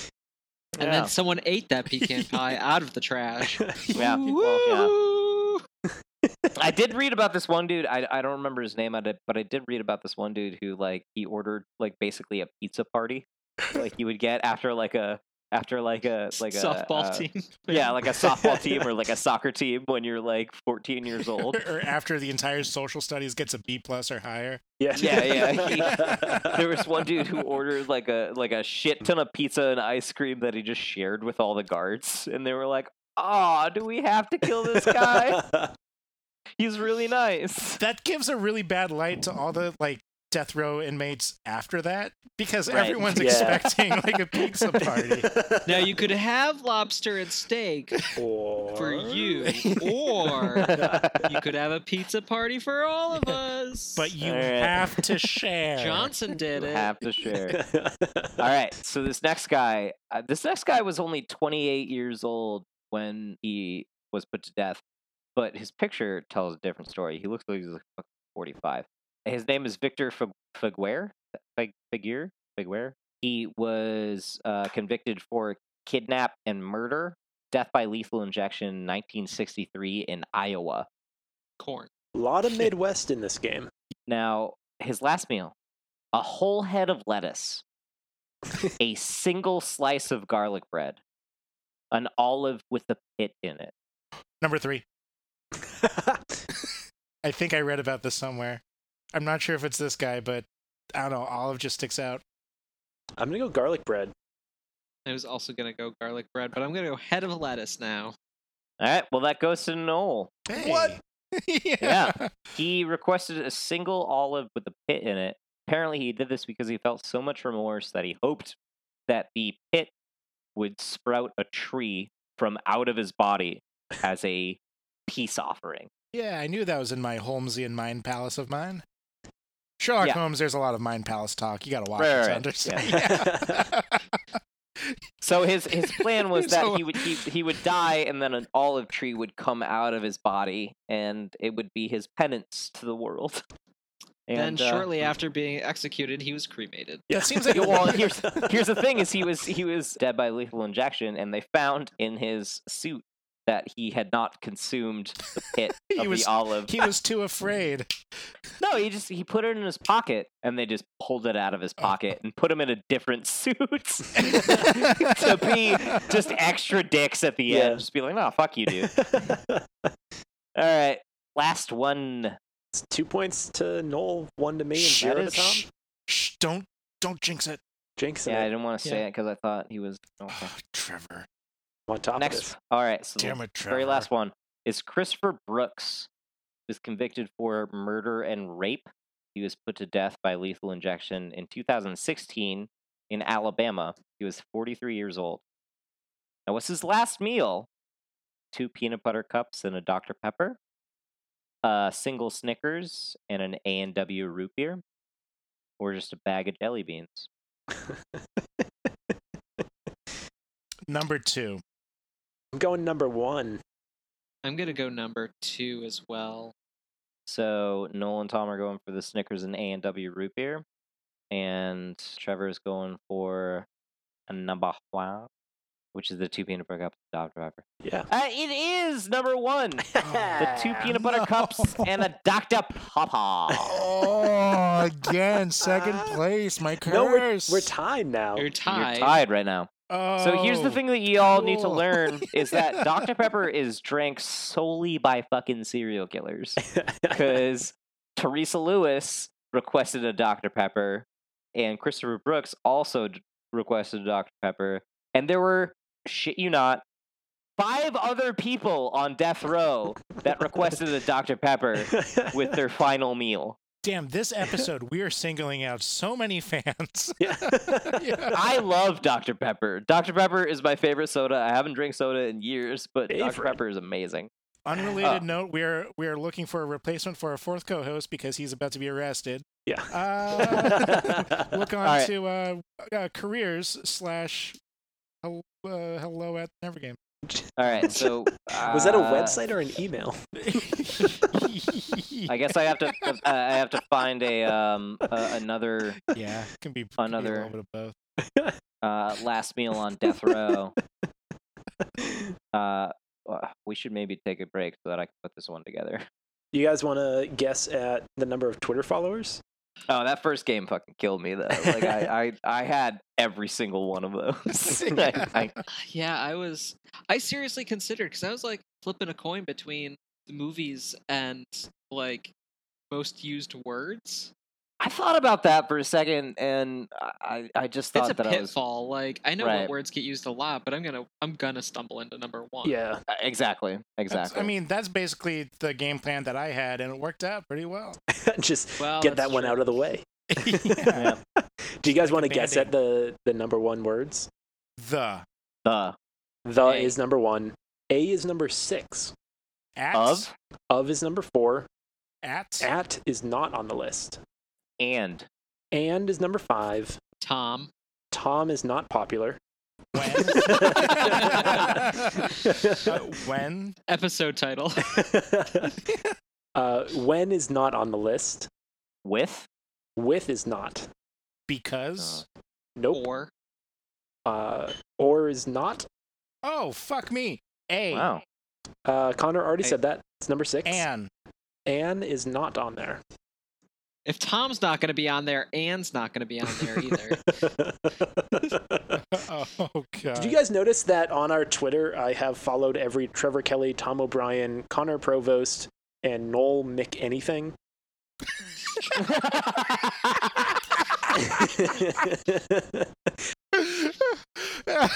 [SPEAKER 1] yeah.
[SPEAKER 4] then someone ate that pecan pie out of the trash.
[SPEAKER 1] Yeah. Well, yeah.
[SPEAKER 4] Woo!
[SPEAKER 1] I did read about this one dude. I, I don't remember his name, I did, but I did read about this one dude who like he ordered like basically a pizza party, like you would get after like a after like a like a
[SPEAKER 4] softball
[SPEAKER 1] uh,
[SPEAKER 4] team.
[SPEAKER 1] Yeah, like a softball team or like a soccer team when you're like 14 years old.
[SPEAKER 2] or after the entire social studies gets a B plus or higher.
[SPEAKER 3] yeah.
[SPEAKER 1] Yeah, yeah. There was one dude who ordered like a like a shit ton of pizza and ice cream that he just shared with all the guards, and they were like, "Ah, do we have to kill this guy?" He's really nice.
[SPEAKER 2] That gives a really bad light to all the like death row inmates after that because
[SPEAKER 1] Right,
[SPEAKER 2] everyone's
[SPEAKER 3] yeah.
[SPEAKER 2] expecting like a pizza party.
[SPEAKER 4] Now you could have lobster and steak
[SPEAKER 3] or...
[SPEAKER 4] for you, or you could have a pizza party for all of us.
[SPEAKER 2] But you
[SPEAKER 1] All right.
[SPEAKER 2] have to share.
[SPEAKER 4] Johnson did
[SPEAKER 1] You
[SPEAKER 4] it.
[SPEAKER 1] have to share. All right. So this next guy, uh, this next guy was only 28 years old when he was put to death, but his picture tells a different story. He looks like he's like fucking 45. His name is Victor Fig- Figuer. Fig- Figuer. Figuer. He was uh, convicted for kidnap and murder, death by lethal injection, 1963 in Iowa.
[SPEAKER 4] Corn.
[SPEAKER 3] A lot of Midwest in this game.
[SPEAKER 1] Now, his last meal a whole head of lettuce, a single slice of garlic bread, an olive with a pit in it.
[SPEAKER 2] Number three. I think I read about this somewhere. I'm not sure if it's this guy, but I don't know. Olive just sticks out.
[SPEAKER 3] I'm gonna go garlic bread.
[SPEAKER 4] I was also gonna go garlic bread, but I'm gonna go head of lettuce now.
[SPEAKER 1] All right, well, that goes to Noel.
[SPEAKER 2] Hey.
[SPEAKER 3] What?
[SPEAKER 2] yeah.
[SPEAKER 1] Yeah. He requested a single olive with a pit in it. Apparently, he did this because he felt so much remorse that he hoped that the pit would sprout a tree from out of his body as a peace offering.
[SPEAKER 2] Yeah, I knew that was in my Holmesian mind palace of mine. Sherlock
[SPEAKER 1] Yeah.
[SPEAKER 2] Holmes, there's a lot of mind palace talk. You got to watch
[SPEAKER 1] Right,
[SPEAKER 2] it to
[SPEAKER 1] right,
[SPEAKER 2] understand.
[SPEAKER 3] yeah.
[SPEAKER 2] Yeah.
[SPEAKER 1] So his his plan was
[SPEAKER 2] It's
[SPEAKER 1] that
[SPEAKER 2] all-
[SPEAKER 1] he would he, he would die and then an olive tree would come out of his body and it would be his penance to the world.
[SPEAKER 4] then
[SPEAKER 1] And uh,
[SPEAKER 4] shortly after being executed, he was cremated.
[SPEAKER 2] That seems like-
[SPEAKER 1] well, here's here's the thing is he was he was dead by lethal injection and they found in his suit that he had not consumed the pit
[SPEAKER 2] He
[SPEAKER 1] of
[SPEAKER 2] was-
[SPEAKER 1] the olive.
[SPEAKER 2] he was too afraid.
[SPEAKER 1] No, he just he put it in his pocket and they just pulled it out of his
[SPEAKER 2] Oh.
[SPEAKER 1] pocket and put him in a different suit to be just extra dicks at the
[SPEAKER 3] Yeah.
[SPEAKER 1] end. Just be like, no, fuck you, dude. All right, last one.
[SPEAKER 3] It's two points to Noel, one to me, and
[SPEAKER 1] Shit
[SPEAKER 3] zero to
[SPEAKER 1] is-
[SPEAKER 3] Tom.
[SPEAKER 2] Shh, shh, don't don't jinx it,
[SPEAKER 3] Jinx
[SPEAKER 1] Yeah, I
[SPEAKER 3] and
[SPEAKER 1] didn't want to say
[SPEAKER 4] Yeah.
[SPEAKER 1] it because I thought he was. Okay.
[SPEAKER 2] oh, Trevor.
[SPEAKER 3] on top of
[SPEAKER 1] Next.
[SPEAKER 3] this.
[SPEAKER 1] All right, so
[SPEAKER 2] Damn
[SPEAKER 1] the
[SPEAKER 2] it, Trevor.
[SPEAKER 1] very last one is Christopher Brooks. He was convicted for murder and rape. He was put to death by lethal injection in 2016 in Alabama. He was 43 years old. Now, what's his last meal? Two peanut butter cups and a Dr. Pepper, a single Snickers and an A&W root beer, or just a bag of jelly beans.
[SPEAKER 2] Number two.
[SPEAKER 3] I'm going number one.
[SPEAKER 4] I'm gonna go number two as well.
[SPEAKER 1] So Noel and Tom are going for the Snickers and A and W root beer, and Trevor is going for a number one, which is the two peanut butter cups Dr Pepper.
[SPEAKER 3] Yeah.
[SPEAKER 1] Uh, it is number one, the two peanut butter
[SPEAKER 2] Ah, No.
[SPEAKER 1] cups and a Dr Papa.
[SPEAKER 2] Oh, again, second place. My curse.
[SPEAKER 3] No, we're, we're tied
[SPEAKER 1] Oh,
[SPEAKER 3] now.
[SPEAKER 4] You're tied.
[SPEAKER 1] You're tied right now.
[SPEAKER 2] oh,
[SPEAKER 1] so here's the thing that you all need to
[SPEAKER 2] cool.
[SPEAKER 1] learn is that Dr Pepper is drank solely by fucking serial killers. because Teresa Lewis requested a Dr. Pepper, and Christopher Brooks also d- requested a Dr. Pepper, and there were shit you not five other people on death row that requested a Dr. Pepper with their final meal.
[SPEAKER 2] Damn, this episode we are singling out so many fans.
[SPEAKER 3] Yeah.
[SPEAKER 2] Yeah.
[SPEAKER 1] I love Dr. Pepper. Dr. Pepper is my favorite soda. I haven't drank soda in years, but Dr.
[SPEAKER 3] Favorite.
[SPEAKER 1] Pepper is amazing.
[SPEAKER 2] Unrelated
[SPEAKER 1] Oh.
[SPEAKER 2] note: we are we are looking for a replacement for our fourth co-host because he's about to be arrested.
[SPEAKER 3] yeah.
[SPEAKER 2] Uh, look on
[SPEAKER 1] right.
[SPEAKER 2] to uh, uh, careers slash hello, uh, hello at Nevergame.
[SPEAKER 1] All right, so
[SPEAKER 3] Was that a
[SPEAKER 1] uh,
[SPEAKER 3] website or an email?
[SPEAKER 1] I guess I have to uh, I have to find a um a, another
[SPEAKER 2] yeah, it can be it
[SPEAKER 1] Another-
[SPEAKER 2] can be a little bit of both.
[SPEAKER 1] uh, last meal on death row. Uh, uh, we should maybe take a break so that I can put this one together.
[SPEAKER 3] You guys want to guess at the number of Twitter followers?
[SPEAKER 1] Oh, that first game fucking killed me though. Like I, I, I had every single one of those. I, I,
[SPEAKER 4] Yeah, I was. I seriously considered because I was like flipping a coin between the movies and like most used words,
[SPEAKER 1] I thought about that for a second, and I, I just
[SPEAKER 4] It's
[SPEAKER 1] thought
[SPEAKER 4] a
[SPEAKER 1] that I was
[SPEAKER 4] pitfall. Like I know
[SPEAKER 1] Right.
[SPEAKER 4] what words get used a lot, but I'm gonna I'm gonna stumble into number one.
[SPEAKER 3] Yeah.
[SPEAKER 1] Uh, exactly,
[SPEAKER 2] That's-
[SPEAKER 1] exactly.
[SPEAKER 2] I mean, that's basically the game plan that I had, and it worked out pretty well.
[SPEAKER 3] Just
[SPEAKER 4] Well,
[SPEAKER 3] get that
[SPEAKER 4] that's
[SPEAKER 3] one
[SPEAKER 4] true.
[SPEAKER 3] out of the way.
[SPEAKER 2] Yeah.
[SPEAKER 3] Do you guys
[SPEAKER 2] Like a
[SPEAKER 3] want to guess
[SPEAKER 2] Band-Aid.
[SPEAKER 3] at the the number one words?
[SPEAKER 2] The
[SPEAKER 1] the
[SPEAKER 3] The
[SPEAKER 4] A.
[SPEAKER 3] is number one. A is number six.
[SPEAKER 2] at
[SPEAKER 1] of
[SPEAKER 3] Of is number four.
[SPEAKER 2] at
[SPEAKER 3] At is not on the list.
[SPEAKER 1] and
[SPEAKER 3] And is number five.
[SPEAKER 4] Tom.
[SPEAKER 3] Tom is not popular.
[SPEAKER 2] when uh, when
[SPEAKER 4] Episode title.
[SPEAKER 3] uh, when is not on the list.
[SPEAKER 1] with
[SPEAKER 3] With is not.
[SPEAKER 1] Uh,
[SPEAKER 2] because
[SPEAKER 3] Nope.
[SPEAKER 4] Or
[SPEAKER 3] Uh, or is not.
[SPEAKER 2] oh fuck me a
[SPEAKER 1] wow.
[SPEAKER 3] Uh, Connor already
[SPEAKER 5] Hey.
[SPEAKER 3] said that. It's number six.
[SPEAKER 2] and
[SPEAKER 3] Anne is not on there.
[SPEAKER 4] if Tom's not gonna be on there, Anne's not gonna be on there either.
[SPEAKER 3] Did
[SPEAKER 2] oh god
[SPEAKER 3] you guys notice that on our Twitter, I have followed every Trevor Kelly, Tom O'Brien, Connor Provost, and Noel Mick anything?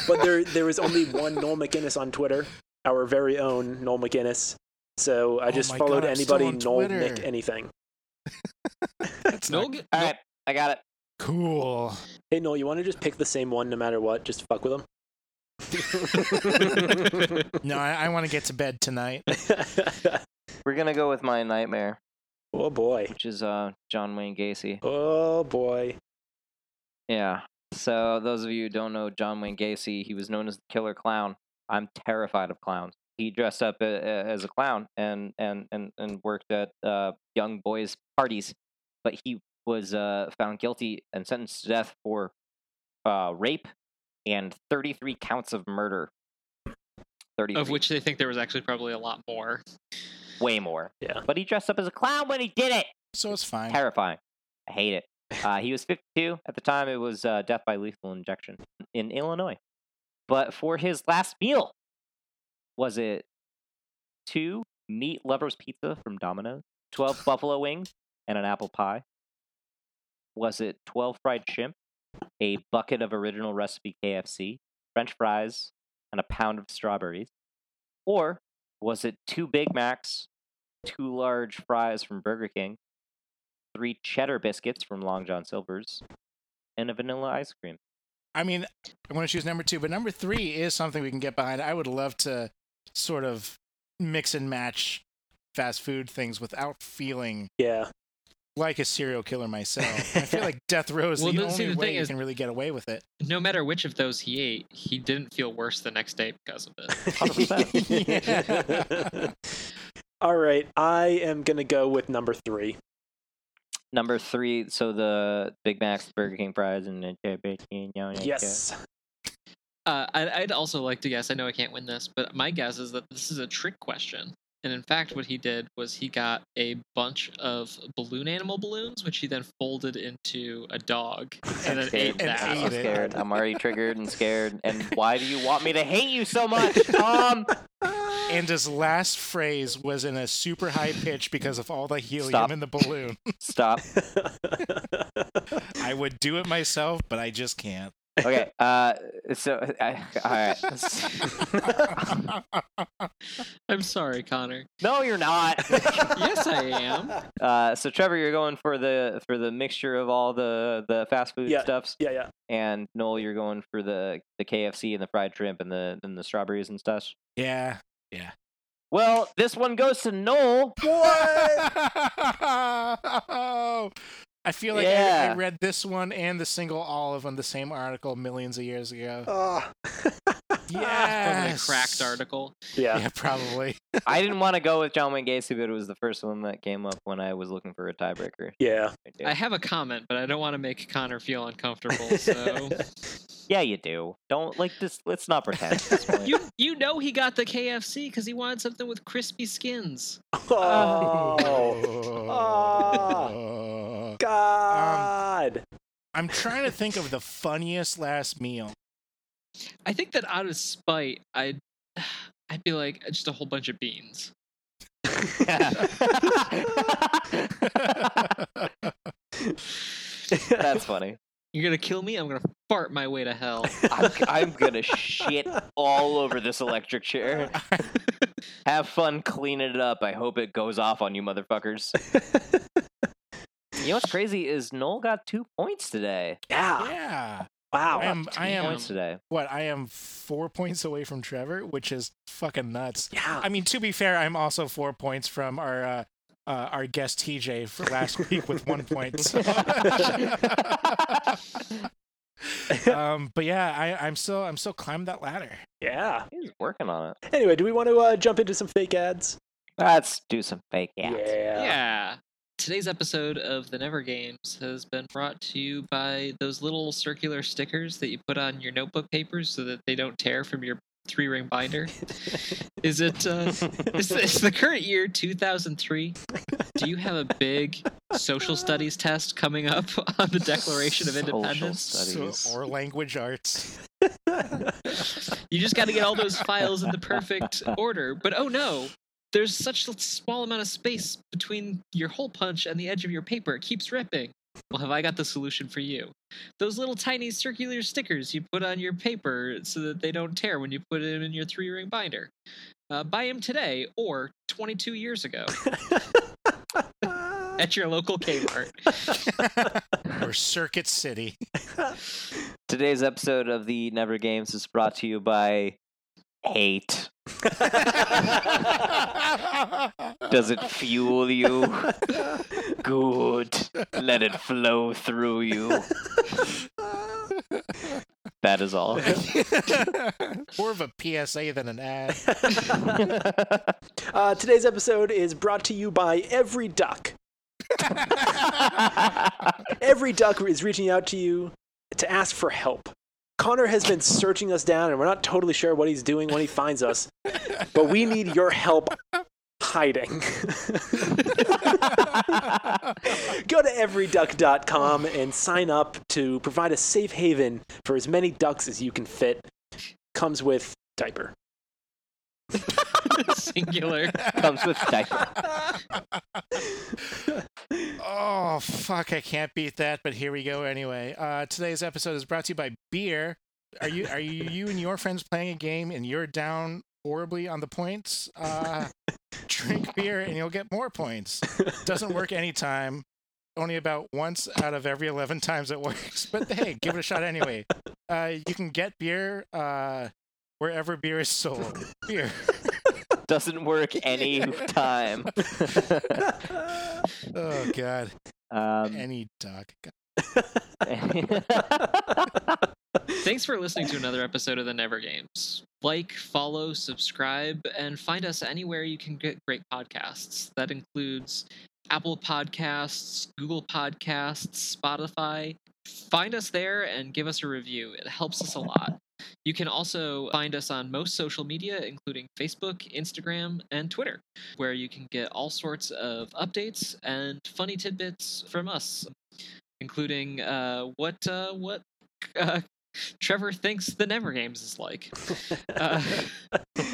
[SPEAKER 3] but there there was only one Noel McInnes on Twitter, our very own Noel McInnes. So I
[SPEAKER 2] Oh
[SPEAKER 3] just
[SPEAKER 2] my
[SPEAKER 3] followed
[SPEAKER 2] God, I'm still
[SPEAKER 3] anybody
[SPEAKER 2] on
[SPEAKER 3] Noel
[SPEAKER 2] Twitter.
[SPEAKER 3] Mick anything.
[SPEAKER 2] that's
[SPEAKER 4] no,
[SPEAKER 2] not
[SPEAKER 4] g-
[SPEAKER 1] All
[SPEAKER 4] no-
[SPEAKER 1] right, I got it.
[SPEAKER 2] cool
[SPEAKER 3] Hey Noel, you want to just pick the same one no matter what? Just fuck with
[SPEAKER 2] no i, I want to get to bed tonight
[SPEAKER 3] him.
[SPEAKER 1] We're gonna go with my nightmare,
[SPEAKER 3] oh boy.
[SPEAKER 1] which is uh John Wayne Gacy.
[SPEAKER 3] Oh boy.
[SPEAKER 1] Yeah. So those of you who don't know John Wayne Gacy, he was known as the Killer Clown. I'm terrified of clowns. He dressed up a, a- as a clown and and and and worked at uh, young boys' parties, but he was uh, found guilty and sentenced to death for uh, rape and 33 counts of murder. 33,
[SPEAKER 4] of which they think there was actually probably a lot more.
[SPEAKER 1] way more.
[SPEAKER 3] Yeah.
[SPEAKER 1] But he dressed up as a clown when he did it.
[SPEAKER 2] so it's fine
[SPEAKER 1] Terrifying. I hate it. Uh, he was 52 at the time. It was uh, death by lethal injection in Illinois. But for his last meal, was it two meat lovers pizza from Domino's, twelve buffalo wings, and an apple pie? Was it twelve fried shrimp, a bucket of original recipe KFC, French fries, and a pound of strawberries? Or was it two Big Macs, two large fries from Burger King? three cheddar biscuits from Long John Silver's, and a vanilla ice cream.
[SPEAKER 2] I mean, I'm going to choose number two, but number three is something we can get behind. I would love to sort of mix and match fast food things without feeling
[SPEAKER 3] Yeah.
[SPEAKER 2] like a serial killer myself. And I feel like death row is
[SPEAKER 4] Well,
[SPEAKER 2] the
[SPEAKER 4] no,
[SPEAKER 2] only
[SPEAKER 4] see, the
[SPEAKER 2] way
[SPEAKER 4] thing
[SPEAKER 2] you
[SPEAKER 4] is-
[SPEAKER 2] can really get away with it.
[SPEAKER 4] No matter which of those he ate, he didn't feel worse the next day because of it.
[SPEAKER 2] 100%. Yeah.
[SPEAKER 3] All right, I am gonna go with number three.
[SPEAKER 1] Number three, so the Big Macs, Burger King fries, and a jalapeno.
[SPEAKER 3] Yes.
[SPEAKER 4] Uh, I, I'd also like to guess. I know I can't win this, but my guess is that this is a trick question. And in fact, what he did was he got a bunch of balloon animal balloons, which he then folded into a dog and
[SPEAKER 1] I'm
[SPEAKER 4] then
[SPEAKER 1] scared.
[SPEAKER 4] ate
[SPEAKER 2] And
[SPEAKER 4] that.
[SPEAKER 1] I'm
[SPEAKER 2] ate it.
[SPEAKER 1] scared. I'm already triggered and scared. And why do you want me to hate you so much, Tom?
[SPEAKER 2] And his last phrase was in a super high pitch because of all the helium
[SPEAKER 1] Stop.
[SPEAKER 2] in the balloon.
[SPEAKER 1] Stop.
[SPEAKER 2] I would do it myself, but I just can't.
[SPEAKER 1] Okay. Uh. So, I, all right.
[SPEAKER 4] I'm sorry, Connor.
[SPEAKER 1] No, you're not.
[SPEAKER 4] Yes, I am.
[SPEAKER 1] Uh. So, Trevor, you're going for the for the mixture of all the the fast food
[SPEAKER 3] Yeah.
[SPEAKER 1] stuffs.
[SPEAKER 3] yeah, yeah.
[SPEAKER 1] and Noel, you're going for the the KFC and the fried shrimp and the and the strawberries and stuff.
[SPEAKER 2] yeah.
[SPEAKER 1] Well, this one goes to Noel.
[SPEAKER 2] What? I feel like I- I,
[SPEAKER 1] Yeah.
[SPEAKER 2] read this one and the single olive on the same article millions of years ago.
[SPEAKER 3] Ah.
[SPEAKER 4] Probably a
[SPEAKER 2] Yes.
[SPEAKER 4] cracked article.
[SPEAKER 3] yeah.
[SPEAKER 2] Yeah, probably.
[SPEAKER 1] I didn't want to go with John Wayne Gacy, but it was the first one that came up when I was looking for a tiebreaker.
[SPEAKER 3] Yeah.
[SPEAKER 1] I do.
[SPEAKER 4] I have a comment, but I don't want to make Connor feel uncomfortable. So
[SPEAKER 1] yeah, you do. Don't like this. Let's not pretend. at this point.
[SPEAKER 4] you you know he got the KFC because he wanted something with crispy skins.
[SPEAKER 3] Oh Ah.
[SPEAKER 2] Oh.
[SPEAKER 3] God.
[SPEAKER 2] I'm trying to think of the funniest last meal.
[SPEAKER 4] I think that out of spite, I'd I'd be like just a whole bunch of beans.
[SPEAKER 3] Um.
[SPEAKER 1] That's funny.
[SPEAKER 4] You're gonna kill me. I'm gonna fart my way to hell.
[SPEAKER 1] I'm, I'm gonna shit all over this electric chair. Have fun cleaning it up. I hope it goes off on you, motherfuckers. You know what's crazy is Noel got two points today.
[SPEAKER 3] yeah.
[SPEAKER 2] yeah.
[SPEAKER 3] Wow.
[SPEAKER 2] I am. I am.
[SPEAKER 1] points today.
[SPEAKER 2] What? I am four points away from Trevor, which is fucking nuts.
[SPEAKER 3] yeah.
[SPEAKER 2] I mean, to be fair, I'm also four points from our uh, uh, our guest TJ for last week with one point. so. um, but yeah, I, I'm still I'm still climbing that ladder.
[SPEAKER 3] yeah.
[SPEAKER 1] He's working on it.
[SPEAKER 3] Anyway, do we want to uh, jump into some fake ads?
[SPEAKER 1] Let's do some fake ads.
[SPEAKER 3] Yeah.
[SPEAKER 4] yeah. Today's episode of the Never Games has been brought to you by those little circular stickers that you put on your notebook papers so that they don't tear from your three ring binder. is it uh, is, the, is the current year 2003? Do you have a big social studies test coming up on the Declaration of
[SPEAKER 1] Social
[SPEAKER 4] Independence?
[SPEAKER 2] So,
[SPEAKER 1] Studies.
[SPEAKER 2] or language arts.
[SPEAKER 4] You just got to get all those files in the perfect order. But oh no, there's such a small amount of space between your hole punch and the edge of your paper. It keeps ripping. Well, have I got the solution for you? Those little tiny circular stickers you put on your paper so that they don't tear when you put them in your three ring binder. Uh, buy them today or 22 years ago at your local Kmart.
[SPEAKER 2] or Circuit City.
[SPEAKER 1] Today's episode of the Never Games is brought to you by hate. Does it fuel you? Good. Let it flow through you. That is all.
[SPEAKER 2] More of a PSA than an ad.
[SPEAKER 3] Uh, today's episode is brought to you by Every Duck. Every Duck is reaching out to you to ask for help. Connor has been searching us down, and we're not totally sure what he's doing when he finds us, but we need your help hiding. Go to everyduck.com and sign up to provide a safe haven for as many ducks as you can fit. Comes with diaper.
[SPEAKER 4] Singular.
[SPEAKER 1] Comes with diaper.
[SPEAKER 2] Oh fuck! I can't beat that. But here we go anyway. Uh, today's episode is brought to you by beer. Are you are you you and your friends playing a game and you're down horribly on the points? Uh, drink beer and you'll get more points. Doesn't work anytime. Only about once out of every eleven times it works. But hey, give it a shot anyway. Uh, you can get beer uh, wherever beer is sold. Beer.
[SPEAKER 1] Doesn't work any time.
[SPEAKER 2] Oh god.
[SPEAKER 1] um,
[SPEAKER 2] Any dog. God.
[SPEAKER 4] Thanks for listening to another episode of the Never Games. Like, follow, subscribe, and find us anywhere you can get great podcasts. That includes Apple Podcasts, Google Podcasts, Spotify. Find us there and give us a review. It helps us a lot. You can also find us on most social media, including Facebook, Instagram, and Twitter, where you can get all sorts of updates and funny tidbits from us, including uh, what uh, what uh, Trevor thinks the Never Games is like. Uh,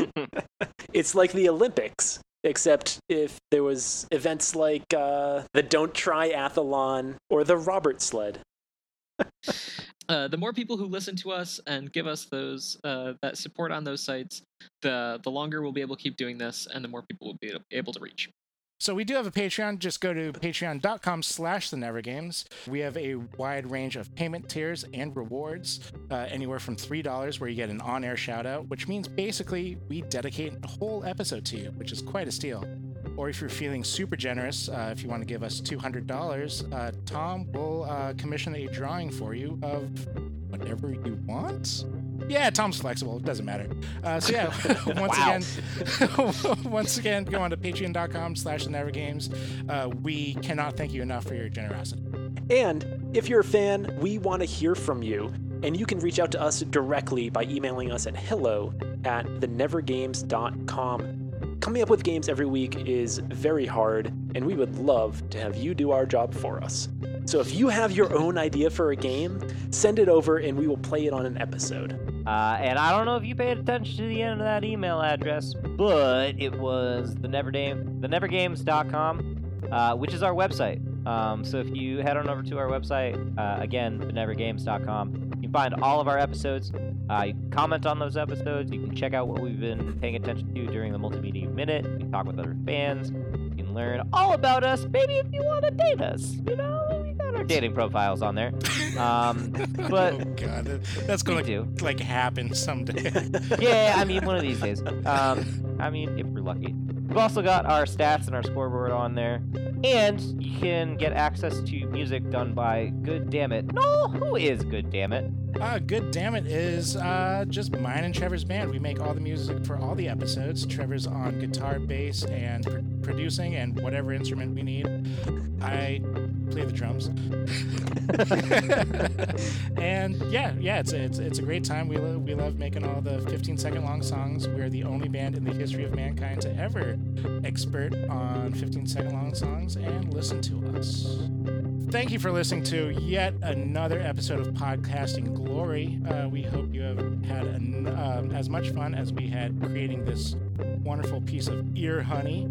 [SPEAKER 3] it's like the Olympics, except if there was events like uh, the Don't Try Athlon or the Robert Sled.
[SPEAKER 4] uh, the more people who listen to us and give us those uh, that support on those sites, the the longer we'll be able to keep doing this, and the more people we'll be able to reach.
[SPEAKER 2] So we do have a Patreon. Just go to patreon.com slash the never games. We have a wide range of payment tiers and rewards, uh, anywhere from $3 where you get an on-air shout out, which means basically we dedicate a whole episode to you, which is quite a steal. Or if you're feeling super generous, uh, if you want to give us $200, uh, Tom will uh, commission a drawing for you of whatever you want. Yeah, Tom's flexible. It doesn't matter. Uh, so yeah, once again, once again, go on to Patreon.com/slash The Never Games. Uh, we cannot thank you enough for your generosity.
[SPEAKER 3] And if you're a fan, we want to hear from you, and you can reach out to us directly by emailing us at hello at thenevergames.com. Coming up with games every week is very hard, and we would love to have you do our job for us. So if you have your own idea for a game, send it over and we will play it on an episode.
[SPEAKER 1] Uh, and I don't know if you paid attention to the end of that email address, but it was the Never Game, the NeverGames.com, uh, which is our website. Um, so if you head on over to our website, uh, again, benevergames.com, you can find all of our episodes. Uh, you can comment on those episodes. You can check out what we've been paying attention to during the multimedia minute. You can talk with other fans. You can learn all about us. Maybe if you want to date us, you know, we got our dating profiles on there. Um, but-
[SPEAKER 2] oh god, that- that's
[SPEAKER 1] We
[SPEAKER 2] gonna
[SPEAKER 1] do.
[SPEAKER 2] like happen someday.
[SPEAKER 1] yeah, I mean, one of these days. Um, I mean, if we're lucky. We've also got our stats and our scoreboard on there. And you can get access to music done by Good Damn It. No, who is Good Damn It?
[SPEAKER 2] Uh, Good Damn It is uh, just mine and Trevor's band. We make all the music for all the episodes. Trevor's on guitar, bass, and pr- producing, and whatever instrument we need. I play the drums. and yeah, yeah, it's a, it's, it's a great time. We, lo- we love making all the 15 second long songs. We're the only band in the history of mankind to ever expert on 15 second long songs and listen to us. Thank you for listening to yet another episode of Podcasting Glory. Uh, we hope you have had an, um, as much fun as we had creating this wonderful piece of ear honey.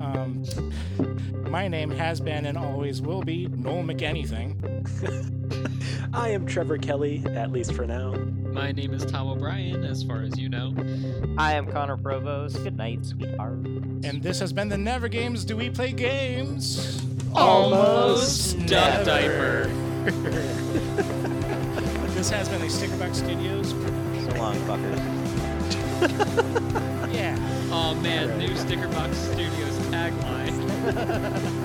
[SPEAKER 2] Um, my name has been and always will be Noel McAnything.
[SPEAKER 3] I am Trevor Kelly, at least for now.
[SPEAKER 4] My name is Tom O'Brien, as far as you know.
[SPEAKER 1] I am Connor Provost. Good night, sweetheart.
[SPEAKER 2] And this has been the Never Games Do We Play Games?
[SPEAKER 1] Almost
[SPEAKER 4] Duh,
[SPEAKER 1] never.
[SPEAKER 4] diaper.
[SPEAKER 2] This has been a Stickerbox Studios.
[SPEAKER 1] So long, fuckers.
[SPEAKER 2] Yeah.
[SPEAKER 4] Oh man, new Stickerbox Studios tagline.